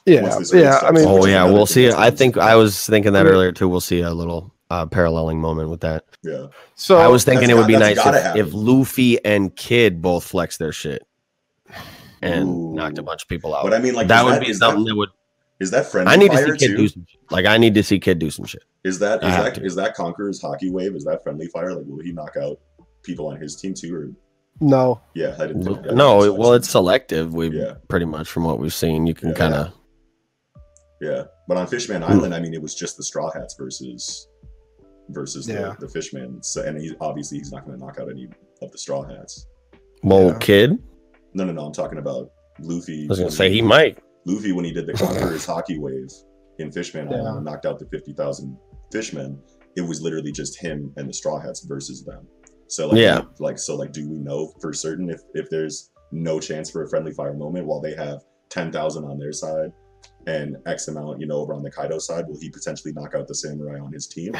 S2: Yeah,
S3: Once this
S2: yeah.
S3: starts.
S2: I mean,
S1: oh
S3: which is
S1: yeah,
S3: another
S1: we'll
S3: thing
S1: see.
S3: that's
S1: I think I was thinking that
S3: Hmm.
S2: Yeah.
S1: earlier too. We'll see a little uh, paralleling moment with that.
S3: Yeah,
S2: so
S1: I was thinking
S3: That's
S1: it would
S3: got-
S1: be nice
S3: that's gotta
S1: if,
S3: happen.
S1: if Luffy and Kid both flex their shit and
S3: Ooh.
S1: knocked a bunch of people out.
S3: but I mean, like
S1: Oh, that
S3: is
S1: would be
S3: is
S1: something that, would.
S3: That, is that friend?
S1: I need to see
S3: fire
S1: Kid
S3: too?
S1: do some shit. Like I need to see Kid do some shit.
S3: Is that
S1: I
S3: is
S1: have
S3: that
S1: to.
S3: is that Conqueror's hockey wave? Is that friendly fire? Like, will he knock out people on his team too? Or
S2: no.
S3: yeah, I didn't. think- I
S1: no,
S3: didn't-
S1: well, it's selective. We
S3: Yeah.
S1: pretty much from what we've seen, you can
S3: Yeah.
S1: kind of.
S3: yeah. But on Fishman Island, I mean, it was just the Straw Hats versus versus
S2: Yeah.
S3: the, the Fishman. So, and he obviously he's not going to knock out any of the Straw Hats.
S1: Well,
S2: Yeah.
S1: Kid, I
S3: No, no, no. I'm talking about Luffy.
S1: was gonna
S3: when
S1: say
S3: he-
S1: he might.
S3: Luffy when he did the Conqueror's hockey wave in Fishman Island and knocked out the 50,000 fishmen, it was literally just him and the Straw Hats versus them. So like,
S1: Yeah.
S3: like so like do we know for certain if if there's no chance for a friendly fire moment while they have 10,000 on their side and X amount, you know, over on the Kaido side, will he potentially knock out the samurai on his team?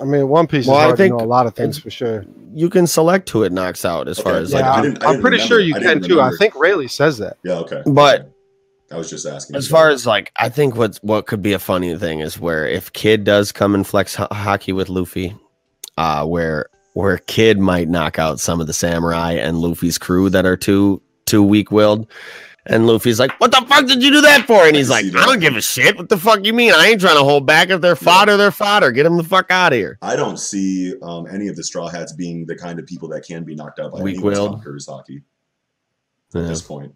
S2: I mean, One Piece
S1: Well, I
S2: is hard to
S1: think-
S2: know a lot of things for sure.
S1: You can select who it knocks out as far
S3: Okay.
S1: as
S3: Yeah,
S1: like.
S3: I
S2: I'm-
S3: didn't- I
S2: I'm
S3: didn't
S2: pretty sure
S3: remember.
S2: you
S3: I
S2: can
S3: didn't
S2: too. I
S3: remember.
S2: think Rayleigh says that.
S3: Yeah, okay.
S1: But-
S3: I was just asking.
S1: As far as like, I think what's what could be a funny thing is where if Kid does come and flex ho- hockey with Luffy, uh, where where Kid might knock out some of the samurai and Luffy's crew that are too too weak willed, and Luffy's like, "What the fuck did you do that for?" And he's like,
S3: I can see
S1: "I
S3: that.
S1: don't give a shit. What the fuck you mean? I ain't trying to hold back. If they're fodder, they're fodder. Get them the fuck out of here."
S3: I don't see um, any of the Straw Hats being the kind of people that can be knocked out by
S1: Weak
S3: anyone's
S1: willed.
S3: Conqueror's hockey at
S1: Yeah.
S3: this point.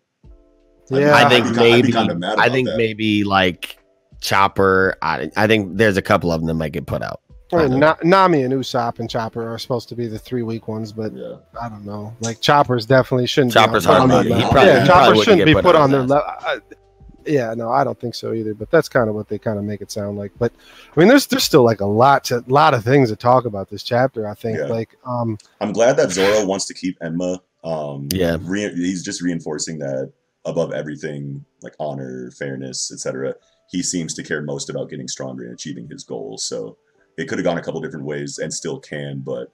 S2: Yeah.
S1: I think
S3: I'd be, ki- I'd
S1: maybe
S3: be kind of mad about
S1: I think
S3: that.
S1: maybe like Chopper. I I think there's a couple of them that might get put out.
S2: I mean,
S1: I
S2: Na- Nami and Usopp and Chopper are supposed to be the three weak ones, but
S3: Yeah.
S2: I don't know. Like Chopper's definitely shouldn't. be on
S1: Chopper's
S2: the
S1: hard
S2: bottom
S3: hardly-
S1: money. He
S2: of that.
S1: probably,
S2: yeah,
S1: he
S2: Chopper
S1: probably wouldn't
S2: shouldn't
S1: get
S2: be put on
S1: as
S2: their
S1: that.
S2: level. Yeah, no, I don't think so either. But that's kind of what they kind of make it sound like. But I mean, there's there's still like a lot to lot of things to talk about this chapter. I think
S3: Yeah.
S2: like um
S3: I'm glad that Zoro wants to keep Enma. Um,
S1: Yeah.
S3: re- he's just reinforcing that above everything, like honor, fairness, etc. He seems to care most about getting stronger and achieving his goals. So it could have gone a couple different ways, and still can. But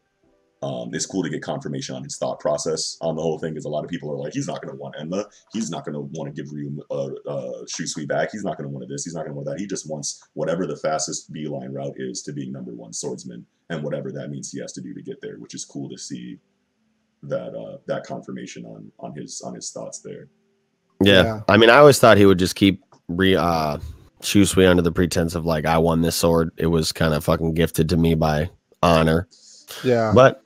S3: um, it's cool to get confirmation on his thought process on the whole thing, because a lot of people are like, he's not going to want Enma. He's not going to want to give Ryu uh, uh, Shisui back. He's not going to want this. He's not going to want that. He just wants whatever the fastest beeline route is to being number one swordsman and whatever that means he has to do to get there, which is cool to see that uh, that confirmation on on his on his thoughts there.
S1: Yeah.
S2: Yeah.
S1: I mean, I always thought he would just keep re uh Shusui under the pretense of like I won this sword. It was kind of fucking gifted to me by honor.
S2: yeah
S1: But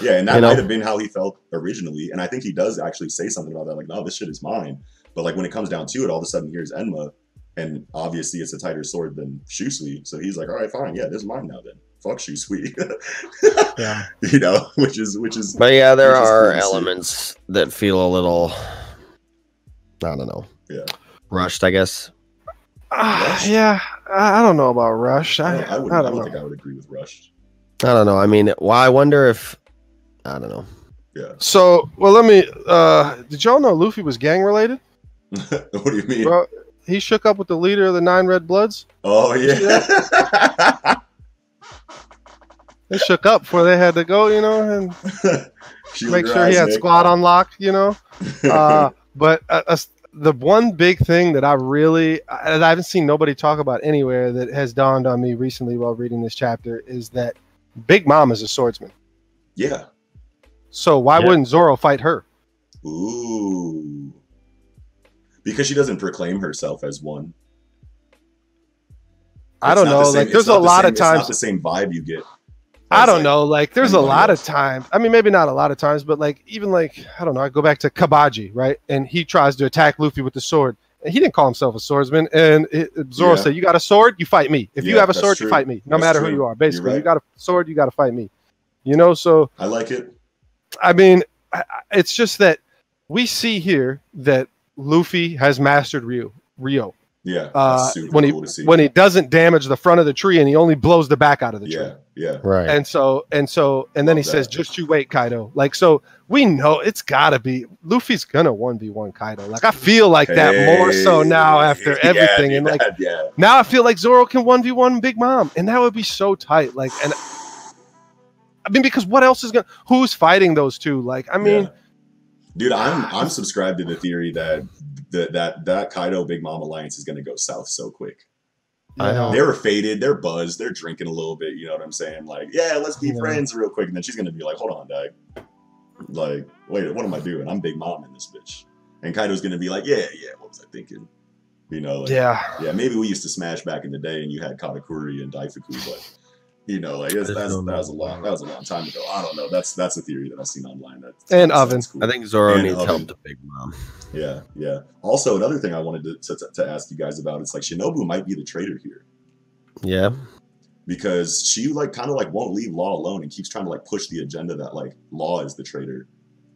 S3: Yeah, and that
S1: You know?
S3: might have been how he felt originally, and I think he does actually say something about that, like, "No, this shit is mine." But like when it comes down to it, all of a sudden here's Enma, and obviously it's a tighter sword than Shusui, so he's like, "All right, fine, yeah, this is mine now then." Fuck Shusui,
S2: yeah
S3: you know, which is which is
S1: but yeah, there
S3: Which is
S1: are
S3: cool to see.
S1: elements that feel a little I don't know.
S3: Yeah.
S1: Rushed, I guess.
S2: Ah,
S3: Rush?
S2: yeah. I, I don't know about Rush.
S3: I
S2: I,
S3: don't, I
S2: I
S3: would,
S2: don't
S3: I don't
S2: know.
S3: think I would agree with Rush.
S1: I don't know. I mean, well, I wonder if I don't know.
S2: So well, let me. uh Did y'all know Luffy was gang related?
S3: what do you mean?
S2: Bro, he shook up with the leader of the Nine Red Bloods.
S3: Oh yeah.
S2: They shook up before they had to go, you know, and
S3: She
S2: make
S3: was
S2: sure he had
S3: Isaac.
S2: squad on lock, you know. Uh, but uh, uh, the one big thing that I really that I haven't seen nobody talk about anywhere that has dawned on me recently while reading this chapter is that Big Mom is a swordsman.
S3: yeah.
S2: So why
S1: Yeah.
S2: wouldn't Zoro fight her?
S3: Ooh. Because she doesn't proclaim herself as one.
S2: I
S3: It's
S2: don't
S3: not the
S2: know.
S3: same-
S2: like
S3: it's
S2: there's a
S3: not the
S2: lot
S3: same-
S2: of times
S3: It's not the same vibe you get.
S2: I
S3: as,
S2: don't
S3: like-
S2: know. Like, there's a
S3: anyone
S2: lot of
S3: else.
S2: times. I mean, maybe not a lot of times, but like, even like, I don't know. I go back to Kabaji, right? And he tries to attack Luffy with the sword. And he didn't call himself a swordsman. And it, it- Zoro
S3: Yeah.
S2: said, "You got a sword, you fight me. If you
S3: Yeah,
S2: have a
S3: that's
S2: sword,
S3: true.
S2: you fight me, no
S3: That's
S2: matter
S3: true.
S2: who you are.
S3: You're
S2: Basically, you
S3: right.
S2: got a sword, you got to fight me. You know. So
S3: I like it.
S2: I mean, I, I- it's just that we see here that Luffy has mastered Ryu. Rio
S3: Yeah.
S2: Uh,
S3: that's super
S2: when he-
S3: cool to see.
S2: when he doesn't damage the front of the tree and he only blows the back out of the tree.
S3: yeah, yeah.
S1: Right.
S2: And so and so and then he
S3: Love
S2: says,
S3: that.
S2: "Just you wait, Kaido." Like so, we know it's gotta be Luffy's gonna one v one Kaido. Like I feel like that more so
S3: Hey.
S2: now after
S3: Yeah,
S2: everything,
S3: dude,
S2: and like
S3: that- yeah.
S2: now I feel like Zoro can one v one Big Mom, and that would be so tight. Like and I mean, because what else is gonna? Who's fighting those two? Like I mean,
S3: Yeah. dude, I'm I'm subscribed to the theory that that that that Kaido Big Mom alliance is going to go south so quick.
S1: I know.
S3: They were faded. They're buzzed. They're drinking a little bit. You know what I'm saying? Like, yeah, let's be
S2: Yeah.
S3: friends real quick. And then she's gonna be like, hold on, Dag. Like, wait, what am I doing? I'm Big Mom in this bitch. And Kaido's gonna be like, yeah, yeah, what was I thinking? You know, like, yeah.
S2: yeah,
S3: maybe we used to smash back in the day, and you had Katakuri and Daifuku, but you know, like
S1: I
S3: that's, that's,
S1: don't
S3: that was a
S1: know.
S3: long that was a long time ago. I don't know. That's that's a theory that I've seen online. That
S2: And
S3: sounds
S2: Oven.
S3: cool.
S1: I think Zoro
S3: And
S1: needs
S3: of-
S1: help to Big Mom.
S3: Yeah, yeah. Also, another thing I wanted to, to, to ask you guys about it's like Shinobu might be the traitor here.
S1: Yeah.
S3: because she like kind of like won't leave Law alone and keeps trying to like push the agenda that like Law is the traitor,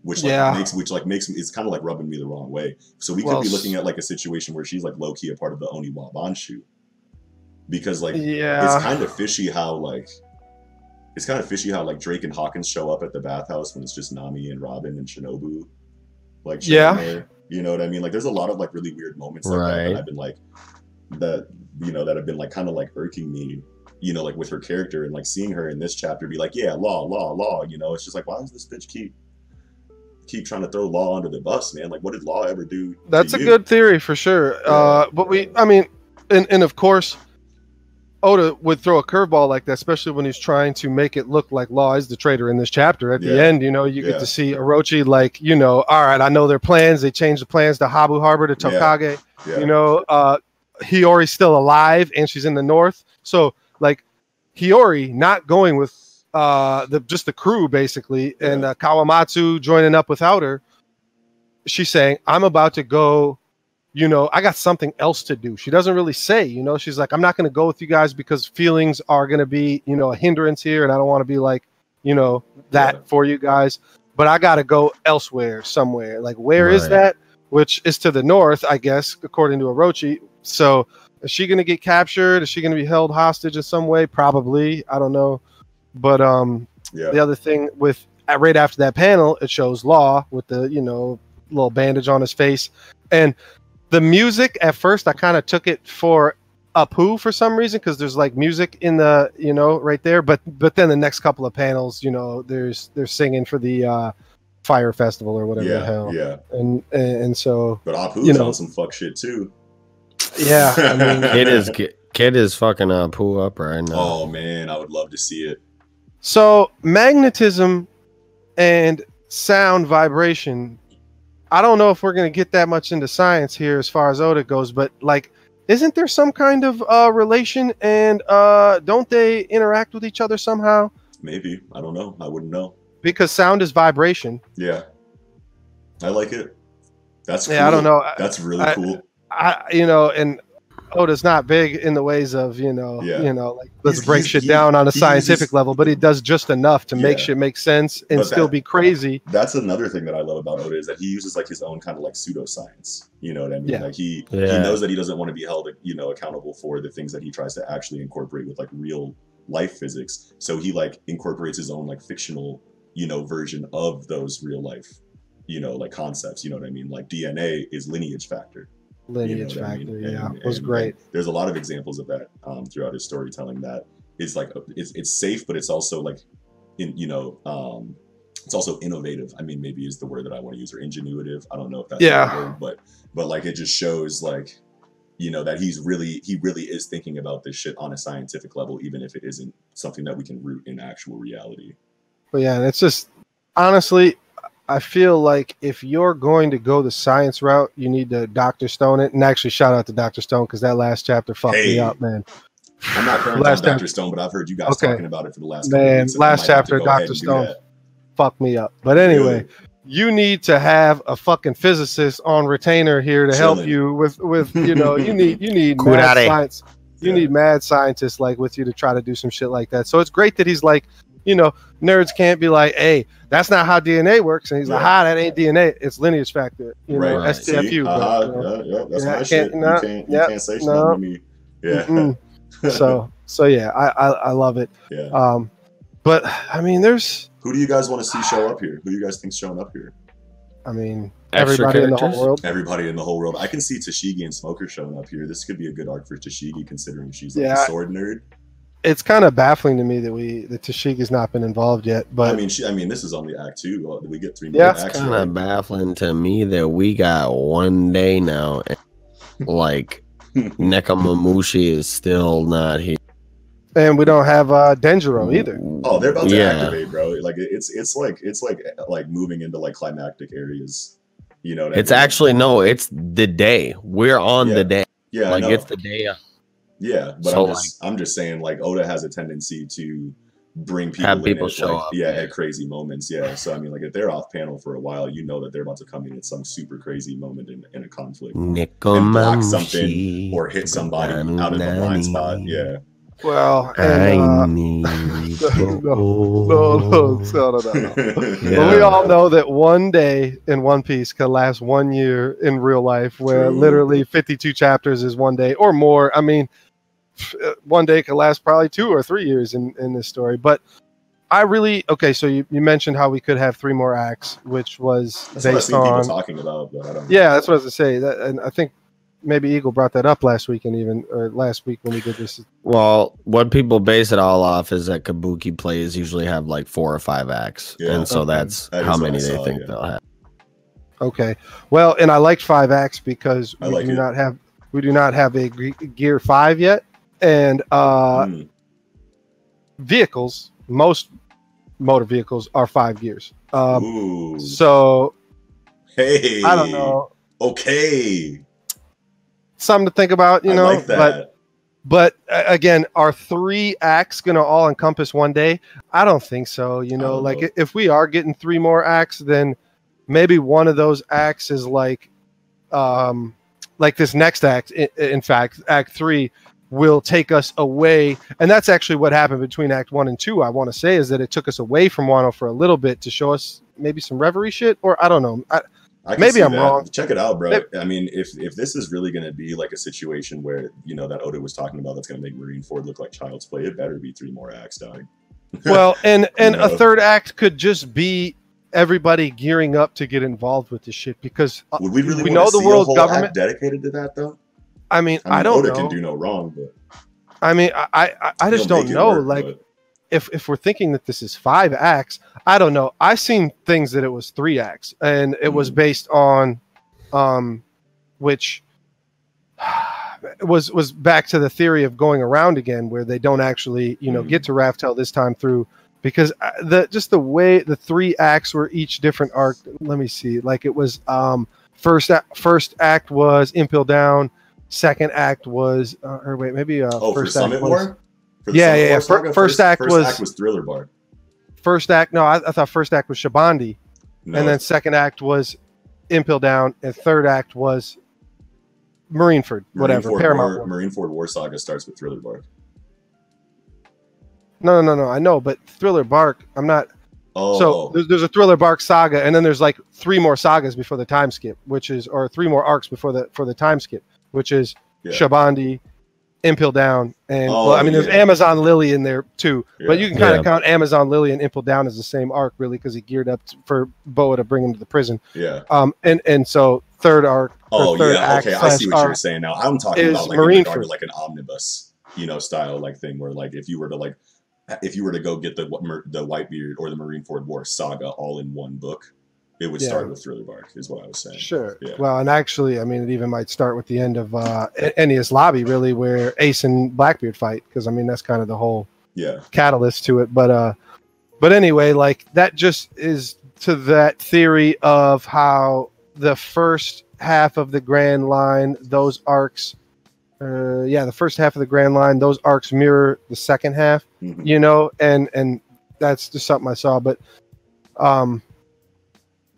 S3: which like
S2: Yeah.
S3: makes which like makes me it's kind of like rubbing me the wrong way. So we
S2: Well,
S3: could be
S2: s-
S3: looking at like a situation where she's like low key a part of the Oni Wabanshu, because like it's
S2: yeah.
S3: kind of fishy how like it's kind of fishy how like Drake and Hawkins show up at the bathhouse when it's just Nami and Robin and Shinobu, like chilling
S2: Yeah.
S3: there. you know what I mean. Like there's a lot of like really weird moments like that,
S1: Right.
S3: that I've been like that you know that have been like kind of like irking me, you know, like with her character and like seeing her in this chapter be like, yeah, law, law, law. You know, it's just like why does this bitch keep keep trying to throw law under the bus, man? Like what did law ever do? to
S2: That's a
S3: you?
S2: good theory for sure. Uh, but we, I mean, and, and of course, Oda would throw a curveball like that, especially when he's trying to make it look like Law is the traitor in this chapter. At the
S3: Yeah.
S2: end, you know, you
S3: Yeah.
S2: get to see Orochi, like, you know, all right, I know their plans. They changed the plans to Habu Harbor to
S3: Yeah.
S2: Tokage.
S3: Yeah.
S2: You know, uh, Hiyori's still alive and she's in the north. So, like, Hiyori not going with uh, the just the crew basically, and
S3: Yeah.
S2: uh, Kawamatsu joining up without her. She's saying, "I'm about to go you know, I got something else to do. She doesn't really say, you know, she's like, I'm not going to go with you guys because feelings are going to be, you know, a hindrance here. And I don't want to be like, you know, that
S3: Yeah.
S2: for you guys, but I got to go elsewhere somewhere. Like, where is
S1: Right.
S2: that? Which is to the north, I guess, according to Orochi. So is she going to get captured? Is she going to be held hostage in some way? Probably. I don't know. But, um,
S3: Yeah.
S2: the other thing with uh, right after that panel, it shows Law with the you know little bandage on his face, and the music at first I kind of took it for a poo for some reason because there's like music in the you know right there, but but then the next couple of panels, you know, there's they're singing for the uh, fire festival or whatever the
S3: Yeah.
S2: hell,
S3: Yeah.
S2: and, and and so
S3: But Apu's
S2: You know.
S3: on some fuck shit too.
S2: yeah, I mean,
S1: Kid is kid is fucking uh, poo up right now.
S3: Oh man, I would love to see it.
S2: So magnetism and sound vibration. I don't know if we're gonna get that much into science here as far as Oda goes, but like, isn't there some kind of uh, relation? And uh, don't they interact with each other somehow?
S3: Maybe. I don't know. I wouldn't know.
S2: Because sound is vibration.
S3: Yeah. I like it. That's cool.
S2: Yeah, I don't know. I,
S3: That's really
S2: I-
S3: cool.
S2: I you know, and Oda's not big in the ways of you know,
S3: Yeah.
S2: you know, like let's
S3: He's-
S2: break
S3: he's-
S2: shit
S3: he-
S2: down on a
S3: he
S2: scientific
S3: uses-
S2: level, but he does just enough to make
S3: Yeah.
S2: shit make sense and
S3: But
S2: still
S3: that-
S2: be crazy.
S3: That's another thing that I love about Oda is that he uses like his own kind of like pseudoscience. You know what I mean?
S2: Yeah.
S3: Like he he
S1: Yeah.
S3: knows that he doesn't want to be held you know accountable for the things that he tries to actually incorporate with like real life physics. So he like incorporates his own like fictional you know version of those real life you know like concepts. You know what I mean? Like DNA is lineage factor. You know
S2: lineage
S3: what I mean?
S2: factor.
S3: And-
S2: Yeah, was
S3: and-
S2: great.
S3: and there's a lot of examples of that um, throughout his storytelling that is like a- it's, it's safe, but it's also like in you know um, it's also innovative. I mean, maybe is the word that I want to use or ingenuitive. I don't know if that's the right
S2: Yeah.
S3: word, but but like it just shows like you know that he's really he really is thinking about this shit on a scientific level, even if it isn't something that we can root in actual reality.
S2: But yeah, and it's just honestly, I feel like if you're going to go the science route, you need to Doctor Stone it. And actually, shout out to Doctor Stone because that last chapter fucked
S3: Hey.
S2: me up, man.
S3: I'm not current on
S2: Last
S3: Doctor Stone, but I've heard you guys
S2: Okay.
S3: talking about it for the last couple
S2: Man,
S3: weeks, and I
S2: last
S3: might have to
S2: chapter,
S3: go ahead
S2: Dr.
S3: and do
S2: Stone.
S3: that.
S2: Fucked me up. But anyway, you need to have a fucking physicist on retainer here to help
S3: Chilling.
S2: you with with you know you need you need mad
S1: Curare.
S2: science. You
S3: Yeah.
S2: need mad scientists like with you to try to do some shit like that. So it's great that he's like, you know, nerds can't be like, hey, that's not how DNA works, and he's like,
S3: Yeah.
S2: ah, that ain't DNA, it's lineage factor, you know,
S1: Right.
S3: See?
S2: STFU. but,
S3: Uh-huh,
S2: you know.
S3: yeah, yeah, that's
S2: Yeah, I
S3: my
S2: can't-
S3: shit.
S2: no,
S3: you can't, you
S2: yeah,
S3: can't say shit
S2: no. Mm-hmm.
S3: to me. Yeah.
S2: Mm-mm. so so yeah I, I i love it
S3: yeah.
S2: um but i mean there's
S3: Who do you guys want to see show up here? Who do you guys think's showing up here?
S2: i mean
S1: Extra
S2: everybody in the whole
S1: characters?
S2: world
S3: Everybody in the whole world. I can see Tashigi and Smoker showing up here. This could be a good arc for Tashigi considering she's like
S2: Yeah.
S3: a sword nerd.
S2: it's kind of baffling to me that we that Tashigi's not been involved yet but
S3: I mean, she, I mean, this is only act two. Well, We get three more
S2: Yeah.
S1: It's
S3: acts.
S1: kind
S3: right?
S1: of baffling to me that we got one day now, and like Nekomamushi is still not here.
S2: and we don't have uh denjiro either
S3: Oh, they're about to
S1: Yeah.
S3: activate, bro. Like it- it's it's like it's like like moving into like climactic areas. You know, what I
S1: It's
S3: mean?
S1: actually no, it's the day. We're on
S3: Yeah.
S1: the day.
S3: yeah, I
S1: like
S3: know.
S1: it's the day. of-
S3: Yeah, but
S1: So,
S3: I'm just I'm just saying like Oda has a tendency to bring people
S1: Have
S3: in
S1: people
S3: at,
S1: show
S3: like,
S1: up,
S3: yeah,
S1: yeah.
S3: at crazy moments. Yeah. So I mean like if they're off panel for a while, you know that they're about to come in at some super crazy moment in, in a conflict. block
S1: Nekomamushi
S3: something or hit somebody out of a blind spot. Yeah.
S2: well
S1: I
S2: and, uh,
S1: need
S2: no,
S1: no,
S2: no, no, no, no, no. But
S1: Yeah.
S2: we all know that one day in One Piece can last one year in real life, where
S3: True.
S2: literally 52 chapters is one day or more. I mean, f- uh, one day could last probably two or three years in, in this story. But I really, okay, so you, you mentioned how we could have three more acts, which was
S3: That's what I've
S2: based
S3: seen
S2: on.
S3: people talking about, but I don't
S2: Yeah, that's what I was going to say. That, and I think maybe Eagle brought that up last week and even, or last week when we did this.
S1: Well, what people base it all off is that kabuki plays usually have like four or five acts,
S3: Yeah.
S1: and so
S2: Okay.
S1: that's
S3: That
S1: how
S3: is what
S1: many
S3: I
S1: they
S3: saw,
S1: think
S3: yeah.
S1: they'll have.
S2: Okay. Well, and I liked five X because
S3: I
S2: we
S3: like
S2: do
S3: it.
S2: not have we do not have a G- Gear Five yet, and uh,
S3: Mm,
S2: vehicles most motor vehicles are five gears. Um,
S3: Ooh.
S2: so
S3: hey.
S2: I don't know,
S3: Okay.
S2: something to think about, you
S3: I
S2: know.
S3: like
S2: But
S3: that.
S2: but uh, again, are three acts going to all encompass one day? I don't think so. You know,
S3: don't
S2: like
S3: know.
S2: i- if we are getting three more acts, then maybe one of those acts is like um like this next act, in, in fact, Act Three will take us away. And that's actually what happened between Act One and Two. I want to say is that it took us away from Wano for a little bit to show us maybe some reverie shit, or I don't know. I,
S3: I can
S2: Maybe
S3: see
S2: I'm
S3: that.
S2: wrong.
S3: Check it out, bro.
S2: Maybe-
S3: I mean, if if this is really going to be like a situation where you know that Oda was talking about, that's going to make Marine Ford look like child's play. It better be three more acts, dog.
S2: well, and and
S3: No.
S2: a third act could just be everybody gearing up to get involved with this shit because uh,
S3: Would we really
S2: We
S3: want
S2: know
S3: to
S2: the
S3: see a
S2: world
S3: whole act
S2: government-
S3: dedicated to that though?
S2: I mean,
S3: mean,
S2: I don't
S3: Oda
S2: know.
S3: can do no wrong, but
S2: I mean, I I, I just
S3: he'll
S2: don't
S3: make it
S2: know.
S3: work,
S2: like,
S3: but-
S2: if if we're thinking that this is five acts, I don't know. I've seen things that it was three acts, and it was
S3: Mhm.
S2: based on, um, which was was back to the theory of going around again, where they don't actually you know
S3: Mhm.
S2: get to Raftel this time through because uh, the just the way the three acts were each different arc. Let me see. Like it was um first a- first act was Impel Down. Second act was, uh, or wait, maybe uh,
S3: oh, for
S2: first
S3: Summit
S2: act was-
S3: War. For
S2: Yeah,
S3: Summit
S2: yeah, yeah. Fir-
S3: War saga?
S2: first act
S3: first
S2: was-
S3: act was Thriller Bar,
S2: First act, no, I, I thought first act was Shabandi,
S3: no,
S2: and then second act was Impel Down, and third act was Marineford, whatever,
S3: Ford
S2: Paramount.
S3: War,
S2: War.
S3: Marine Ford War Saga starts with Thriller Bar.
S2: No, no, no, no, I know, but Thriller Bark, I'm not.
S3: Oh,
S2: So there's, there's a Thriller Bark saga, and then there's like three more sagas before the time skip, which is, or three more arcs before the for the time skip, which is
S3: Yeah.
S2: Shabandi, Impel Down, and
S3: Oh,
S2: well, I mean, there's
S3: yeah.
S2: Amazon Lily in there too, but
S3: yeah.
S2: you can kind of
S1: Yeah.
S2: count Amazon Lily and Impel Down as the same arc, really, because he geared up t- for Boa to bring him to the prison.
S3: yeah.
S2: Um, and and so third arc. or
S3: Oh
S2: third
S3: yeah,
S2: act
S3: okay. I see
S2: slash
S3: what you're
S2: arc.
S3: saying now. I'm talking about
S2: is
S3: like in
S2: Marine
S3: regard to
S2: Force.
S3: like an omnibus, you know, style like thing where like if you were to like if you were to go get the what Mer- the Whitebeard or the Marine Ford War saga all in one book, it would
S2: Yeah.
S3: start with Thriller Bark, is what I was saying.
S2: Sure.
S3: Yeah.
S2: Well, and actually, I mean, it even might start with the end of uh, E- Ennius Lobby, really, where Ace and Blackbeard fight, because I mean that's kind of the whole
S3: Yeah,
S2: catalyst to it. But uh, but anyway, like that just is to that theory of how the first half of the Grand Line, those arcs, uh, yeah, the first half of the Grand Line, those arcs mirror the second half.
S3: Mhm.
S2: you know and and that's just something i saw but um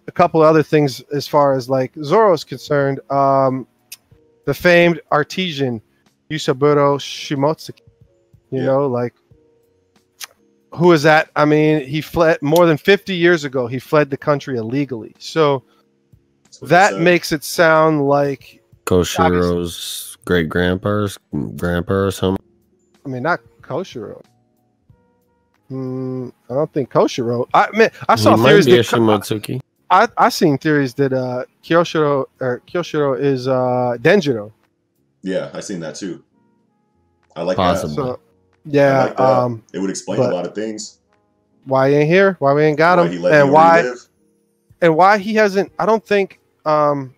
S2: a couple other things as far as like zoro is concerned um the famed artesian yusaburo shimotsuki you
S3: Yeah.
S2: know like who is that i mean he fled more than 50 years ago he fled the country illegally so
S3: That's what it
S2: that
S3: said.
S2: makes it sound like
S1: Koshiro's great grandpa's grandpa or something.
S2: I mean, not Koshiro. Mm, I don't think Koshiro. I mean, I saw
S1: he might
S2: theories
S1: be a
S2: that Ko-
S1: Shimotsuki.
S2: I I seen theories that uh Kyoshiro or Kyoshiro is uh Denjiro.
S3: yeah, I seen that too. I like
S1: Possibly.
S3: that.
S2: So yeah,
S3: I like that.
S2: um
S3: It would explain
S2: But-
S3: a lot of things.
S2: why he ain't here? Why we ain't got
S3: Why
S2: him?
S3: he let
S2: and
S3: Hiyori
S2: why
S3: live.
S2: and why he hasn't I don't think um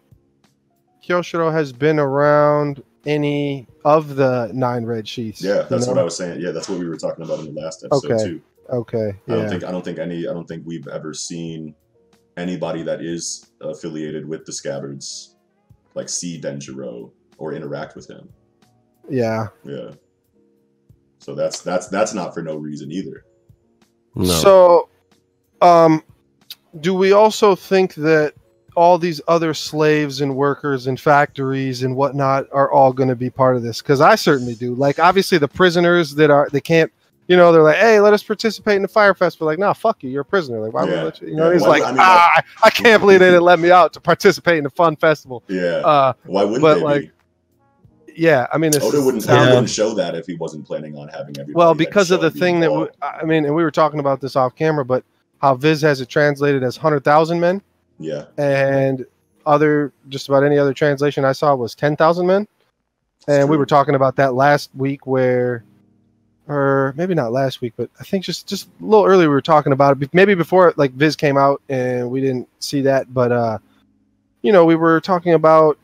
S2: Kyoshiro has been around any of the nine red sheaths.
S3: Yeah,
S2: you
S3: that's what
S2: know?
S3: I was saying. Yeah, that's what we were talking about in the last episode
S2: Okay.
S3: too.
S2: Okay.
S3: I don't
S2: Yeah.
S3: think I don't think any I don't think we've ever seen anybody that is affiliated with the Scabbards like see Denjiro or interact with him.
S2: Yeah.
S3: Yeah. So that's that's that's not for no reason either.
S1: No.
S2: So, um, do we also think that all these other slaves and workers and factories and whatnot are all going to be part of this? Because I certainly do. Like, obviously, the prisoners that are they can't. You know, they're like, "Hey, let us participate in the fire fest." But like, "Nah, fuck you. You're a prisoner. Like, why would we
S3: Yeah.
S2: let you?" You know,
S3: Yeah.
S2: he's
S3: Why-
S2: like,
S3: I mean,
S2: "Ah, I, I can't believe they didn't let me out to participate in the fun festival."
S3: Yeah.
S2: Uh,
S3: Why wouldn't
S2: but,
S3: they
S2: like,
S3: be?
S2: yeah. I mean, this
S3: Oda Oh, wouldn't,
S2: sounds
S3: Oda
S1: Yeah.
S3: wouldn't show that if he wasn't planning on having everybody.
S2: well
S3: like,
S2: because of
S3: show
S2: the
S3: and be
S2: thing that we,
S3: involved.
S2: I mean, and we were talking about this off camera, but how Viz has it translated as hundred thousand men.
S3: yeah,
S2: and other just about any other translation I saw was ten thousand men.
S3: It's
S2: And we
S3: true.
S2: were talking about that last week, where, or maybe not last week, but I think just just a little earlier we were talking about it. be- Maybe before like Viz came out and we didn't see that, but uh, you know, we were talking about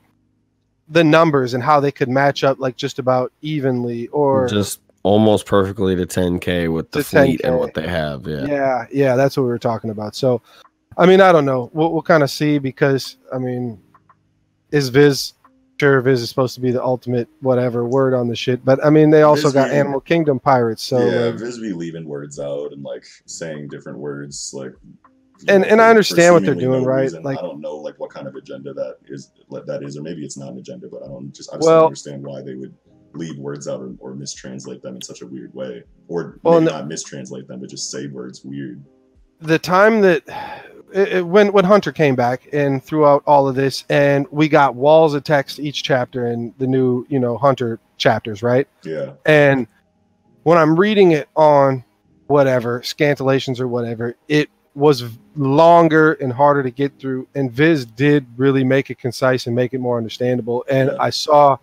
S2: the numbers and how they could match up like just about evenly, or
S1: just almost perfectly to 10k with the
S2: To
S1: fleet
S2: 10K.
S1: and what they have. Yeah.
S2: yeah yeah that's what we were talking about so i mean i don't know we'll, we'll kind of see because i mean is viz sure viz is supposed to be the ultimate whatever word on the shit but i mean they also
S3: Viz
S2: got
S3: being-
S2: animal kingdom pirates so
S3: yeah,
S2: like,
S3: Viz be leaving words out and like saying different words like you
S2: And-
S3: know,
S2: and I
S3: for- for
S2: understand what they're
S3: seemingly
S2: doing, right?
S3: reason.
S2: Like-
S3: I don't know like what kind of agenda that is like, that is, or maybe it's not an agenda, but I don't just I just
S2: Well-
S3: don't understand why they would leave words out or, or mistranslate them in such a weird way, or
S2: Well,
S3: maybe
S2: no-
S3: not mistranslate them, but just say words weird.
S2: the time that it, it- when when Hunter came back and threw out all of this, and we got walls of text each chapter in the new you know Hunter chapters, right?
S3: Yeah,
S2: And when I'm reading it on whatever scantilations or whatever, it was v- longer and harder to get through. And Viz did really make it concise and make it more understandable. And
S3: Yeah.
S2: I saw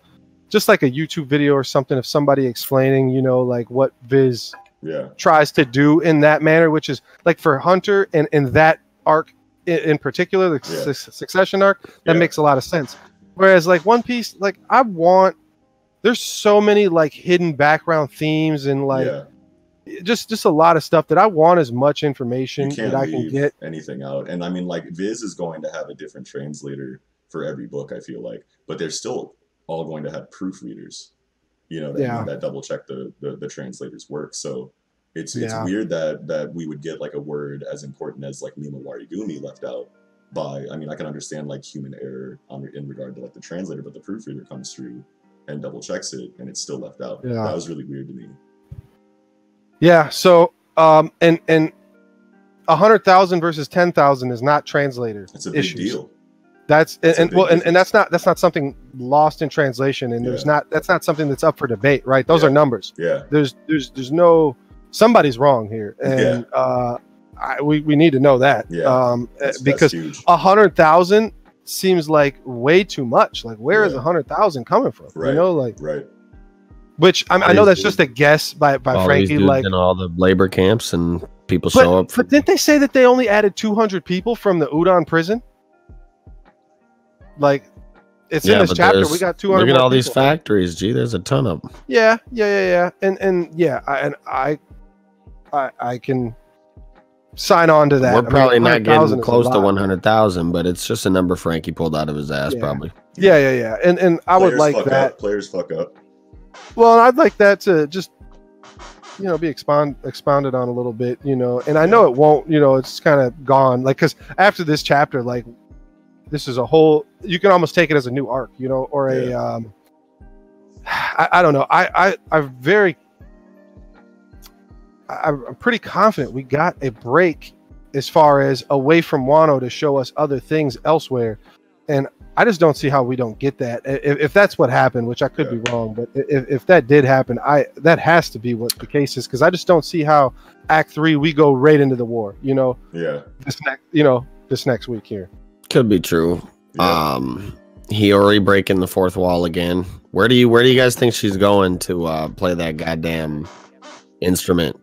S2: just like a YouTube video or something of somebody explaining, you know, like what Viz
S3: yeah,
S2: tries to do in that manner, which is like for Hunter and in that arc in, in particular, the
S3: Yeah.
S2: su- succession arc, that
S3: yeah.
S2: makes a lot of sense. Whereas like One Piece, like I want, there's so many like hidden background themes and like
S3: yeah.
S2: just just a lot of stuff that I want as much information
S3: You can't
S2: that I can
S3: leave
S2: get.
S3: anything out, and I mean like Viz is going to have a different translator for every book. I feel like, but they're still all going to have proofreaders, you know, that,
S2: Yeah.
S3: that double check the, the the translator's work. So it's it's
S2: Yeah.
S3: weird that that we would get like a word as important as like Nima Warigumi left out by. I mean, I can understand like human error on, in regard to like the translator, but the proofreader comes through and double checks it, and it's still left out.
S2: Yeah.
S3: That was really weird to me.
S2: Yeah. So um and and a hundred thousand versus ten thousand is not translator.
S3: It's a big
S2: Issues.
S3: deal.
S2: That's and,
S3: It's a
S2: and
S3: big
S2: well and, and
S3: difference.
S2: that's not that's not something lost in translation and there's
S3: Yeah.
S2: not that's not something that's up for debate, right? Those
S3: Yeah.
S2: are numbers.
S3: Yeah.
S2: There's there's there's no somebody's wrong here. And uh I, we, we need to know that.
S3: Yeah.
S2: Um uh,
S3: That's- that's
S2: because
S3: huge.
S2: a hundred thousand seems like way too much. Like where is
S3: Yeah.
S2: a hundred thousand coming from? You
S3: Right.
S2: know, like
S3: right.
S2: which I, I
S1: These
S2: know that's
S1: dudes-
S2: just a guess by by
S1: all these
S2: Frankie.
S1: dudes
S2: Like,
S1: in all the labor camps and people show up.
S2: but,
S1: For,
S2: but didn't they say that they only added two hundred people from the Udon prison? Like, it's
S1: Yeah,
S2: in this
S1: but
S2: chapter.
S1: there's-
S2: We got two hundred.
S1: look at all these factories. Gee, there's a ton of them.
S2: Yeah, yeah, yeah, yeah, and and yeah, I, and I, I, I can sign on to that. I
S1: We're
S2: mean,
S1: probably not
S2: 100,000
S1: getting
S2: is a
S1: close to
S2: lot.
S1: 100,000, but it's just a number Frankie pulled out of his ass,
S2: Yeah.
S1: probably.
S2: Yeah, yeah, yeah, and and I would
S3: Players
S2: like
S3: fuck
S2: that.
S3: Up. Players fuck up.
S2: Well, and I'd like that to just you know be expound expounded on a little bit, you know. And I know it won't, you know, it's kind of gone like cuz after this chapter like this is a whole you can almost take it as a new arc, you know, or a um I, I don't know. I I I'm very I, I'm pretty confident we got a break as far as away from Wano to show us other things elsewhere. And I just don't see how we don't get that. I- If, if that's what happened, which I could be wrong, but i- if, if that did happen, I that has to be what the case is because I just don't see how Act Three we go right into the war. You know,
S3: Yeah.
S2: this next you know this next week here.
S1: Could be true.
S3: yeah.
S1: Um, Hiyori breaking the fourth wall again. Where do you where do you guys think she's going to uh, play that goddamn instrument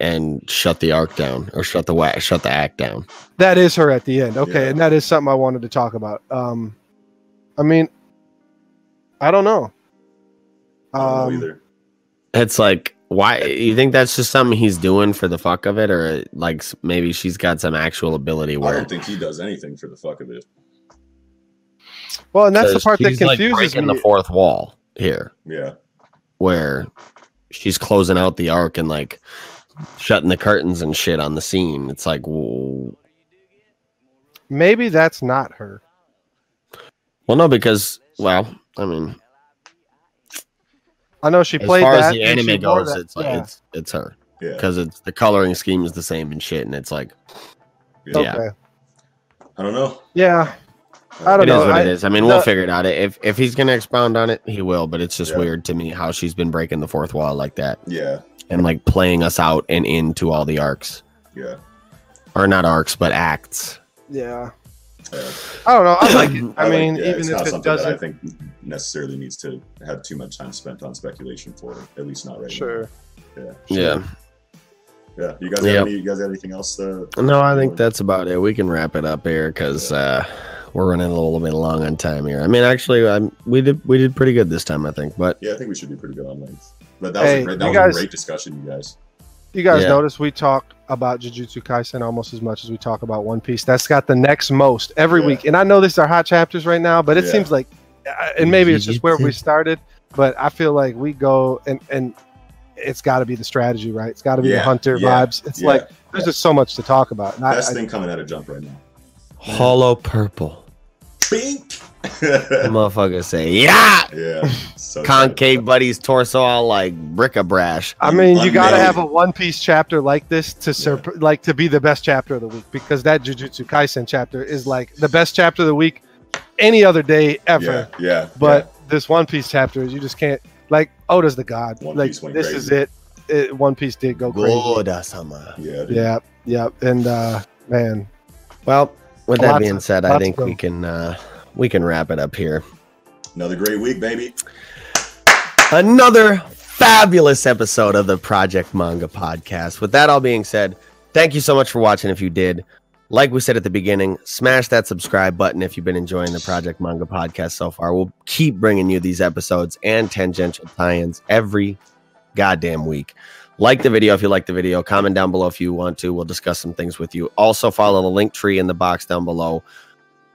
S1: and shut the arc down or shut the wa- shut the act down?
S2: That is her at the end. Okay,
S3: Yeah.
S2: and that is something I wanted to talk about. Um, I mean, I don't know.
S3: I don't know
S2: Um,
S3: either.
S1: It's like why you think that's just something he's doing for the fuck of it, or like s- maybe she's got some actual ability
S3: I
S1: where
S3: don't think he does anything for the fuck of it.
S2: Well, and that's the
S1: 'Cause
S2: part that
S1: she's, like,
S2: confuses
S1: breaking
S2: me.
S1: the fourth wall here.
S3: Yeah.
S1: where she's closing out the arc and like shutting the curtains and shit on the scene. It's like, w-
S2: Maybe that's not her.
S1: well, no, because well, I mean,
S2: I know she
S1: as
S2: played
S1: far
S2: that.
S1: as the
S2: and she
S1: anime
S2: wore
S1: goes,
S2: that-
S1: it's like
S2: yeah.
S1: it's it's her
S3: Yeah.
S1: because it's the coloring scheme is the same and shit, and it's like
S3: Yeah.
S1: yeah.
S2: Okay.
S3: I don't know.
S2: Yeah. I don't
S1: it is
S2: know.
S1: what
S2: I-
S1: it is. I mean, we'll
S2: the-
S1: figure it out. If if he's gonna expound on it, he will. But it's just
S3: Yeah.
S1: weird to me how she's been breaking the fourth wall like that
S3: Yeah.
S1: and like playing us out and into all the arcs
S3: Yeah.
S1: or not arcs but acts.
S2: Yeah.
S3: yeah.
S2: I don't know. I like it. I,
S3: like-
S2: mean,
S3: yeah,
S2: even if it
S3: that I
S2: doesn't.
S3: think necessarily needs to have too much time spent on speculation for, at least not right
S2: Sure.
S3: now. Yeah.
S1: Yeah.
S3: Yeah. You guys
S1: Yeah.
S3: have any, you guys have anything else? Uh,
S1: No, I
S3: Or-
S1: think that's about it. We can wrap it up here because uh, we're running a little bit long on time here. I mean, actually, I'm, we did we did pretty good this time, I think. But
S3: yeah, I think we should be pretty good on length. But that was
S2: Hey,
S3: a great,
S2: you
S3: that was
S2: guys-
S3: a great discussion, you guys.
S2: You guys
S1: Yeah.
S2: notice we talk about Jujutsu Kaisen almost as much as we talk about One Piece. That's got the next most every
S3: Yeah.
S2: week. And I know these are hot chapters right now, but it
S3: Yeah.
S2: seems uh, like, I- and maybe it's just where we
S1: Jujutsu.
S2: started, but I feel like we go and, and it's got to be the strategy, right? It's got to be the
S3: Yeah,
S2: hunter
S3: yeah,
S2: vibes. It's
S3: yeah.
S2: like there's just so much to talk about. And I,
S3: Best
S2: I,
S3: thing coming out of Jump right now.
S1: Hollow purple.
S3: Bink.
S1: The motherfucker say, yeah.
S3: yeah. So good.
S1: Concave buddy's torso all like bric-a-brash.
S2: I mean, you
S3: Unmade.
S2: got to have a One Piece chapter like this to surp- like to be the best chapter of the week because that Jujutsu Kaisen chapter is like the best chapter of the week any other day ever.
S3: Yeah. Yeah.
S2: But this One Piece chapter, you just can't like Oda's the god.
S3: One
S2: like
S3: Piece went
S2: this
S3: crazy.
S2: is it. it. One Piece did go crazy.
S1: Goda-sama.
S3: yeah. Yeah. dude.
S2: Yeah, yeah, and uh man,
S1: Well, with that
S2: Lots
S1: being
S2: of-
S1: said, I
S2: lots
S1: think
S2: of
S1: we
S2: them.
S1: can uh, we can wrap it up here.
S3: Another great week, baby.
S1: Another fabulous episode of the Project Manga Podcast. With that all being said, thank you so much for watching. If you did, like we said at the beginning, smash that subscribe button if you've been enjoying the Project Manga Podcast so far. We'll keep bringing you these episodes and tangential tie-ins every goddamn week. Like the video if you like the video. Comment down below if you want to. We'll discuss some things with you. Also, follow the link tree in the box down below.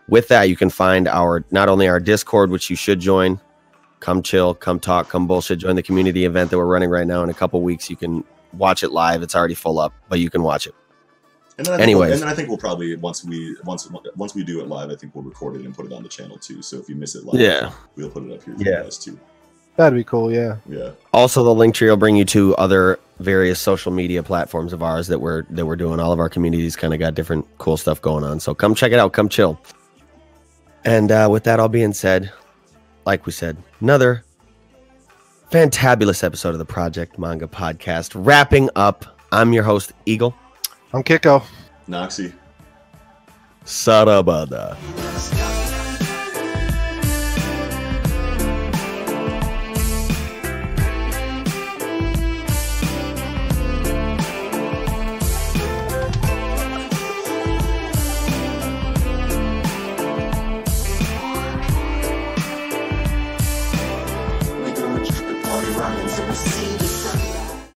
S1: With that, you can find our not only our Discord, which you should join, come chill, come talk, come bullshit. Join the community event that we're running right now. In a couple weeks, you can watch it live. It's already full up, but you can watch it.
S3: And then I think
S1: Anyways.
S3: we'll- and then I think we'll probably once we once once we do it live, I think we'll record it and put it on the channel too. So if you miss it live, we'll put it up here for
S1: Yeah.
S3: you guys too.
S2: that'd be cool. Yeah,
S3: Yeah.
S1: Also, the link tree will bring you to other various social media platforms of ours that we're that we're doing. All of our communities kind of got different cool stuff going on. So come check it out. Come chill. And uh, with that all being said, like we said, another fantabulous episode of the Project Manga Podcast. Wrapping up, I'm your host, Eagle
S2: I'm Kiko.
S3: Noxie.
S1: Sarabada.
S4: Let's go.